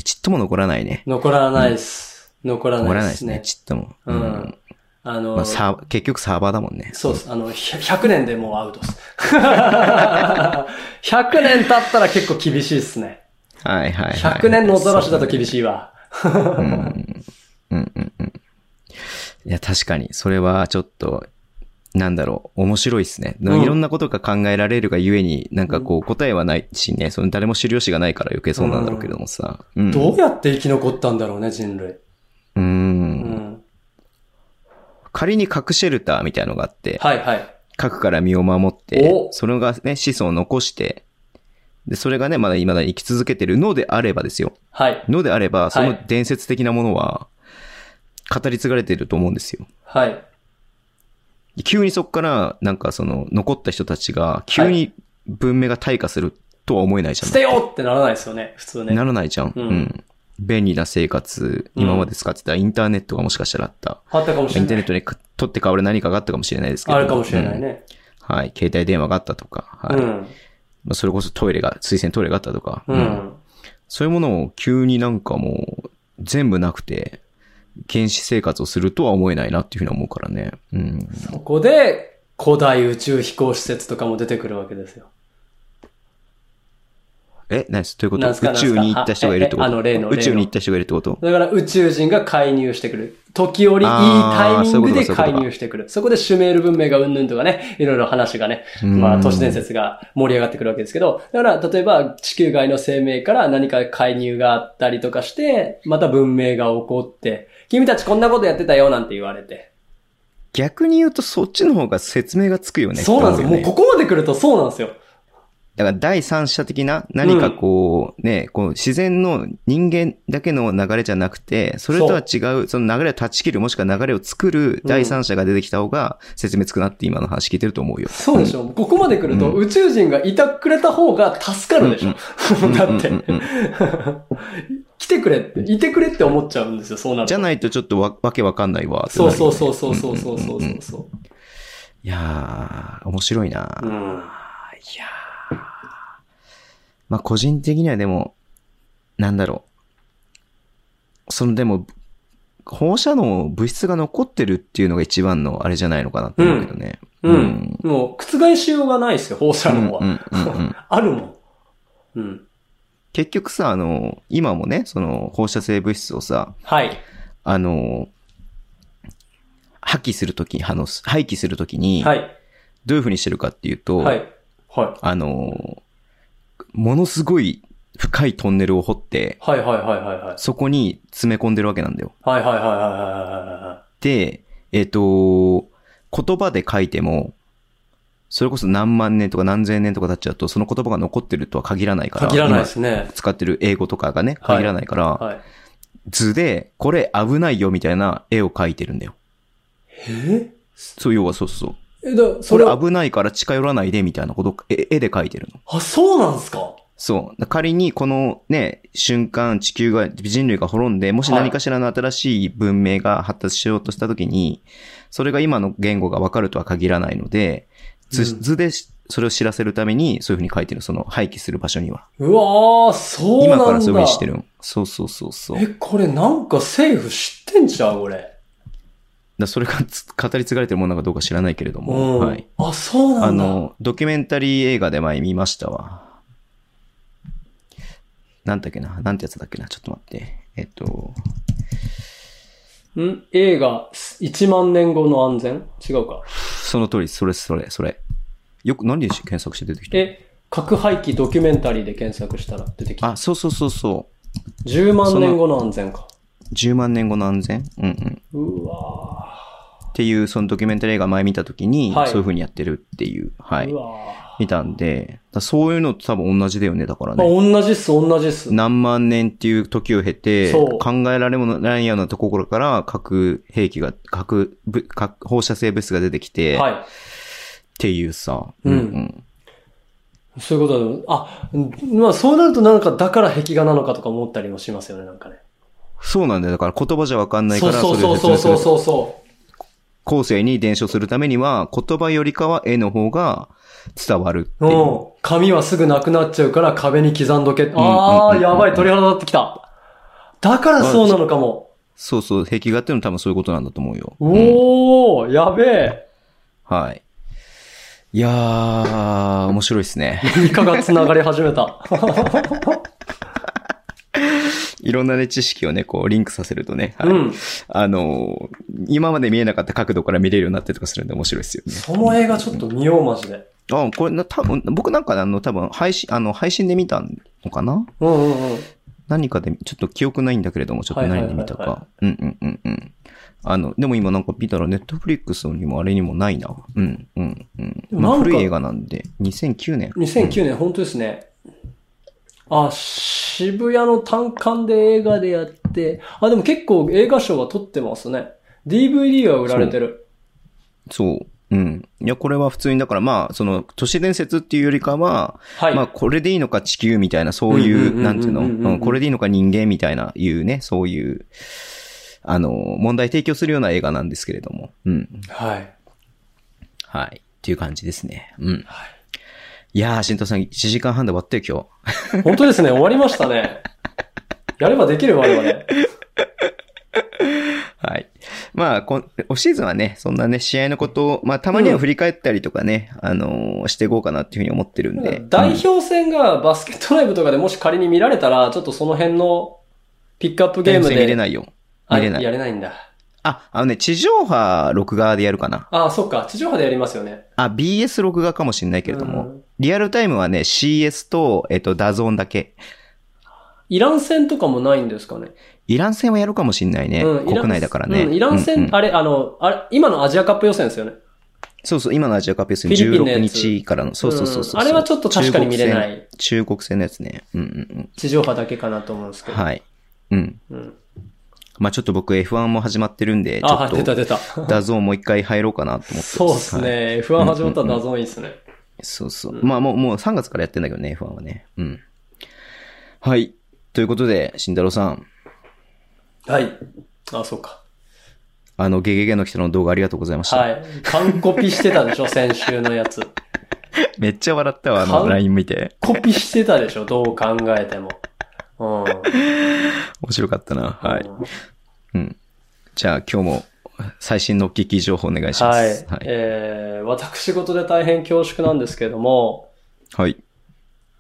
S2: ちっとも残らないね。
S3: 残らないです。残ら
S2: 残らないい
S3: な
S2: で
S3: で
S2: すすね、
S3: ね。
S2: ちっとも。
S3: うん。あの、
S2: まあ、サー結局サーバーだもんね。
S3: そうです。あの、ひゃ100年でもうアウトです。100年経ったら結構厳しいですね。
S2: はいはい、はい。
S3: 100年のおざらしだと厳しいわ。
S2: うんうんうん。いや、確かに、それはちょっと、なんだろう、面白いですね。
S3: うん
S2: いろんなことが考えられるがゆえに、なんかこう、答えはないしね、その誰も知る由がないから余計そうなんだろうけれどもさ。うん。
S3: どうやって生き残ったんだろうね、人類。
S2: う。
S3: うんん。
S2: 仮に核シェルターみたいなのがあって、
S3: はいはい。
S2: 核から身を守って
S3: お、
S2: それがね、子孫を残して、で、それがね、まだ未だに生き続けてるのであればですよ。
S3: はい。
S2: のであれば、そ
S3: は
S2: の
S3: い
S2: 伝説的なものは、語り継がれてると思うんですよ。
S3: はい。
S2: 急にそこから、なんかその、残った人たちが、急に文明が退化するとは思えないじゃん。
S3: 捨てようってならないですよね、普通ね。
S2: ならないじゃん。
S3: う
S2: うんん。便利な生活、
S3: うん
S2: 今まで使ってたインターネットがもしかしたらあった。
S3: あったかもし
S2: イ
S3: れ
S2: ンタ
S3: な
S2: ーネ
S3: い
S2: ッ。トに取って代わる何かがあったかもしれないですけど。
S3: あるかもしれないね。
S2: うん。はい。携帯電話があったとか、は
S3: う
S2: い。ま
S3: ん。
S2: あ、それこそトイレが、水洗トイレがあったとか、
S3: う
S2: うん
S3: ん。
S2: そういうものを急になんかもう、全部なくて、原始生活をするとは思えないなっていうふうに思うからね。うん。
S3: そこで、古代宇宙飛行施設とかも出てくるわけですよ。
S2: え、何ですということ
S3: なん
S2: 宇
S3: すかなんすか
S2: 宙に行った人がいるってこと
S3: あええあの例の
S2: 宇宙に行った人がいるってこと
S3: だから宇宙人が介入してくる。時折いい
S2: あー
S3: タイミング
S2: そう
S3: で
S2: いうことかそういうことか
S3: 介入してくる。そこでシュメール文明がうんぬんとかね、いろいろ話がね、
S2: うん
S3: まあ都市伝説が盛り上がってくるわけですけど、だから例えば地球外の生命から何か介入があったりとかして、また文明が起こって、君たちこんなことやってたよなんて言われて。
S2: 逆に言うとそっちの方が説明がつくよね。
S3: そうなんですよ。
S2: って
S3: もう
S2: 思
S3: ここまで来るとそうなんですよ。
S2: だから第三者的な何かこう、ね、こう自然の人間だけの流れじゃなくて、それとは違う、その流れを断ち切るもしくは流れを作る第三者が出てきた方が説明つくなって今の話聞いてると思うよ。
S3: そうでしょ。ここまで来ると宇宙人がいたくれた方が助かるでしょ。だって
S2: うん。うんうん
S3: 来てくれって、いてくれって思っちゃうんですよ、そうなると
S2: じゃないとちょっとわわけわかんないわ。
S3: そうそう
S2: う。
S3: そうそうそうそうそうそうそう。
S2: いやー、面白いな、
S3: う
S2: い
S3: ん。
S2: やーまあ個人的にはでも、なんだろう。そのでも、放射能物質が残ってるっていうのが一番のあれじゃないのかなって思うけどね。
S3: うん。もう、覆しようがないですよ、放射
S2: うん
S3: 能
S2: うん
S3: は。
S2: うんうん
S3: あるもん。うん。
S2: 結局さ、あの、今もね、その放射性物質をさ、
S3: はい。
S2: あの、破棄するとき、あの、廃棄するときに、
S3: はい。
S2: どういうふうにしてるかっていうと、
S3: はい。はい。
S2: あの、ものすごい深いトンネルを掘って、
S3: はいはいはいはいはい。
S2: そこに詰め込んでるわけなんだよ。
S3: はいはいはいは
S2: で、えっ、と、言葉で書いても、それこそ何万年とか何千年とか経っちゃうと、その言葉が残ってるとは限らない
S3: い。
S2: から。
S3: 限らないですね
S2: 今。使ってる英語とかがね、
S3: はい
S2: 限らないから、
S3: はい。
S2: 図で、これ危ないよみたいな絵を描いてるんだよ。
S3: え
S2: そう、要はそうそう。
S3: え、だ、そ
S2: こ
S3: れ
S2: れ
S3: は、
S2: 危ないから近寄らないでみたいなことをえ絵で描いてるの。
S3: あ、そうなんすか
S2: そう。仮にこのね、瞬間地球が、人類が滅んで、もし何かしらの新しい文明が発達しようとしたときに、それが今の言語がわかるとは限らないので、図,、
S3: うん
S2: 図でしそれを知らせるために、そういうふうに書いてる、その廃棄する場所には。
S3: うわー、そうなん
S2: 今
S3: だ。
S2: からそういうふうにしてるん。そうそうそうそう。
S3: え、
S2: だか
S3: これなんか政府知ってんじゃん、これ。
S2: らそれがつ語り継がれてるものなのかどうか知らないけれど
S3: う
S2: も、
S3: ん。
S2: はい。
S3: あ、そうな
S2: あ
S3: んだ。
S2: の、ドキュメンタリー映画で前見ましたわ。なんだっけななんてやつだっけなちょっと待って。えっと、
S3: ん映画、1万年後の安全違うか。
S2: その通り、それそれ、それ。よく、何で検索して出てきた
S3: え、核廃棄ドキュメンタリーで検索したら出てきた。
S2: あ、そうそうそうそ
S3: 10万年後の安全か。
S2: う。 10万年後の安全うんうん。
S3: うわ
S2: っていう、そのドキュメンタリー映画前見た時に、
S3: はい
S2: そういう風にやってるっていう、は
S3: ー。
S2: いう
S3: わ
S2: 見たんで、だそういうのと多分同じだよね、だから
S3: ーまあ、
S2: ね。
S3: 同じっす、同じっす。
S2: 何万年っていう時を経て、
S3: そう
S2: 考えられもないようなところから核兵器が、核ぶ、核放射性物質が出てきて、っ
S3: は
S2: ていうさ、
S3: うんい。そういうことだよあ、うんまあそうなるとなんか、だから壁画なのかとか思ったりもしますよね、なんかね。
S2: そうなんだよ。だから言葉じゃわかんない
S3: そ
S2: か
S3: う
S2: ら、
S3: そう
S2: れ
S3: そ
S2: を
S3: う
S2: 説
S3: そう
S2: 明す
S3: そう
S2: る。
S3: そうそう。
S2: 後世に伝承するためには、言葉よりかは絵の方が伝わるって
S3: う
S2: い
S3: ん
S2: う。。
S3: 紙はすぐなくなっちゃうから壁に刻んどけ。
S2: ん
S3: あ
S2: う
S3: あ、
S2: ん
S3: やばい、鳥肌立ってきた。だからそうなのかも。
S2: そうそう、壁画っていうのは多分そういうことなんだと思うよ。うん
S3: おー、やべ
S2: はい。いやー、面白いですね。
S3: え。イカが繋がり始め た。
S2: いろんなね、知識をね、こう、リンクさせるとね、はい
S3: うん。
S2: あのー今まで見えなかった角度から見れるようになってとかするんで面白いですよね。
S3: その映画ちょっと見よう、マジで。
S2: あ、これな、多分僕なんかあの、多分配信、あの、配信で見たのかな
S3: うんうんうん。
S2: 何かで、ちょっと記憶ないんだけれども、ちょっと何で見た
S3: は
S2: か。うんうんうんうん。あの、でも今なんか見たら、ネットフリックスにもあれにもないな。うんうんうん。ま
S3: な
S2: あ
S3: んか
S2: 古い映画なんで、2009年。
S3: 2009年、本当ですね。あ、渋谷の単館で映画でやって、あ、でも結構映画賞は撮ってますね。DVD は売られてる。
S2: そう。うん。いや、これは普通に、だからまあ、その、都市伝説っていうよりかは、
S3: はい。
S2: まあ、これでいいのか地球みたいな、そうい
S3: うんうんうんうんうんう
S2: う、
S3: ん
S2: なんていうの、うんこれでいいのか人間みたいな、いうね、そういう、あの、問題提供するような映画なんですけれども。うん。
S3: はい。
S2: はい。っていう感じですね。うん。いやー、しんとさん、1時間半で終わったよ、今
S3: 本当ですね、終わりましたね。やればできる我々。
S2: 日。はい。まあ、こん、オフシーズンはね、そんなね、試合のことを、まあ、たまには振り返ったりとかね、あのーしていこうかなっていうふうに思ってるんで。
S3: 代
S2: うん
S3: 表戦がバスケットライブとかでもし仮に見られたら、ちょっとその辺のピックアップゲームで。
S2: 見れないよ。見れな
S3: あ
S2: い。
S3: やれないんだ。
S2: あ、あのね、地上波録画でやるかな。
S3: あ、そっか。地上波でやりますよね。
S2: あ、BS 録画かもしれないけれど
S3: う
S2: も
S3: ん、
S2: リアルタイムはね、CS と、えっと、ダゾーンだけ。
S3: イラン戦とかもないんですかね。
S2: イラン戦はやるかもしれないね。
S3: うん、イラン
S2: 国内だからね。
S3: うん、イラン戦、
S2: うんうん
S3: あれ、あの、あれ、今のアジアカップ予選ですよね。
S2: そうそう、今のアジアカップですね。
S3: フィリピンのや
S2: 16
S3: つ
S2: 日からの。そうそうそうそう。
S3: うんあれはちょっと確かに見れない。
S2: 中国戦中国戦のやつね。うんうん
S3: 地上波だけかなと思うんです
S2: う
S3: け
S2: ん。
S3: ど。
S2: はい。うん。
S3: うん。
S2: まあちょっと僕 F1 も始まってるんで、ち
S3: あ、
S2: ょ
S3: 出
S2: ったと、
S3: 出た。
S2: ダゾーンもう一回入ろうかなと思ってます。
S3: そうです
S2: はい。
S3: ね。F1 始まったらダゾーンいいですね。
S2: そうそう。まあもう、もう3月からやってんだけどね、F1 はね。うん。はい。ということで、慎太郎さん。
S3: はい。あ、そうか。
S2: あの、ゲゲゲの人の動画ありがとうございました。
S3: はい。完コピしてたでしょ、先週のやつ。
S2: めっちゃ笑ったわ、あ
S3: 顔
S2: の、LINE 見て。
S3: コピしてたでしょ、どう考えても。うん。
S2: 面白かったな。はい。
S3: うん
S2: うん。じゃあ、今日も最新の危機情報お願いしま
S3: はい
S2: す。。はい。
S3: えー、私事で大変恐縮なんですけれども、
S2: はい。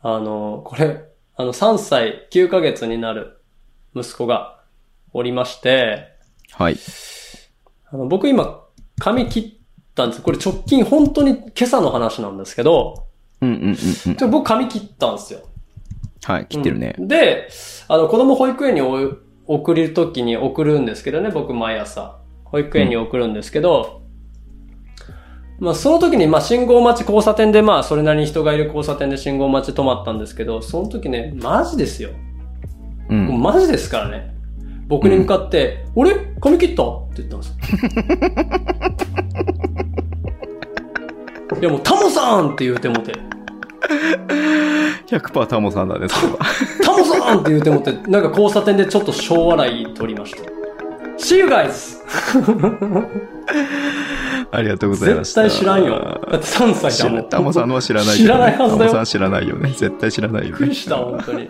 S3: あの、これ、あの、3歳9ヶ月になる息子がおりまして、
S2: はい。
S3: あの、僕今、髪切ったんです。これ直近、本当に今朝の話なんですけど、
S2: うんうんうんうん。
S3: ちょ僕髪切ったんですよ。
S2: はい、切ってるね
S3: う。んで、あの、子供保育園にお送るときに送るんですけどね、僕毎朝。保育園に送るんですけど、まあその時に、まあ信号待ち交差点で、まあそれなりに人がいる交差点で信号待ち止まったんですけど、その時ね、マジですよ。
S2: う。
S3: もうんマジですからね。僕に向かって、俺髪切ったって言ったんです よ。いやもうタモさんって言うてもて、
S2: 100%タモさんだね、それは。
S3: タモさんって言うてもて、なんか交差点でちょっと小笑い取りました。See you guys!
S2: ありがとうございました。
S3: 絶対知らんよ。だって3歳
S2: 知
S3: だも
S2: ら
S3: ん。
S2: タモさんのは知らない
S3: 知らないはず
S2: タ
S3: だよ
S2: モさん知らないよね。絶対知らない
S3: びっ
S2: よ
S3: く
S2: ね
S3: り。した、本当に。